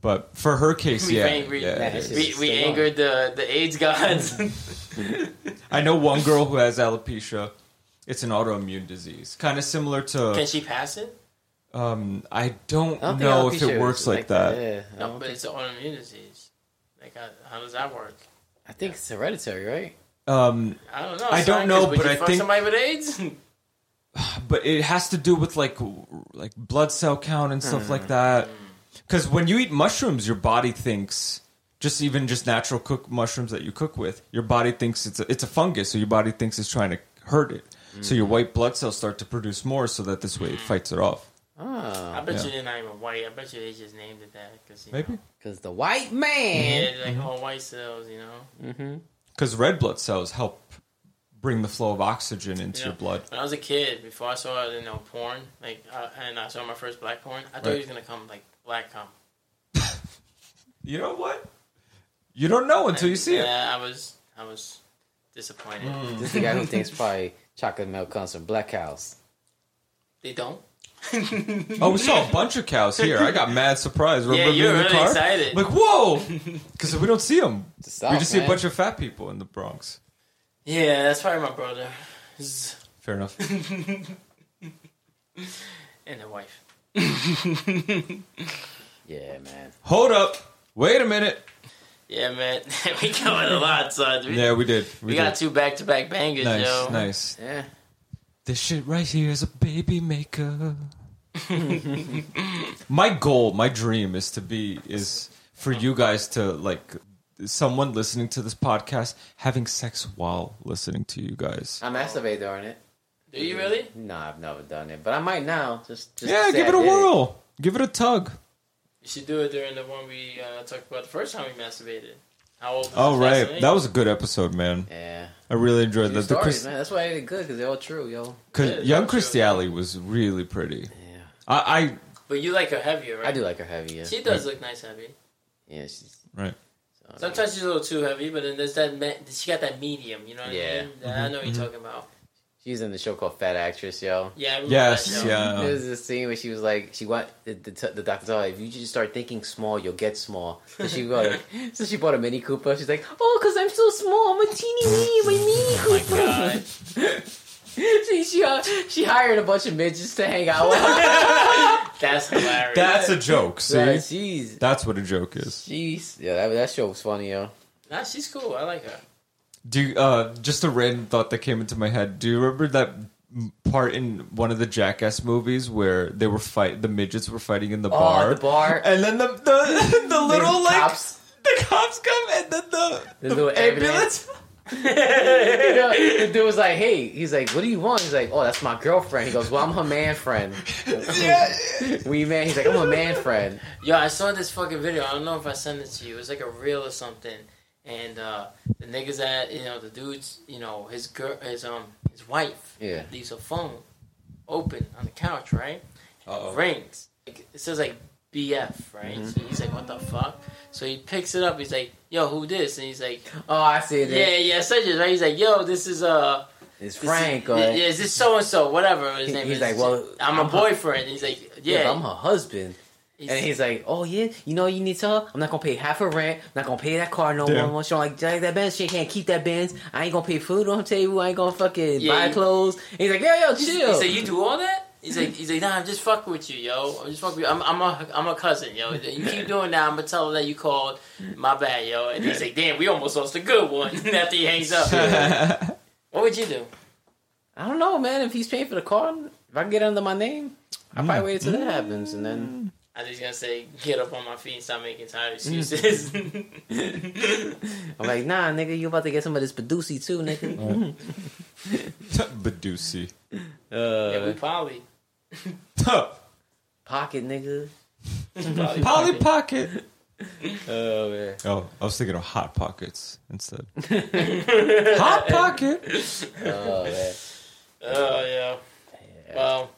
Speaker 3: but for her case
Speaker 1: We
Speaker 3: yeah,
Speaker 1: ain't re-
Speaker 3: yeah,
Speaker 2: That
Speaker 3: it
Speaker 2: is
Speaker 3: is.
Speaker 1: We, we
Speaker 2: Stallone.
Speaker 1: angered the the AIDS gods.
Speaker 3: i know one girl who has alopecia it's an autoimmune disease kind of similar
Speaker 1: Can
Speaker 3: to
Speaker 1: she pass it?
Speaker 3: um i don't,
Speaker 2: I don't think
Speaker 3: know if
Speaker 2: alopecia
Speaker 3: it
Speaker 2: is
Speaker 3: works like, that,
Speaker 2: Yeah. I,
Speaker 1: No,
Speaker 2: don't
Speaker 1: but
Speaker 2: think-
Speaker 1: it's an autoimmune disease. Like how, how does that work?
Speaker 2: I think it's hereditary, right?
Speaker 3: um
Speaker 1: I don't know.
Speaker 3: I
Speaker 1: son,
Speaker 3: don't know,
Speaker 1: 'cause would
Speaker 3: but
Speaker 1: you
Speaker 3: I
Speaker 1: fuck
Speaker 3: think-
Speaker 1: somebody with AIDS.
Speaker 3: but it has to do with like w- like blood cell count and stuff
Speaker 1: Hmm.
Speaker 3: like that. Because when you eat mushrooms, your body thinks just even just natural cook mushrooms that you cook with, your body thinks it's a, it's a fungus, so your body thinks it's trying to hurt it. So
Speaker 1: Hmm.
Speaker 3: your white blood cells start to produce more, so that this way it fights it off.
Speaker 1: I
Speaker 2: Oh,
Speaker 1: bet
Speaker 3: Yeah.
Speaker 1: you they're not even white. I bet you they just named it that because
Speaker 3: Maybe
Speaker 2: because the white man. Mm-hmm.
Speaker 1: Yeah, mm-hmm. like all white cells, you know.
Speaker 3: because red blood cells help bring the flow of oxygen into
Speaker 1: Yeah.
Speaker 3: your blood.
Speaker 1: When I was a kid, before I saw you know porn, like uh, and I saw my first black porn, I thought
Speaker 3: Right.
Speaker 1: he was gonna come like black cum.
Speaker 3: You know what? You don't know until you see it. Mm.
Speaker 1: Yeah, I was I was disappointed.
Speaker 2: This is the guy who thinks probably chocolate milk comes from Black House.
Speaker 1: They don't.
Speaker 3: Oh, we saw a bunch of cows here. I got mad surprised.
Speaker 1: Yeah,
Speaker 3: Remember
Speaker 1: you were
Speaker 3: being in the
Speaker 1: really
Speaker 3: car?
Speaker 1: excited.
Speaker 3: Like, whoa! Because we don't see them.
Speaker 2: The South,
Speaker 3: we just see a
Speaker 2: man.
Speaker 3: bunch of fat people in the Bronx.
Speaker 1: Yeah, that's probably my brother Z-
Speaker 3: Fair enough.
Speaker 1: and the wife.
Speaker 2: Yeah, man.
Speaker 3: Hold up. Wait a minute.
Speaker 1: Yeah, man, we covered a lot, son. We,
Speaker 3: Yeah, we did. We,
Speaker 1: we
Speaker 3: did.
Speaker 1: got two back to back bangers,
Speaker 3: nice,
Speaker 1: yo.
Speaker 3: nice.
Speaker 2: Yeah.
Speaker 3: This shit right here is a baby maker. my goal, my dream is to be is for you guys to like someone listening to this podcast having sex while listening to you guys.
Speaker 2: I masturbate during it.
Speaker 1: Do you really?
Speaker 2: No, I've never done it, but I might now. Just, just
Speaker 3: Yeah,
Speaker 2: to say
Speaker 3: give
Speaker 2: I
Speaker 3: it a
Speaker 2: did
Speaker 3: whirl. Give it a tug.
Speaker 1: You should do it during the one we uh, talked about the first time we masturbated. How old? Was
Speaker 3: Oh
Speaker 1: the
Speaker 3: right,
Speaker 1: fascination?
Speaker 3: that was a good episode, man.
Speaker 2: Yeah,
Speaker 3: I really enjoyed
Speaker 2: True
Speaker 3: that. The
Speaker 2: stories,
Speaker 3: Chris,
Speaker 2: man. That's why they did good because they're all true, yo.
Speaker 3: Chris,
Speaker 1: Yeah,
Speaker 3: young
Speaker 1: that's true.
Speaker 3: Christy Alley was really pretty.
Speaker 2: Yeah,
Speaker 3: I,
Speaker 1: But you like her heavier, right?
Speaker 2: I do like her heavy. Yeah,
Speaker 1: She does look nice heavy.
Speaker 2: yeah, she's
Speaker 3: I right.
Speaker 1: Sometimes she's a little too heavy, but then there's that me- she got that medium. You know what I
Speaker 2: Yeah. Mm-hmm.
Speaker 1: mean? I know what you're talking about.
Speaker 2: she's in the show called Fat Actress, yo.
Speaker 1: Yeah. I remember
Speaker 3: Yes,
Speaker 1: that, yo.
Speaker 3: yeah.
Speaker 2: There's this scene where she was like, she went, the, the, t- the doctor told her, if you just start thinking small, you'll get small. So she bought a, so she bought a Mini Cooper. She's like, oh, because I'm so small. I'm a teeny weeny, my Mini Cooper.
Speaker 1: God.
Speaker 2: she, she, uh, she hired a bunch of midgets to hang out with her.
Speaker 1: That's hilarious.
Speaker 3: That's a joke. See,
Speaker 2: Like, Jeez.
Speaker 3: that's what a joke is.
Speaker 2: Jeez. Yeah, that, that show was funny, yo.
Speaker 1: nah, she's cool. I like her.
Speaker 3: Do you, uh, just a random thought that came into my head. Do you remember that m- part in one of the Jackass movies where they were fight the midgets were fighting in the
Speaker 2: Oh,
Speaker 3: bar,
Speaker 2: the bar.
Speaker 3: and then the the, the little like
Speaker 2: cops.
Speaker 3: the cops come and then the
Speaker 2: The little ambulance. You know, the dude was like, hey, he's like, what do you want? He's like, oh, that's my girlfriend. He goes, well, I'm her man friend.
Speaker 3: yeah.
Speaker 2: We man. He's like, I'm a man friend.
Speaker 1: Yo, I saw this fucking video. I don't know if I sent it to you. It was like a reel or something. And uh, the niggas that you know, the dudes, you know, his girl, his um, his wife
Speaker 2: Yeah.
Speaker 1: leaves her phone open on the couch, right?
Speaker 3: Uh-oh.
Speaker 1: Rings. Like, it says like BF, right?
Speaker 2: Mm-hmm.
Speaker 1: So he's like, what the fuck? So he picks it up. He's like, yo, who this? And he's like,
Speaker 2: Oh, I see
Speaker 1: yeah,
Speaker 2: this.
Speaker 1: yeah, such as right. He's like, yo, this is uh,
Speaker 2: It's
Speaker 1: this
Speaker 2: Frank.
Speaker 1: Is,
Speaker 2: or,
Speaker 1: yeah, is this so and so? Whatever his
Speaker 2: He-
Speaker 1: name
Speaker 2: he's
Speaker 1: is.
Speaker 2: like, well,
Speaker 1: I'm, a
Speaker 2: I'm her-
Speaker 1: boyfriend. He's like,
Speaker 2: yeah,
Speaker 1: yeah,
Speaker 2: but I'm her husband.
Speaker 1: He's-
Speaker 2: And he's like, oh yeah, you know what you need to her? I'm not gonna pay half her rent. I'm not gonna pay that car no
Speaker 3: Yeah.
Speaker 2: more. She don't like, she like that Benz. She can't keep that Benz. I ain't gonna pay food on the table. I ain't gonna fucking
Speaker 1: Yeah,
Speaker 2: buy
Speaker 1: you-
Speaker 2: clothes. And he's like, yo, yo,
Speaker 1: He's-
Speaker 2: chill.
Speaker 1: He said, "You do all that?" He's like, "He's like, nah, I'm just fucking with you, yo. I'm just fucking. With you. I'm, I'm a, I'm a cousin, yo. You keep doing that, I'm gonna tell her that you called. My bad, yo." And he's like, "Damn, we almost lost a good one." After he hangs up, what would you do?
Speaker 2: I don't know, man. If he's paying for the car, if I can get under my name, I probably wait until that happens, and then
Speaker 1: I'm just gonna say, "Get up on my feet and stop making tired excuses."
Speaker 2: I'm like, nah, nigga, you about to get some of this Bedusi too, nigga.
Speaker 3: Badusi.
Speaker 1: yeah, we
Speaker 2: Uh,
Speaker 1: probably,
Speaker 2: pocket, nigga.
Speaker 1: probably,
Speaker 3: Polly Pocket.
Speaker 2: Oh man.
Speaker 3: Oh, I was thinking of Hot Pockets instead. hot Pocket.
Speaker 2: Oh man.
Speaker 1: Oh yeah.
Speaker 2: Yeah.
Speaker 1: Well,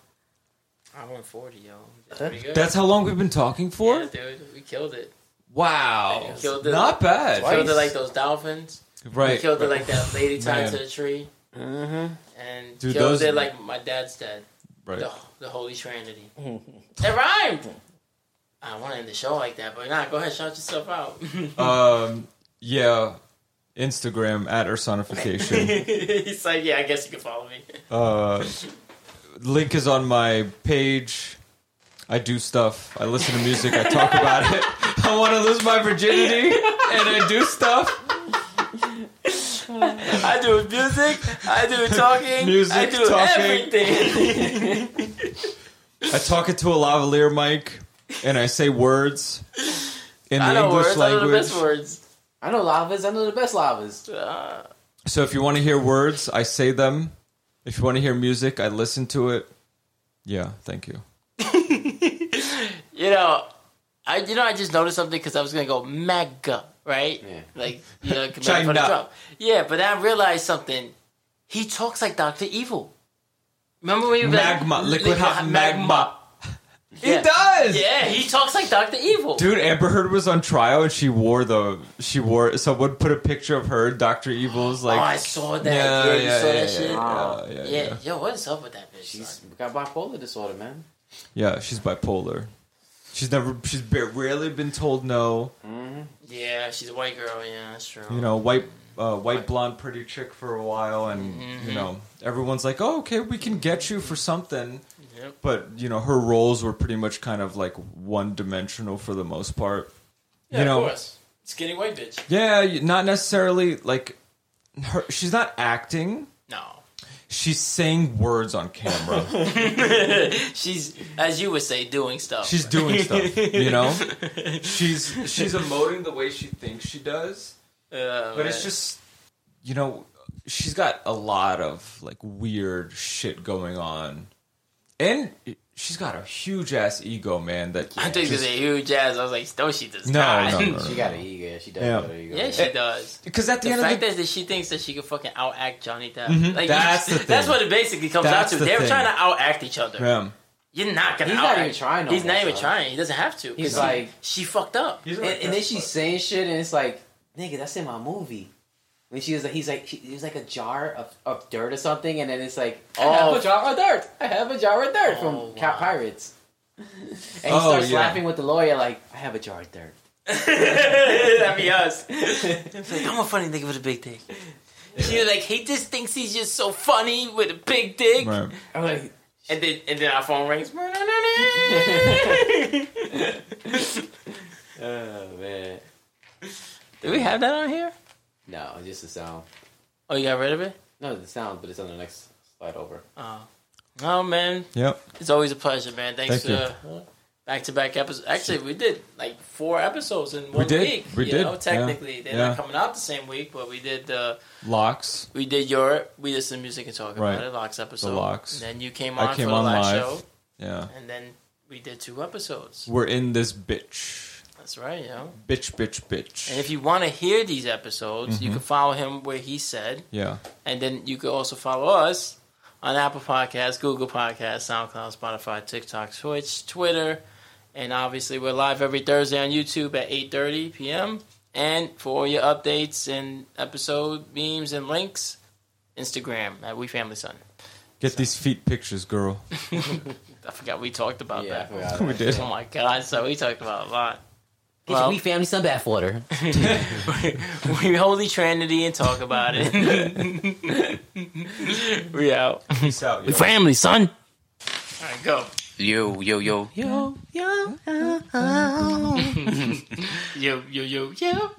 Speaker 1: I'm 140, yo. That's pretty good.
Speaker 3: That's how long we've been talking for.
Speaker 1: Yeah, dude, we killed it.
Speaker 3: Wow,
Speaker 1: Yeah, killed it.
Speaker 3: not bad.
Speaker 2: Twice.
Speaker 1: Killed it like those dolphins. We
Speaker 3: Right,
Speaker 1: killed it like that lady tied to
Speaker 3: Man.
Speaker 1: the tree.
Speaker 2: Mm-hmm.
Speaker 1: And
Speaker 3: Dude,
Speaker 1: killed
Speaker 3: those-
Speaker 1: it like my dad's dad.
Speaker 3: right.
Speaker 1: The, the Holy Trinity. it rhymed! I don't want to end the show like that, but nah, go ahead, shout yourself out.
Speaker 3: Um, yeah, Instagram at Ursonification.
Speaker 1: He's like, yeah, I guess you can follow me.
Speaker 3: uh, link is on my page. I do stuff. I listen to music. I talk about it. I want to lose my virginity, and I do stuff.
Speaker 1: I do music, I do talking,
Speaker 3: Music,
Speaker 1: I do
Speaker 3: talking.
Speaker 1: everything.
Speaker 3: I talk it to a lavalier mic, and I say words in the
Speaker 1: I know
Speaker 3: English
Speaker 1: words, I know the
Speaker 3: language.
Speaker 1: best words.
Speaker 2: I know lavas. I know the best lavas.
Speaker 1: Uh,
Speaker 3: So if you want to hear words, I say them. If you want to hear music, I listen to it. Yeah, thank you.
Speaker 1: you know, I you know I just noticed something because I was gonna go mega right,
Speaker 2: Yeah.
Speaker 1: like you know, coming
Speaker 3: China.
Speaker 1: from Trump. Yeah, but then I realized something. He talks like Doctor Evil. Remember when you
Speaker 3: Magma,
Speaker 1: like,
Speaker 3: liquid hot magma.
Speaker 1: Yeah.
Speaker 3: He does.
Speaker 1: Yeah, he talks like Doctor Evil.
Speaker 3: Dude, Amber Heard was on trial and she wore the she wore someone put a picture of her Dr. Evil's like
Speaker 1: oh, I saw that.
Speaker 3: Yeah,
Speaker 1: Yeah, you
Speaker 3: yeah,
Speaker 1: saw
Speaker 3: yeah,
Speaker 1: that shit. Yeah,
Speaker 3: yeah, yeah, yeah, yeah.
Speaker 1: yo, what is up with that bitch?
Speaker 2: She's
Speaker 1: She's,
Speaker 2: got bipolar disorder, man.
Speaker 3: Yeah, she's bipolar. She's never she's ba- rarely been told no.
Speaker 2: Mm-hmm.
Speaker 1: yeah, she's a white girl. Yeah, that's true.
Speaker 3: You know, white uh, white blonde pretty chick for a while and you know, everyone's like, "Oh, okay, we can get you for something."
Speaker 1: Yep.
Speaker 3: But, you know, her roles were pretty much kind of like one-dimensional for the most part.
Speaker 1: yeah,
Speaker 3: you know,
Speaker 1: of course. Skinny white bitch.
Speaker 3: Yeah, you- not necessarily like her she's not acting.
Speaker 1: No.
Speaker 3: She's saying words on camera.
Speaker 1: She's, as you would say, doing stuff.
Speaker 3: She's doing stuff, you know. She's she's emoting the way she thinks she does,
Speaker 1: Uh,
Speaker 3: but it's just you know she's got a lot of like weird shit going on, and she's got a huge ass ego, man. That
Speaker 1: I think it's a huge ass. I was like, no, she does
Speaker 3: No,
Speaker 1: not.
Speaker 3: no, no.
Speaker 2: She got an ego. Yeah, she does
Speaker 3: Yeah.
Speaker 2: got an ego.
Speaker 1: yeah, she does.
Speaker 3: because at the,
Speaker 1: The
Speaker 3: end of
Speaker 1: fact
Speaker 3: the
Speaker 1: is that she thinks that she can fucking outact Johnny Depp. Like,
Speaker 3: Mm-hmm. That's the
Speaker 1: that's
Speaker 3: thing.
Speaker 1: what it basically comes
Speaker 3: That's
Speaker 1: down
Speaker 3: the
Speaker 1: to. They were
Speaker 3: thing.
Speaker 1: trying to outact each other.
Speaker 3: yeah,
Speaker 1: You're not gonna.
Speaker 2: He's not
Speaker 1: outact-
Speaker 2: even trying no
Speaker 1: He's not
Speaker 2: more,
Speaker 1: even
Speaker 2: son.
Speaker 1: trying. He doesn't have to. 'cause
Speaker 2: He's
Speaker 1: she-
Speaker 2: like-
Speaker 1: she fucked up.
Speaker 3: He's
Speaker 2: And, and then she's saying shit, and it's like, nigga, that's in my movie. When she was like, he's like, she, it was like a jar of, of dirt or something, and then it's like, I have
Speaker 1: Oh.
Speaker 2: a jar of dirt. I have a jar of dirt from
Speaker 1: Oh,
Speaker 2: Cat
Speaker 1: wow.
Speaker 2: Pirates. And he
Speaker 3: Oh,
Speaker 2: starts
Speaker 3: yeah.
Speaker 2: laughing with the lawyer, like, I have a jar of dirt.
Speaker 1: That'd be us. It's like, I'm a funny nigga with a big dick. She was like, he just thinks he's just so funny with a big dick.
Speaker 3: right.
Speaker 2: I'm like,
Speaker 1: And then and then our phone rings.
Speaker 2: oh man,
Speaker 1: Do we have that on here?
Speaker 2: no, just the sound.
Speaker 1: Oh, you got rid of it?
Speaker 2: No, the sound, but it's on the next slide over.
Speaker 1: Oh. Oh man,
Speaker 3: Yep.
Speaker 1: it's always a pleasure, man. Thanks
Speaker 3: Thank
Speaker 1: for back to back episodes. Actually, we did like four episodes in one
Speaker 3: did.
Speaker 1: week.
Speaker 3: We
Speaker 1: you
Speaker 3: did.
Speaker 1: Know,
Speaker 3: Yeah.
Speaker 1: technically, they're
Speaker 3: Yeah.
Speaker 1: not coming out the same week, but we did. Uh,
Speaker 3: Locks.
Speaker 1: we did Europe. We did some music and talk
Speaker 3: Right.
Speaker 1: about it. Locks episode.
Speaker 3: Locks.
Speaker 1: And then you came
Speaker 3: I
Speaker 1: on
Speaker 3: came
Speaker 1: for the
Speaker 3: on
Speaker 1: last
Speaker 3: live.
Speaker 1: show,
Speaker 3: Yeah,
Speaker 1: and then we did two episodes.
Speaker 3: we're in this bitch,
Speaker 1: That's right, you know.
Speaker 3: bitch, bitch, bitch.
Speaker 1: And if you want to hear these episodes,
Speaker 3: Mm-hmm.
Speaker 1: you can follow him where he said.
Speaker 3: yeah,
Speaker 1: And then you can also follow us on Apple Podcasts, Google Podcasts, SoundCloud, Spotify, TikTok, Twitch, Twitter. And obviously we're live every Thursday on YouTube at 8.30 p.m. And for all your updates and episode memes and links, Instagram at We Family Son.
Speaker 3: get these feet pictures, girl.
Speaker 1: I forgot we talked about
Speaker 2: yeah, I
Speaker 1: that.
Speaker 2: forgot.
Speaker 3: we did.
Speaker 1: Oh my god, so we talked about a lot.
Speaker 2: Get your
Speaker 1: Well-
Speaker 2: wee family some bath water.
Speaker 1: we holy trinity and talk about it. we out.
Speaker 3: Peace out. yo.
Speaker 1: Family, son. All right, go.
Speaker 2: Yo, yo, yo, yo, yo. oh,
Speaker 1: uh-huh.
Speaker 2: oh.
Speaker 1: Yo, yo, yo, yo.